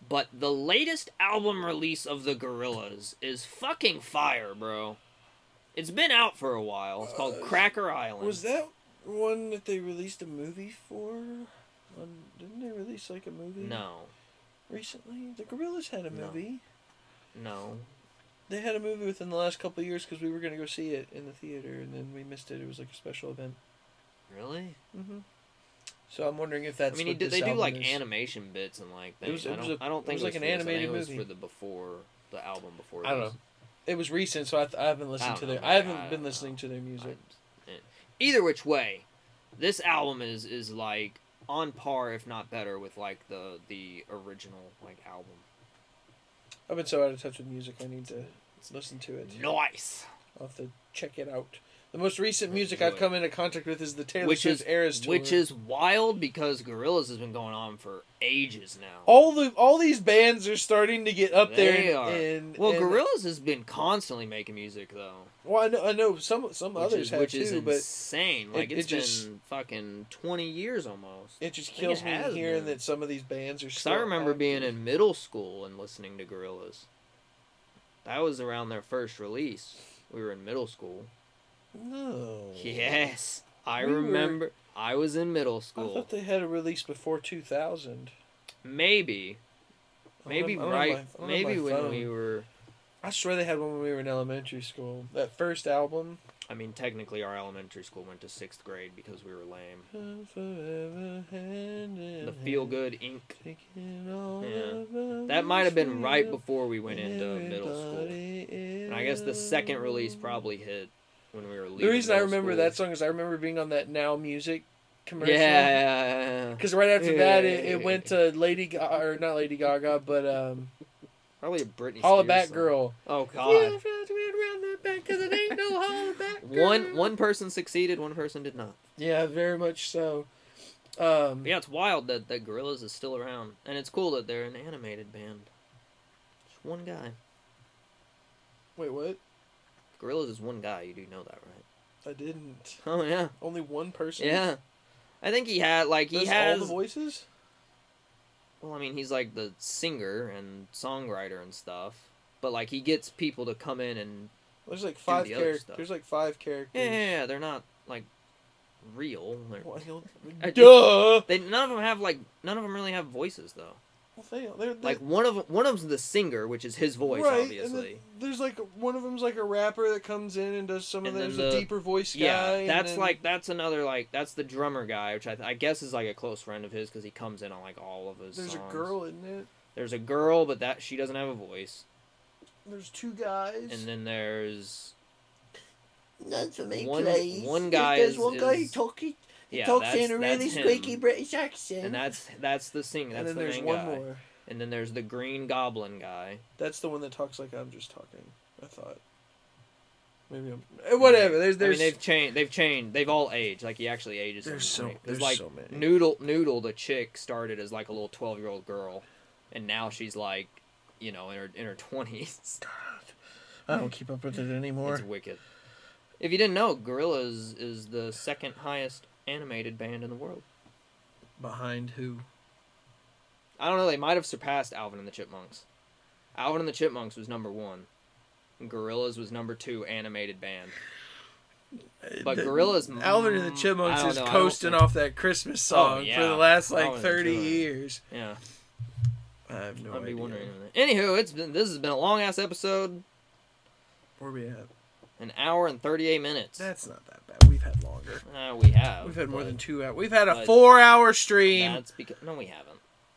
S2: But the latest album release of the Gorillas is fucking fire, bro. It's been out for a while. It's called
S1: Uh,
S2: Cracker Island.
S1: Was that one that they released a movie for? Um, Didn't they release like a movie?
S2: No,
S1: Recently, the Gorillas had a
S2: No.
S1: movie.
S2: no.
S1: They had a movie within the last couple of years because we were gonna go see it in the theater and then we missed it. It was like a special event.
S2: Really?
S1: hmm So I'm wondering if that's.
S2: I mean, he
S1: what
S2: did, they
S1: this
S2: do
S1: album
S2: like
S1: is.
S2: animation bits and like
S1: It was-
S2: things.
S1: it
S2: I
S1: was
S2: don't.
S1: a-
S2: I don't
S1: it
S2: think
S1: was
S2: it
S1: like
S2: was
S1: an
S2: for this. I think
S1: animated
S2: it was
S1: movie.
S2: for the before the album before.
S1: I don't
S2: this.
S1: know. It was recent, so I, th- I haven't
S2: I
S1: listened
S2: don't
S1: to their.
S2: know,
S1: I
S2: like,
S1: haven't
S2: I
S1: been
S2: don't
S1: listening
S2: know.
S1: to their music.
S2: I- eh. either which way, this album is is like on par, if not better, with like the the original like album.
S1: I've been so out of touch with music. I need to listen to it.
S2: Nice.
S1: I'll have to check it out. The most recent music
S2: Enjoy
S1: I've
S2: it.
S1: come into contact with is the Taylor
S2: Which
S1: Swift
S2: is-
S1: Eras tour.
S2: Which is wild because Gorillas has been going on for ages now.
S1: all the all these bands are starting to get up there.
S2: They
S1: and-
S2: are.
S1: and-
S2: well,
S1: and-
S2: Gorillas has been constantly making music though,
S1: Well, I know, I know some some
S2: which
S1: others
S2: is
S1: have
S2: which
S1: too,
S2: is
S1: but
S2: insane. like
S1: it-
S2: it's
S1: it just-
S2: been fucking twenty years almost.
S1: it just
S2: I think
S1: kills
S2: it
S1: me
S2: has
S1: hearing
S2: been.
S1: that some of these bands are.
S2: Because I
S1: still
S2: remember being
S1: active.
S2: in middle school and listening to Gorillas. That was around their first release. We were in middle school.
S1: No.
S2: Yes, I
S1: Oh. We were-
S2: remember. I was in middle
S1: I
S2: school.
S1: thought they had a release before 2000.
S2: Maybe,
S1: I'm
S2: maybe
S1: on- I'm on my-
S2: right.
S1: I'm on
S2: maybe
S1: my
S2: when
S1: phone.
S2: we were.
S1: I swear they had one when we were in elementary school. That first album.
S2: I mean, technically, our elementary school went to sixth grade because we were lame. The
S1: The
S2: Feel Good Inc.
S1: Yeah.
S2: That might have been right before we went into middle school. And I guess the second release probably hit when we were leaving.
S1: The reason I
S2: middle
S1: remember
S2: school.
S1: that song is I remember being on that Now Music commercial.
S2: Yeah.
S1: Because right after that, it, it went to Lady Gaga, or not Lady Gaga, but um,
S2: Probably a Britney
S1: Holla
S2: Spears
S1: Back
S2: song.
S1: Girl.
S2: Oh
S1: Yeah,
S2: god.
S1: around the back 'cause it ain't no holla back, girl.
S2: One one person succeeded, one person did not.
S1: Yeah, very much so. Um,
S2: But yeah, it's wild that that Gorillas is still around, and it's cool that they're an animated band. It's one guy.
S1: Wait, what?
S2: Gorillas is one guy. You do know that, right?
S1: I didn't.
S2: Oh yeah,
S1: Only one person.
S2: yeah. I think he had like he
S1: Does
S2: has.
S1: all the voices.
S2: well, I mean, he's like the singer and songwriter and stuff, but like he gets people to come in and
S1: There's like five
S2: the other
S1: characters.
S2: stuff.
S1: There's like five characters.
S2: yeah, yeah, yeah, they're not like real. They're,
S1: Well, I don't-
S2: I-
S1: Duh.
S2: they none of them have like none of them really have voices though.
S1: Well, they, they're,
S2: Like one of one of them's the singer, which is his voice,
S1: right, and
S2: obviously.
S1: then there's like one of them's like a rapper that comes in and does some of
S2: And
S1: the,
S2: then
S1: there's a
S2: the-
S1: deeper voice guy.
S2: yeah,
S1: and
S2: that's
S1: then-
S2: like that's another like that's the drummer guy, which I, th- I guess is like a close friend of his because he comes in on like all of his.
S1: there's
S2: songs.
S1: a girl in it.
S2: There's a girl, but that she doesn't have a voice.
S1: There's two guys.
S2: And then there's
S3: None for me,
S2: One-
S3: please.
S2: one guy
S3: There's
S2: is-
S3: one guy who
S2: is-
S3: talks, he
S2: yeah,
S3: talks
S2: that's,
S3: in a really
S2: that's him.
S3: squeaky British accent.
S2: And that's that's the singer. That's
S1: And then
S2: the
S1: there's
S2: main
S1: one
S2: guy.
S1: more.
S2: And then there's the Green Goblin guy.
S1: That's the one that talks like I'm just talking. I thought. Maybe I'm. eh, Whatever. There's
S2: I
S1: there's.
S2: mean, they've changed. They've changed. They've all aged. Like he actually ages.
S1: There's
S2: them,
S1: so-
S2: right? 'Cause,
S1: there's
S2: like,
S1: so many.
S2: Noodle Noodle, the chick, started as like a little twelve year old girl, and now she's like, you know, in her in her twenties.
S1: I don't keep up with it anymore.
S2: It's wicked. If you didn't know, Gorillas is the second highest animated band in the world.
S1: Behind who?
S2: I don't know. They might have surpassed Alvin and the Chipmunks. Alvin and the Chipmunks was number one. Gorillas was number two animated band. But Gorillas,
S1: Eh, Alvin and the Chipmunks is coasting
S2: off.
S1: off that Christmas song
S2: Oh, yeah.
S1: for the last like
S2: Alvin and the
S1: 30
S2: Chipmunks.
S1: years.
S2: Yeah,
S1: I have no
S2: I'd be
S1: idea.
S2: wondering. Anywho, it's been this has been a long ass episode.
S1: Where we at?
S2: An hour and 38 minutes.
S1: That's not that bad. We've had longer.
S2: Uh, we have.
S1: We've had more
S2: but
S1: than two hours. We've had a
S2: but-
S1: four hour stream.
S2: That's because no, we haven't.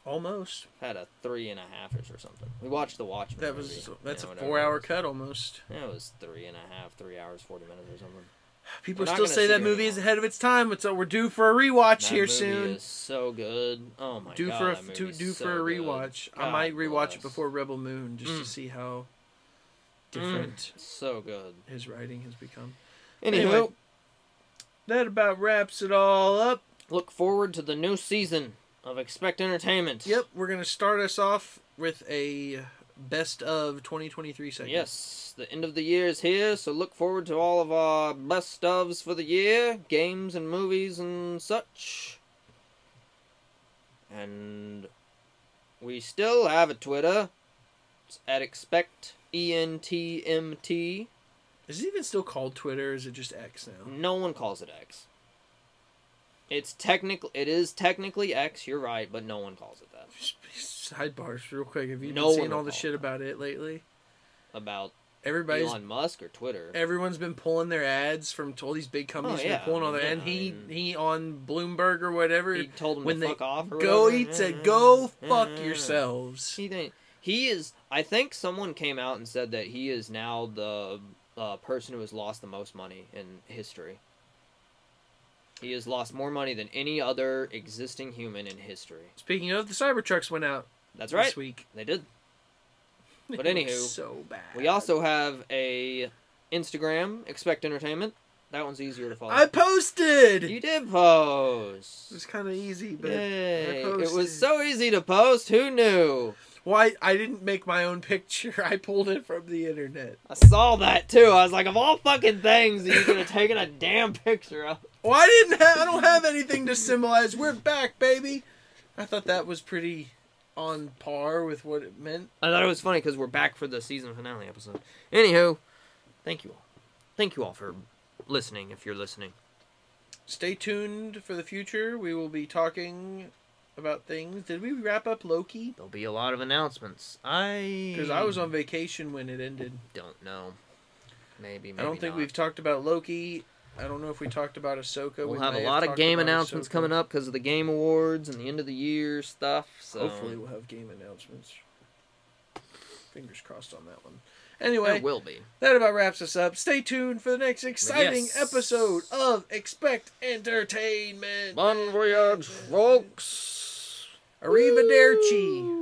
S1: Almost.
S2: Had a three and a halfers or something. We watched the Watchmen.
S1: That
S2: movie,
S1: was
S2: you
S1: that's
S2: know,
S1: a
S2: whatever
S1: four hour
S2: it
S1: cut almost.
S2: was. Yeah, It was three and a half, three hours, forty minutes or something.
S1: People
S2: We're not
S1: still
S2: gonna
S1: say
S2: sit
S1: that
S2: here
S1: movie is
S2: anymore.
S1: ahead of its time. It's uh, we're due for a rewatch
S2: That
S1: here
S2: movie
S1: soon.
S2: Is so good. Oh my
S1: due
S2: god.
S1: for a
S2: that
S1: f- due,
S2: movie's
S1: due
S2: so
S1: for a
S2: good.
S1: rewatch. I
S2: God
S1: might rewatch it
S2: bless.
S1: before Rebel Moon just to
S2: Mm.
S1: see how different
S2: So good.
S1: his writing has become.
S2: Anywho,
S1: Anyway. That about wraps it all up.
S2: look forward to the new season of Expect Entertainment.
S1: Yep, we're gonna start us off with a best of 2023 segment.
S2: Yes, the end of the year is here, so look forward to all of our best ofs for the year, games and movies and such. And We still have a Twitter. It's at expect E N T M T.
S1: Is it even still called Twitter? Or is it just X now?
S2: No one calls it X. It's technically it is technically X. You're right, but no one calls it that.
S1: Sidebars, real quick. Have you
S2: No
S1: been seeing
S2: one
S1: all
S2: will
S1: the
S2: call
S1: shit
S2: it
S1: about it lately?
S2: About
S1: Everybody's
S2: Elon Musk or Twitter.
S1: everyone's been pulling their ads from all these big companies.
S2: Oh,
S1: have
S2: yeah.
S1: been pulling all their
S2: Yeah,
S1: and
S2: I
S1: he
S2: mean-
S1: he on Bloomberg or whatever.
S2: He told him
S1: when
S2: to
S1: they
S2: fuck off. Or
S1: go,
S2: whatever.
S1: he said, "Go fuck
S2: Yeah.
S1: yourselves."
S2: He didn't- he is. I think someone came out and said that he is now the uh, person who has lost the most money in history. He has lost more money than any other existing human in history.
S1: Speaking of, the Cybertrucks went out
S2: That's right.
S1: this week.
S2: They did. But
S1: It
S2: anywho,
S1: was so bad.
S2: We also have a Instagram, Expect Entertainment. That one's easier to follow.
S1: I posted.
S2: you
S1: It
S2: did post.
S1: was kind of easy, but
S2: Yay.
S1: I
S2: It
S1: posted.
S2: was so easy to post. Who knew?
S1: Well, I, I didn't make my own picture. I pulled it from the internet.
S2: I saw that too. I was like, of all fucking things that you could have taken a damn picture of.
S1: Well, I didn't. Have, I don't have anything to symbolize. We're back, baby. I thought that was pretty on par with what it meant.
S2: I thought it was funny because we're back for the season finale episode. Anywho, thank you all. Thank you all for listening if you're listening.
S1: Stay tuned for the future. We will be talking about things. Did we wrap up Loki?
S2: There'll be a lot of announcements. I.
S1: Because I
S2: Hmm.
S1: was on vacation when it ended.
S2: Don't know. Maybe, maybe
S1: I don't think
S2: not.
S1: we've talked about Loki. I don't know if we talked about Ahsoka.
S2: We'll
S1: We
S2: have
S1: may
S2: a lot of
S1: talked
S2: game
S1: about
S2: announcements
S1: Ahsoka.
S2: coming up because of the game awards and the end of the year stuff. So
S1: Hopefully, we'll have game announcements. Fingers crossed on that one.
S2: there
S1: Anyway,
S2: will be.
S1: that about wraps us up. Stay tuned for the next exciting
S2: Yes.
S1: episode of Expect Entertainment.
S2: Bon voyage, folks.
S1: Arrivederci.